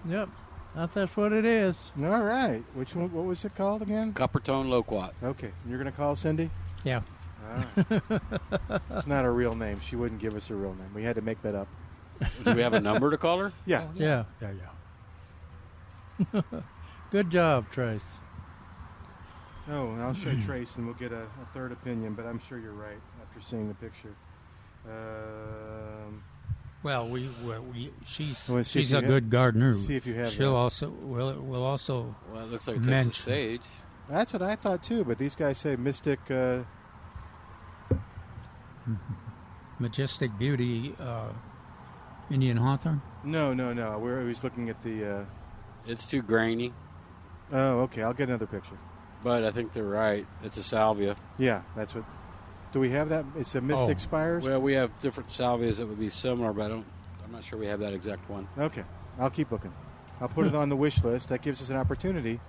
Speaker 5: Yep. I think that's what it is.
Speaker 3: All right. Which one? What was it called again?
Speaker 8: Coppertone loquat.
Speaker 3: Okay. You're going to call Cindy?
Speaker 4: Yeah.
Speaker 3: All right. it's not her real name. She wouldn't give us her real name. We had to make that up.
Speaker 8: Do we have a number to call her?
Speaker 4: Oh,
Speaker 3: Yeah.
Speaker 5: Yeah.
Speaker 3: Yeah,
Speaker 5: yeah. Good job, Trace.
Speaker 3: Oh, and I'll show Trace, and we'll get a, a third opinion. But I'm sure you're right after seeing the picture. Um,
Speaker 4: Well, we, we, we she's
Speaker 3: Well, let's see
Speaker 4: she's a
Speaker 3: if you ha-
Speaker 4: good gardener.
Speaker 3: see if you have
Speaker 4: She'll
Speaker 3: that.
Speaker 4: also will will also.
Speaker 8: Well, it looks like it
Speaker 4: mention,
Speaker 8: takes some sage.
Speaker 3: that's what I thought too. But these guys say mystic. Uh,
Speaker 4: majestic beauty. Uh, Indian hawthorn.
Speaker 3: no, no, no. We're always looking at the. Uh,
Speaker 8: It's too grainy,
Speaker 3: oh, okay. I'll get another picture.
Speaker 8: but I think they're right. It's a salvia.
Speaker 3: Yeah, that's what. Do we have that? It's a mystic
Speaker 8: Oh.
Speaker 3: spires.
Speaker 8: Well, we have different salvias that would be similar, but I don't. I'm not sure we have that exact one.
Speaker 3: Okay, I'll keep looking. I'll put it on the wish list. That gives us an opportunity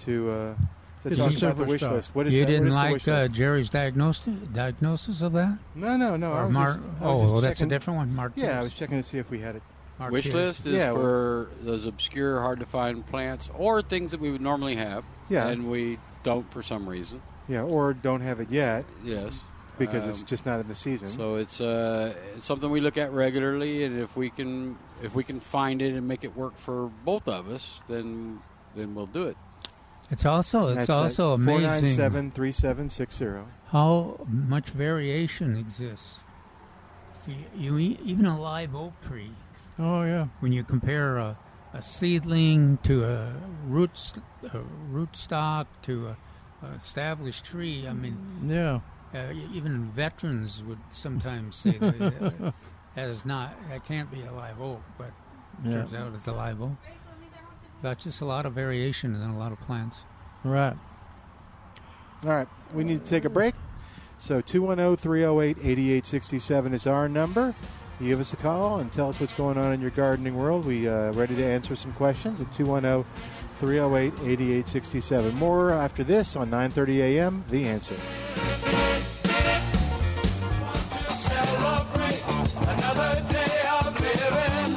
Speaker 3: to uh, to
Speaker 4: Did
Speaker 3: talk
Speaker 4: you-
Speaker 3: about the wish list. What is
Speaker 4: you
Speaker 3: that? What
Speaker 4: didn't
Speaker 3: is the
Speaker 4: like
Speaker 3: wish
Speaker 4: uh,
Speaker 3: list?
Speaker 4: Jerry's diagnosis diagnosis of that?
Speaker 3: No, no, no. I
Speaker 4: Or
Speaker 3: was
Speaker 4: Mar-
Speaker 3: just- I was
Speaker 4: oh,
Speaker 3: just
Speaker 4: well, that's a
Speaker 3: checking-
Speaker 4: different one. Mark.
Speaker 3: Yeah, I was checking to see if we had it.
Speaker 4: Mark
Speaker 8: Wish list is
Speaker 3: yeah, well,
Speaker 8: for those obscure, hard to find plants or things that we would normally have.
Speaker 3: Yeah.
Speaker 8: And we don't for some reason.
Speaker 3: yeah, or don't have it yet.
Speaker 8: Yes.
Speaker 3: because it's
Speaker 8: Um,
Speaker 3: just not in the season.
Speaker 8: So it's uh, it's something we look at regularly, and if we can if we can find it and make it work for both of us, then then we'll do it.
Speaker 4: It's also it's also
Speaker 3: four nine
Speaker 4: amazing
Speaker 3: seven three seven six zero.
Speaker 4: how much variation exists. You, you e- even a live oak tree.
Speaker 5: Oh yeah.
Speaker 4: When you compare a, a seedling to a root st- a root stock to a, a established tree, I mean,
Speaker 5: Yeah.
Speaker 4: uh, e- even veterans would sometimes say that, uh, that is not that can't be a live oak, but
Speaker 5: Yeah.
Speaker 4: turns out it's a live oak. That's just a lot of variation and a lot of plants.
Speaker 5: Right.
Speaker 3: All right, we need to take a break. So 210 308 8867 is our number. You give us a call and tell us what's going on in your gardening world. We uh, ready to answer some questions at 210 308 8867. More after this on 9:30 a.m. The answer.
Speaker 11: Celebrate another day of living.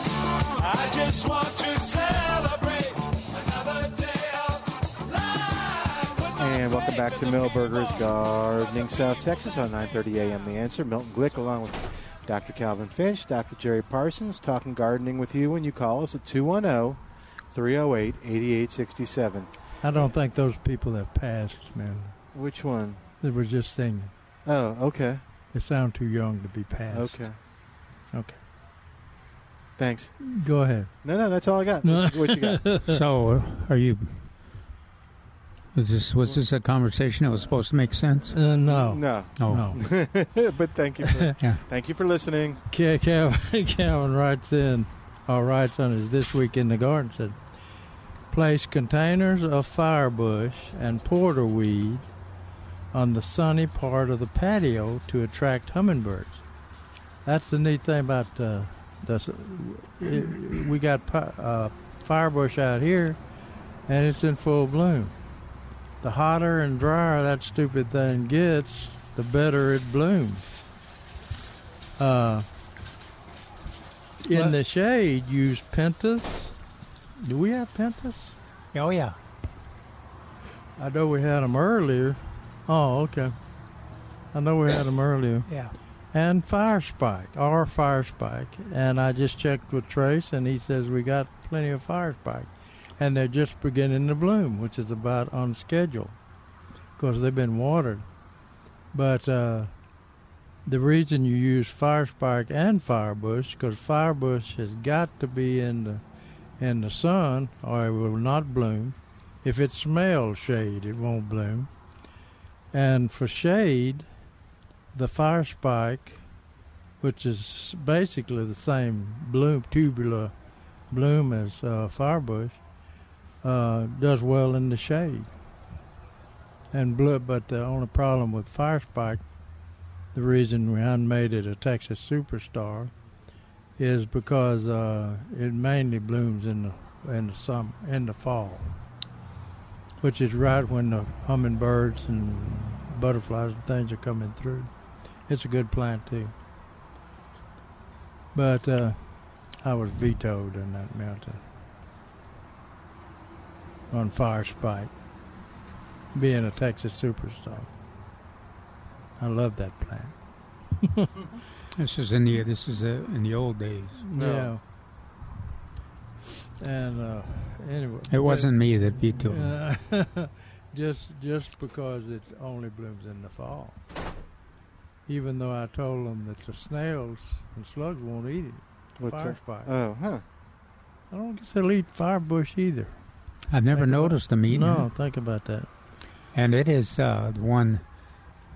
Speaker 11: I just want to celebrate another day of life.
Speaker 3: And welcome back to Millburgers Gardening South Texas on 9:30 a.m. The Answer. Milton Glick along with Dr. Calvin Finch, Dr. Jerry Parsons talking gardening with you when you call us at 210-308-8867.
Speaker 5: I don't think those people have passed, man.
Speaker 3: Which one?
Speaker 5: They were just singing.
Speaker 3: Oh, okay.
Speaker 5: They sound too young to be passed.
Speaker 3: Okay.
Speaker 5: Okay.
Speaker 3: Thanks.
Speaker 5: Go ahead.
Speaker 3: No, no, that's all I got. What you, what you got?
Speaker 4: so, are you? Was this was this a conversation that was supposed to make sense?
Speaker 5: Uh, no.
Speaker 3: No.
Speaker 4: Oh.
Speaker 5: No.
Speaker 3: but thank you for
Speaker 4: Yeah.
Speaker 3: thank you for listening.
Speaker 5: Ca- Calvin, Calvin writes in, or writes on his This Week in the Garden said, place containers of firebush and porter weed on the sunny part of the patio to attract hummingbirds. That's the neat thing about uh, this. it- We got pi- uh, firebush out here, and it's in full bloom. The hotter and drier that stupid thing gets, the better it blooms. Uh, in
Speaker 4: What?
Speaker 5: the shade, use pentas. Do we have pentas?
Speaker 4: Oh yeah.
Speaker 5: I know we had them earlier. Oh, okay. I know we had them earlier.
Speaker 4: Yeah.
Speaker 5: And fire spike, our fire spike. And I just checked with Trace, and he says we got plenty of fire spike, and they're just beginning to bloom, which is about on schedule, because they've been watered. But uh, the reason you use fire spike and firebush, because firebush has got to be in the in the sun, or it will not bloom. If it smells shade, it won't bloom. And for shade, the fire spike, which is basically the same bloom, tubular bloom as uh, firebush, uh, does well in the shade. And blue, but the only problem with fire spike, the reason we hadn't made it a Texas superstar, is because uh, it mainly blooms in the in the summer, in the fall, which is right when the hummingbirds and butterflies and things are coming through. It's a good plant too. But uh, I was vetoed on that mountain on fire spike, being a Texas superstar. I love that plant.
Speaker 4: This is in the this is uh, in the old days.
Speaker 5: Yeah. And uh, anyway,
Speaker 4: It wasn't me that beat to
Speaker 5: Uh, just just because it only blooms in the fall. Even though I told them that the snails and slugs won't eat it.
Speaker 3: What's
Speaker 5: fire
Speaker 3: that?
Speaker 5: spike.
Speaker 3: Oh, huh.
Speaker 5: I don't guess they'll eat firebush either.
Speaker 4: I've never
Speaker 5: Think about-
Speaker 4: noticed them eating.
Speaker 5: No,
Speaker 4: it.
Speaker 5: think about that.
Speaker 4: And it is uh, the one.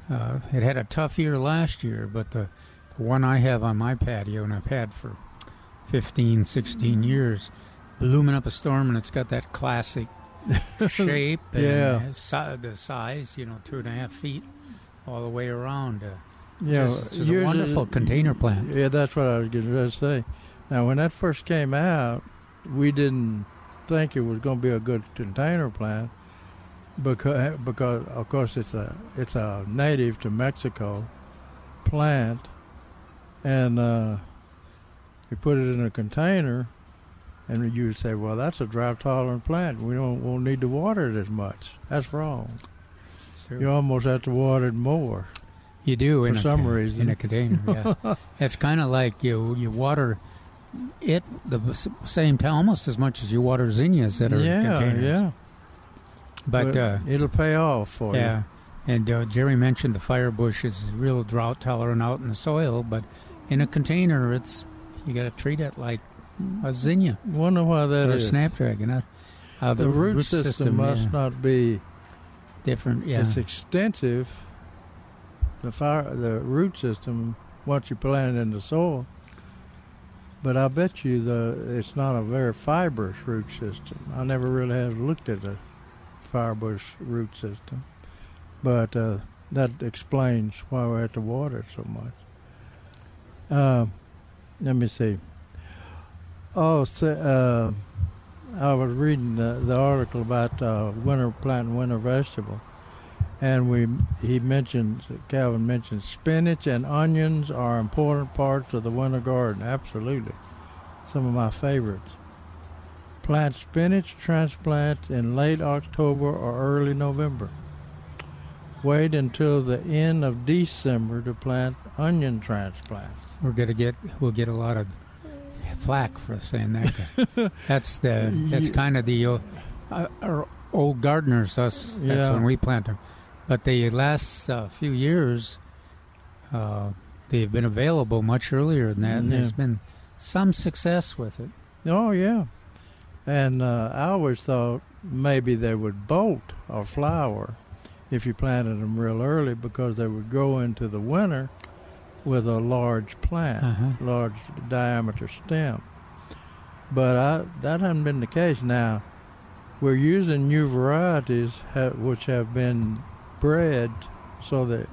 Speaker 4: Uh, it had a tough year last year, but the, the one I have on my patio and I've had for 15, 16 years, blooming up a storm, and it's got that classic shape. And
Speaker 5: Yeah.
Speaker 4: uh, si- the size, you know, two and a half feet, all the way around. Uh,
Speaker 5: Yeah,
Speaker 4: just- it's a
Speaker 5: usually-
Speaker 4: wonderful container plant.
Speaker 5: Yeah, that's what I was going to say. Now, when that first came out, we didn't think it was going to be a good container plant because, because of course, it's a it's a native to Mexico plant, and uh, you put it in a container, and you would say, "Well, that's a drought tolerant plant. We don't won't need to water it as much." That's wrong.
Speaker 4: true.
Speaker 5: You almost have to water it more.
Speaker 4: You do
Speaker 5: for
Speaker 4: in a
Speaker 5: some
Speaker 4: con-
Speaker 5: reason
Speaker 4: in a container. Yeah, it's kind of like you you water it the s- same time almost as much as you water zinnias that are in
Speaker 5: yeah,
Speaker 4: containers.
Speaker 5: Yeah,
Speaker 4: But, uh,
Speaker 5: it'll pay off for you.
Speaker 4: yeah. And uh, Jerry mentioned the firebush is real drought tolerant out in the soil, but in a container, it's you got to treat it like a zinnia
Speaker 5: Wonder why that
Speaker 4: or a
Speaker 5: is.
Speaker 4: snapdragon. Uh, uh,
Speaker 5: the, root, system, must
Speaker 4: yeah.
Speaker 5: not be
Speaker 4: different. Yeah,
Speaker 5: It's extensive. The fire, the root system, once you plant it in the soil. But I bet you the it's not a very fibrous root system. I never really have looked at the fibrous root system, but uh, that explains why we have to water it so much. Uh, let me see. Oh, so, uh, I was reading the, the article about uh, winter plant, and winter vegetable, and we he mentioned Calvin mentioned spinach and onions are important parts of the winter garden. Absolutely, some of my favorites. Plant spinach transplant in late October or early November. Wait until the end of December to plant onion transplants.
Speaker 4: we're gonna get we'll get a lot of flack for saying that. that's the that's
Speaker 5: Ye-
Speaker 4: kind of the uh, our old gardeners us. That's
Speaker 5: Yeah.
Speaker 4: when we plant them. But the last uh, few years, uh, they've been available much earlier than that, and
Speaker 5: Yeah.
Speaker 4: there's been some success with it.
Speaker 5: Oh yeah, and uh, I always thought maybe they would bolt or flower if you planted them real early because they would go into the winter with a large plant,
Speaker 4: Uh-huh.
Speaker 5: large diameter stem. But I, that hasn't been the case. Now we're using new varieties ha- which have been bred so that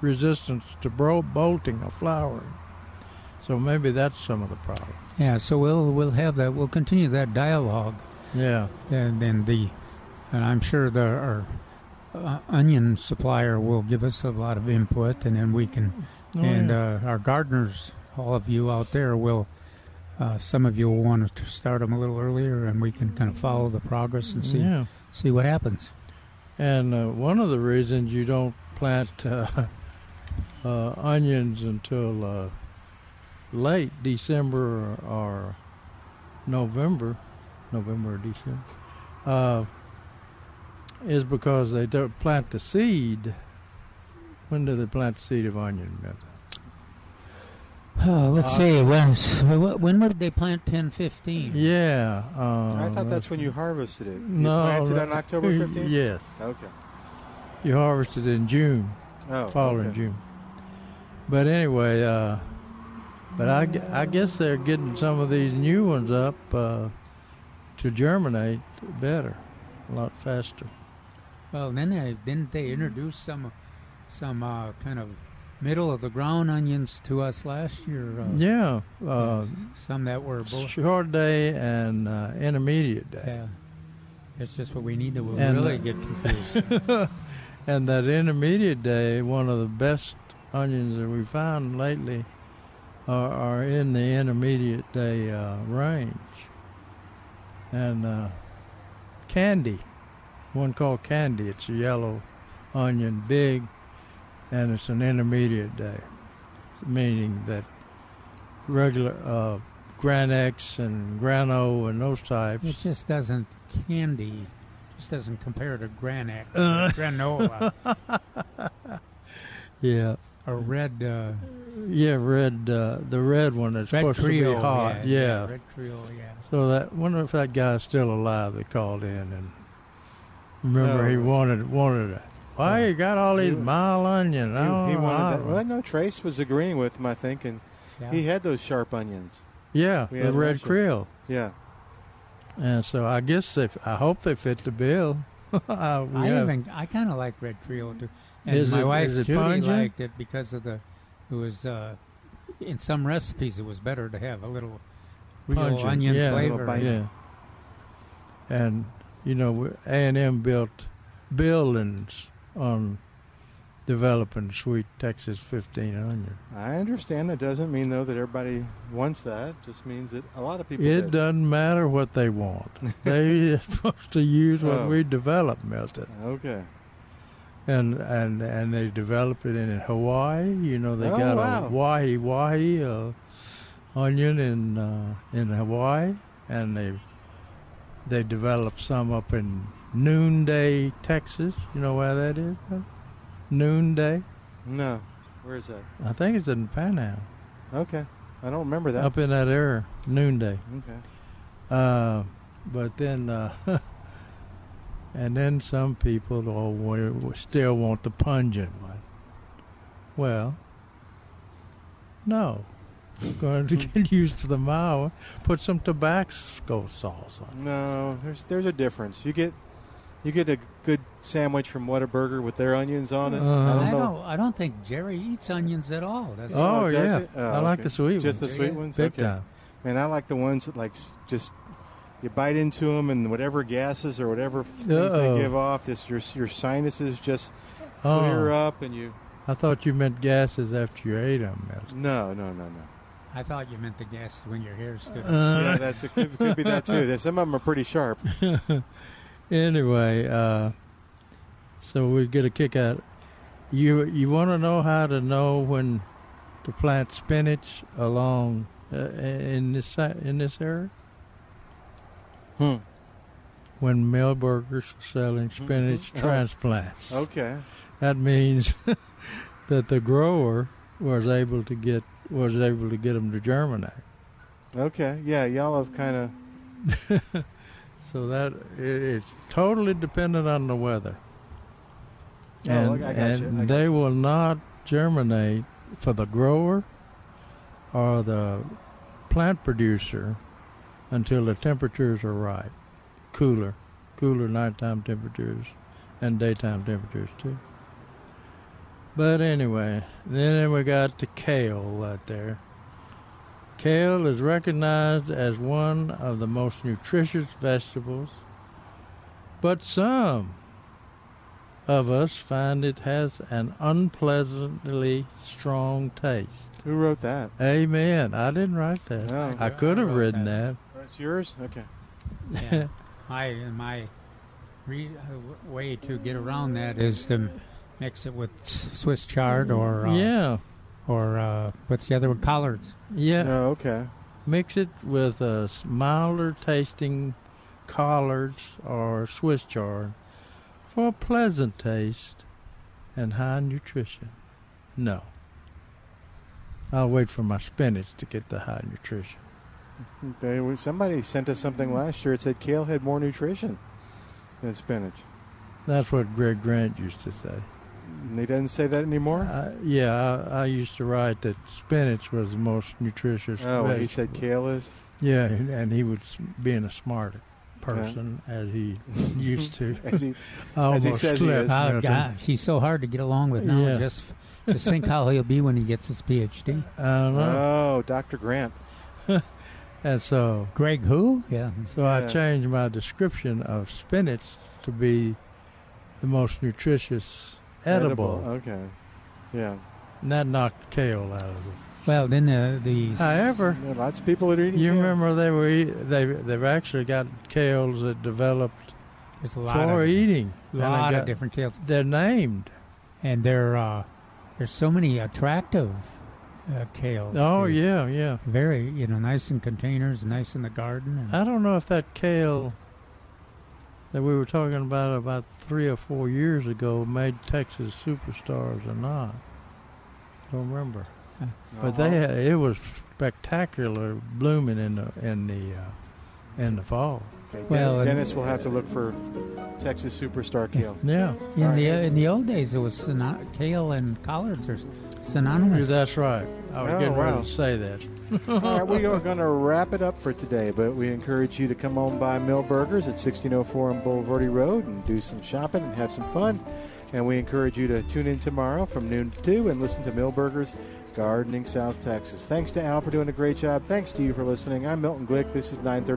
Speaker 5: resistance to bro- bolting or flowering. So maybe that's some of the problem.
Speaker 4: Yeah, so we'll we'll have that. We'll continue that dialogue.
Speaker 5: Yeah.
Speaker 4: And then the, and I'm sure the our uh, onion supplier will give us a lot of input, and then we can
Speaker 5: Oh,
Speaker 4: and
Speaker 5: yeah.
Speaker 4: uh, our gardeners, all of you out there, will. Uh, some of you will want to start them a little earlier, and we can kind of follow the progress and see
Speaker 5: Yeah.
Speaker 4: see what happens.
Speaker 5: And uh, one of the reasons you don't plant uh, uh, onions until uh, late December or November, November or December, uh, is because they don't plant the seed. When do they plant the seed of onion?
Speaker 4: Oh, let's
Speaker 5: Uh,
Speaker 4: see. When when would they plant ten fifteen?
Speaker 5: Yeah. Uh,
Speaker 3: I thought that's when you harvested it. You
Speaker 5: No,
Speaker 3: planted on
Speaker 5: right-
Speaker 3: October 15th?
Speaker 5: Yes.
Speaker 3: Okay.
Speaker 5: You harvest it in June.
Speaker 3: Oh,
Speaker 5: fall
Speaker 3: okay.
Speaker 5: in June. But anyway, uh, but I, gu- I guess they're getting some of these new ones up uh, to germinate better, a lot faster.
Speaker 4: Well, then they didn't
Speaker 5: Mm-hmm.
Speaker 4: they introduce some some uh, kind of middle of the ground onions to us last year? Uh,
Speaker 5: Yeah, uh,
Speaker 4: some that were both.
Speaker 5: Short day and uh, intermediate day.
Speaker 4: Yeah, that's just what we need to
Speaker 5: And,
Speaker 4: really
Speaker 5: uh,
Speaker 4: get confused.
Speaker 5: and that intermediate day, one of the best onions that we found lately are, are in the intermediate day uh, range. And uh, candy, one called candy, it's a yellow onion, big, and it's an intermediate day, meaning that regular uh, Grand X and Grand O and those types.
Speaker 4: it just doesn't candy. Just doesn't compare to Granex, or
Speaker 5: Uh.
Speaker 4: granola,
Speaker 5: Yeah.
Speaker 4: or red. Uh,
Speaker 5: Yeah, red. Uh, the red one that's
Speaker 4: Red
Speaker 5: supposed to
Speaker 4: Creole,
Speaker 5: be hot.
Speaker 4: yeah,
Speaker 5: Yeah,
Speaker 4: yeah, Red Creole, yeah.
Speaker 5: So that wonder if that guy's still alive that called in and remember he
Speaker 4: Oh.
Speaker 3: No.
Speaker 5: wanted wanted it. Why you got all these
Speaker 3: He-
Speaker 5: mile onion?
Speaker 3: He,
Speaker 5: Oh,
Speaker 3: he
Speaker 5: I
Speaker 3: wanted that.
Speaker 5: don't
Speaker 3: Well,
Speaker 5: know.
Speaker 3: no, Trace was agreeing with him, I think, and
Speaker 4: Yeah.
Speaker 3: he had those sharp onions.
Speaker 5: Yeah,
Speaker 3: We
Speaker 5: the
Speaker 3: had
Speaker 5: red
Speaker 3: lunch with-
Speaker 5: krill.
Speaker 3: Yeah.
Speaker 5: And so I guess they. I hope they fit the bill. I, we
Speaker 4: I
Speaker 5: have-
Speaker 4: even I kind of like red creole too, and
Speaker 5: Uh, Is
Speaker 4: my
Speaker 5: it-
Speaker 4: wife
Speaker 5: is it
Speaker 4: Judy
Speaker 5: pungent?
Speaker 4: liked it because of the it was uh, in some recipes it was better to have a little real
Speaker 5: Pungent,
Speaker 4: onion
Speaker 5: yeah,
Speaker 4: flavor.
Speaker 5: Yeah. And you know, A and M built buildings on developing sweet Texas fifteen onion.
Speaker 3: I understand that doesn't mean, though, that everybody wants that. It just means that a lot of people.
Speaker 5: It
Speaker 3: did.
Speaker 5: doesn't matter what they want. They are supposed to use what
Speaker 3: Oh.
Speaker 5: we develop melted,
Speaker 3: Okay.
Speaker 5: and and and they develop it in Hawaii. You know, they
Speaker 3: Oh,
Speaker 5: got
Speaker 3: wow.
Speaker 5: a wahi wahi uh, onion in uh, in Hawaii, and they they develop some up in Noonday, Texas. You know where that is? Bill? Noonday.
Speaker 3: No. Where is that?
Speaker 5: I think it's in Panama.
Speaker 3: Okay. I don't remember that.
Speaker 5: up in that area, noonday.
Speaker 3: Okay.
Speaker 5: Uh, but then, uh, and then some people oh, we- we still want the pungent one. Well, no. We're going to
Speaker 3: Hmm.
Speaker 5: get used to the mild one. Put some Tabasco sauce on.
Speaker 3: No, there's there's a difference. You get you get a good sandwich from Whataburger with their onions on it.
Speaker 5: Uh-huh.
Speaker 3: I don't
Speaker 4: I
Speaker 3: know.
Speaker 4: don't I don't think Jerry eats onions at all. Does he?
Speaker 5: Oh,
Speaker 3: Uh, Oh, does
Speaker 5: yeah.
Speaker 3: it? Oh,
Speaker 5: I like
Speaker 3: okay.
Speaker 5: the sweet
Speaker 3: Just the
Speaker 5: ones.
Speaker 3: sweet ones?
Speaker 5: Big
Speaker 3: okay.
Speaker 5: time.
Speaker 3: Man, I like the ones that, like, s- just you bite into them and whatever gases or whatever f- things
Speaker 5: Uh-oh.
Speaker 3: they give off, this, your, your sinuses just clear
Speaker 5: Oh.
Speaker 3: up and you.
Speaker 5: I thought you meant gases after you ate them.
Speaker 3: No, no, no, no.
Speaker 4: I thought you meant the gas when your hair stood.
Speaker 5: Uh.
Speaker 3: yeah, that's it. Could, could be that, too. There's- Some of them are pretty sharp.
Speaker 5: anyway, uh, so we get a kick out. You you want to know how to know when to plant spinach along uh, in this si- in this area?
Speaker 3: Hmm.
Speaker 5: When Millburgers are selling spinach
Speaker 3: Oh.
Speaker 5: transplants.
Speaker 3: Okay.
Speaker 5: That means that the grower was able to get was able to get them to germinate.
Speaker 3: Okay. Yeah, y'all have kind of.
Speaker 5: So that it, it's totally dependent on the weather.
Speaker 3: Oh,
Speaker 5: and
Speaker 3: I- I gotcha,
Speaker 5: and
Speaker 3: I
Speaker 5: they will not germinate for the grower or the plant producer until the temperatures are right, cooler, cooler nighttime temperatures and daytime temperatures too. But anyway, then we got the kale out there. Kale is recognized as one of the most nutritious vegetables, but some of us find it has an unpleasantly strong taste.
Speaker 3: Who wrote that? Oh.
Speaker 5: Amen. I didn't write that. I could have written that.
Speaker 3: That's yours? Okay.
Speaker 4: Yeah. my my re, uh, way to get around that is to mix it with s- Swiss chard or uh,
Speaker 5: Yeah.
Speaker 4: or uh, what's the other one? Collards.
Speaker 5: Yeah.
Speaker 3: Oh, okay.
Speaker 5: Mix it with a s- milder tasting collards or Swiss chard for a pleasant taste and high nutrition. No. I'll wait for my spinach to get the high nutrition.
Speaker 3: They, we- somebody sent us something last year. It said kale had more nutrition than spinach.
Speaker 5: That's what Greg Grant used to say.
Speaker 3: And he doesn't say that anymore?
Speaker 5: Yeah, I, I used to write that spinach was the most nutritious.
Speaker 3: Oh, he
Speaker 5: vegetable.
Speaker 3: said kale is?
Speaker 5: Yeah, and and he was being a smart person as he used to.
Speaker 3: As he-
Speaker 5: I
Speaker 3: as he
Speaker 5: almost
Speaker 3: says he
Speaker 5: slipped,
Speaker 3: is.
Speaker 5: you
Speaker 4: Oh,
Speaker 5: know,
Speaker 4: God, he's so hard to get along with now.
Speaker 5: Yeah.
Speaker 4: Just just think how he'll be when he gets his PhD.
Speaker 5: I don't know.
Speaker 3: Oh, Dr. Grant.
Speaker 5: and so
Speaker 4: Greg who? Yeah.
Speaker 5: So I
Speaker 4: Yeah.
Speaker 5: changed my description of spinach to be the most nutritious edible.
Speaker 3: Okay. Yeah.
Speaker 5: And that knocked kale out of it.
Speaker 4: Well, then the, the
Speaker 3: Uh,
Speaker 5: However,
Speaker 3: lots of people are eating.
Speaker 5: You remember they were eat, they they've actually got kales that developed
Speaker 4: There's a lot
Speaker 5: for
Speaker 4: of
Speaker 5: eating.
Speaker 4: A
Speaker 5: And they
Speaker 4: lot of
Speaker 5: got-
Speaker 4: different kales.
Speaker 5: They're named,
Speaker 4: and they're uh, there's so many attractive uh, kales.
Speaker 5: Oh,
Speaker 4: too.
Speaker 5: yeah, yeah.
Speaker 4: Very you know nice in containers, nice in the garden. And uh,
Speaker 5: I don't know if that kale that we were talking about about three or four years ago made Texas superstars or not. Don't remember, but they
Speaker 3: Uh-huh.
Speaker 5: had, it was spectacular blooming in the in the uh, in the fall.
Speaker 3: Okay, Den-
Speaker 4: Well, and-
Speaker 3: Dennis will have to look for Texas superstar kale.
Speaker 4: In
Speaker 3: All right.
Speaker 4: the in the old days, it was syno- kale and collards are synonymous.
Speaker 5: That's right. I was
Speaker 3: Oh,
Speaker 5: getting ready
Speaker 3: wow.
Speaker 5: to say that.
Speaker 3: All right, we are going to wrap it up for today, but we encourage you to come on by Mill Burgers at 1604 on Boulevardy Road and do some shopping and have some fun. And we encourage you to tune in tomorrow from noon to 2 and listen to Mill Burgers Gardening South Texas. Thanks to Al for doing a great job. Thanks to you for listening. I'm Milton Glick. This is 930.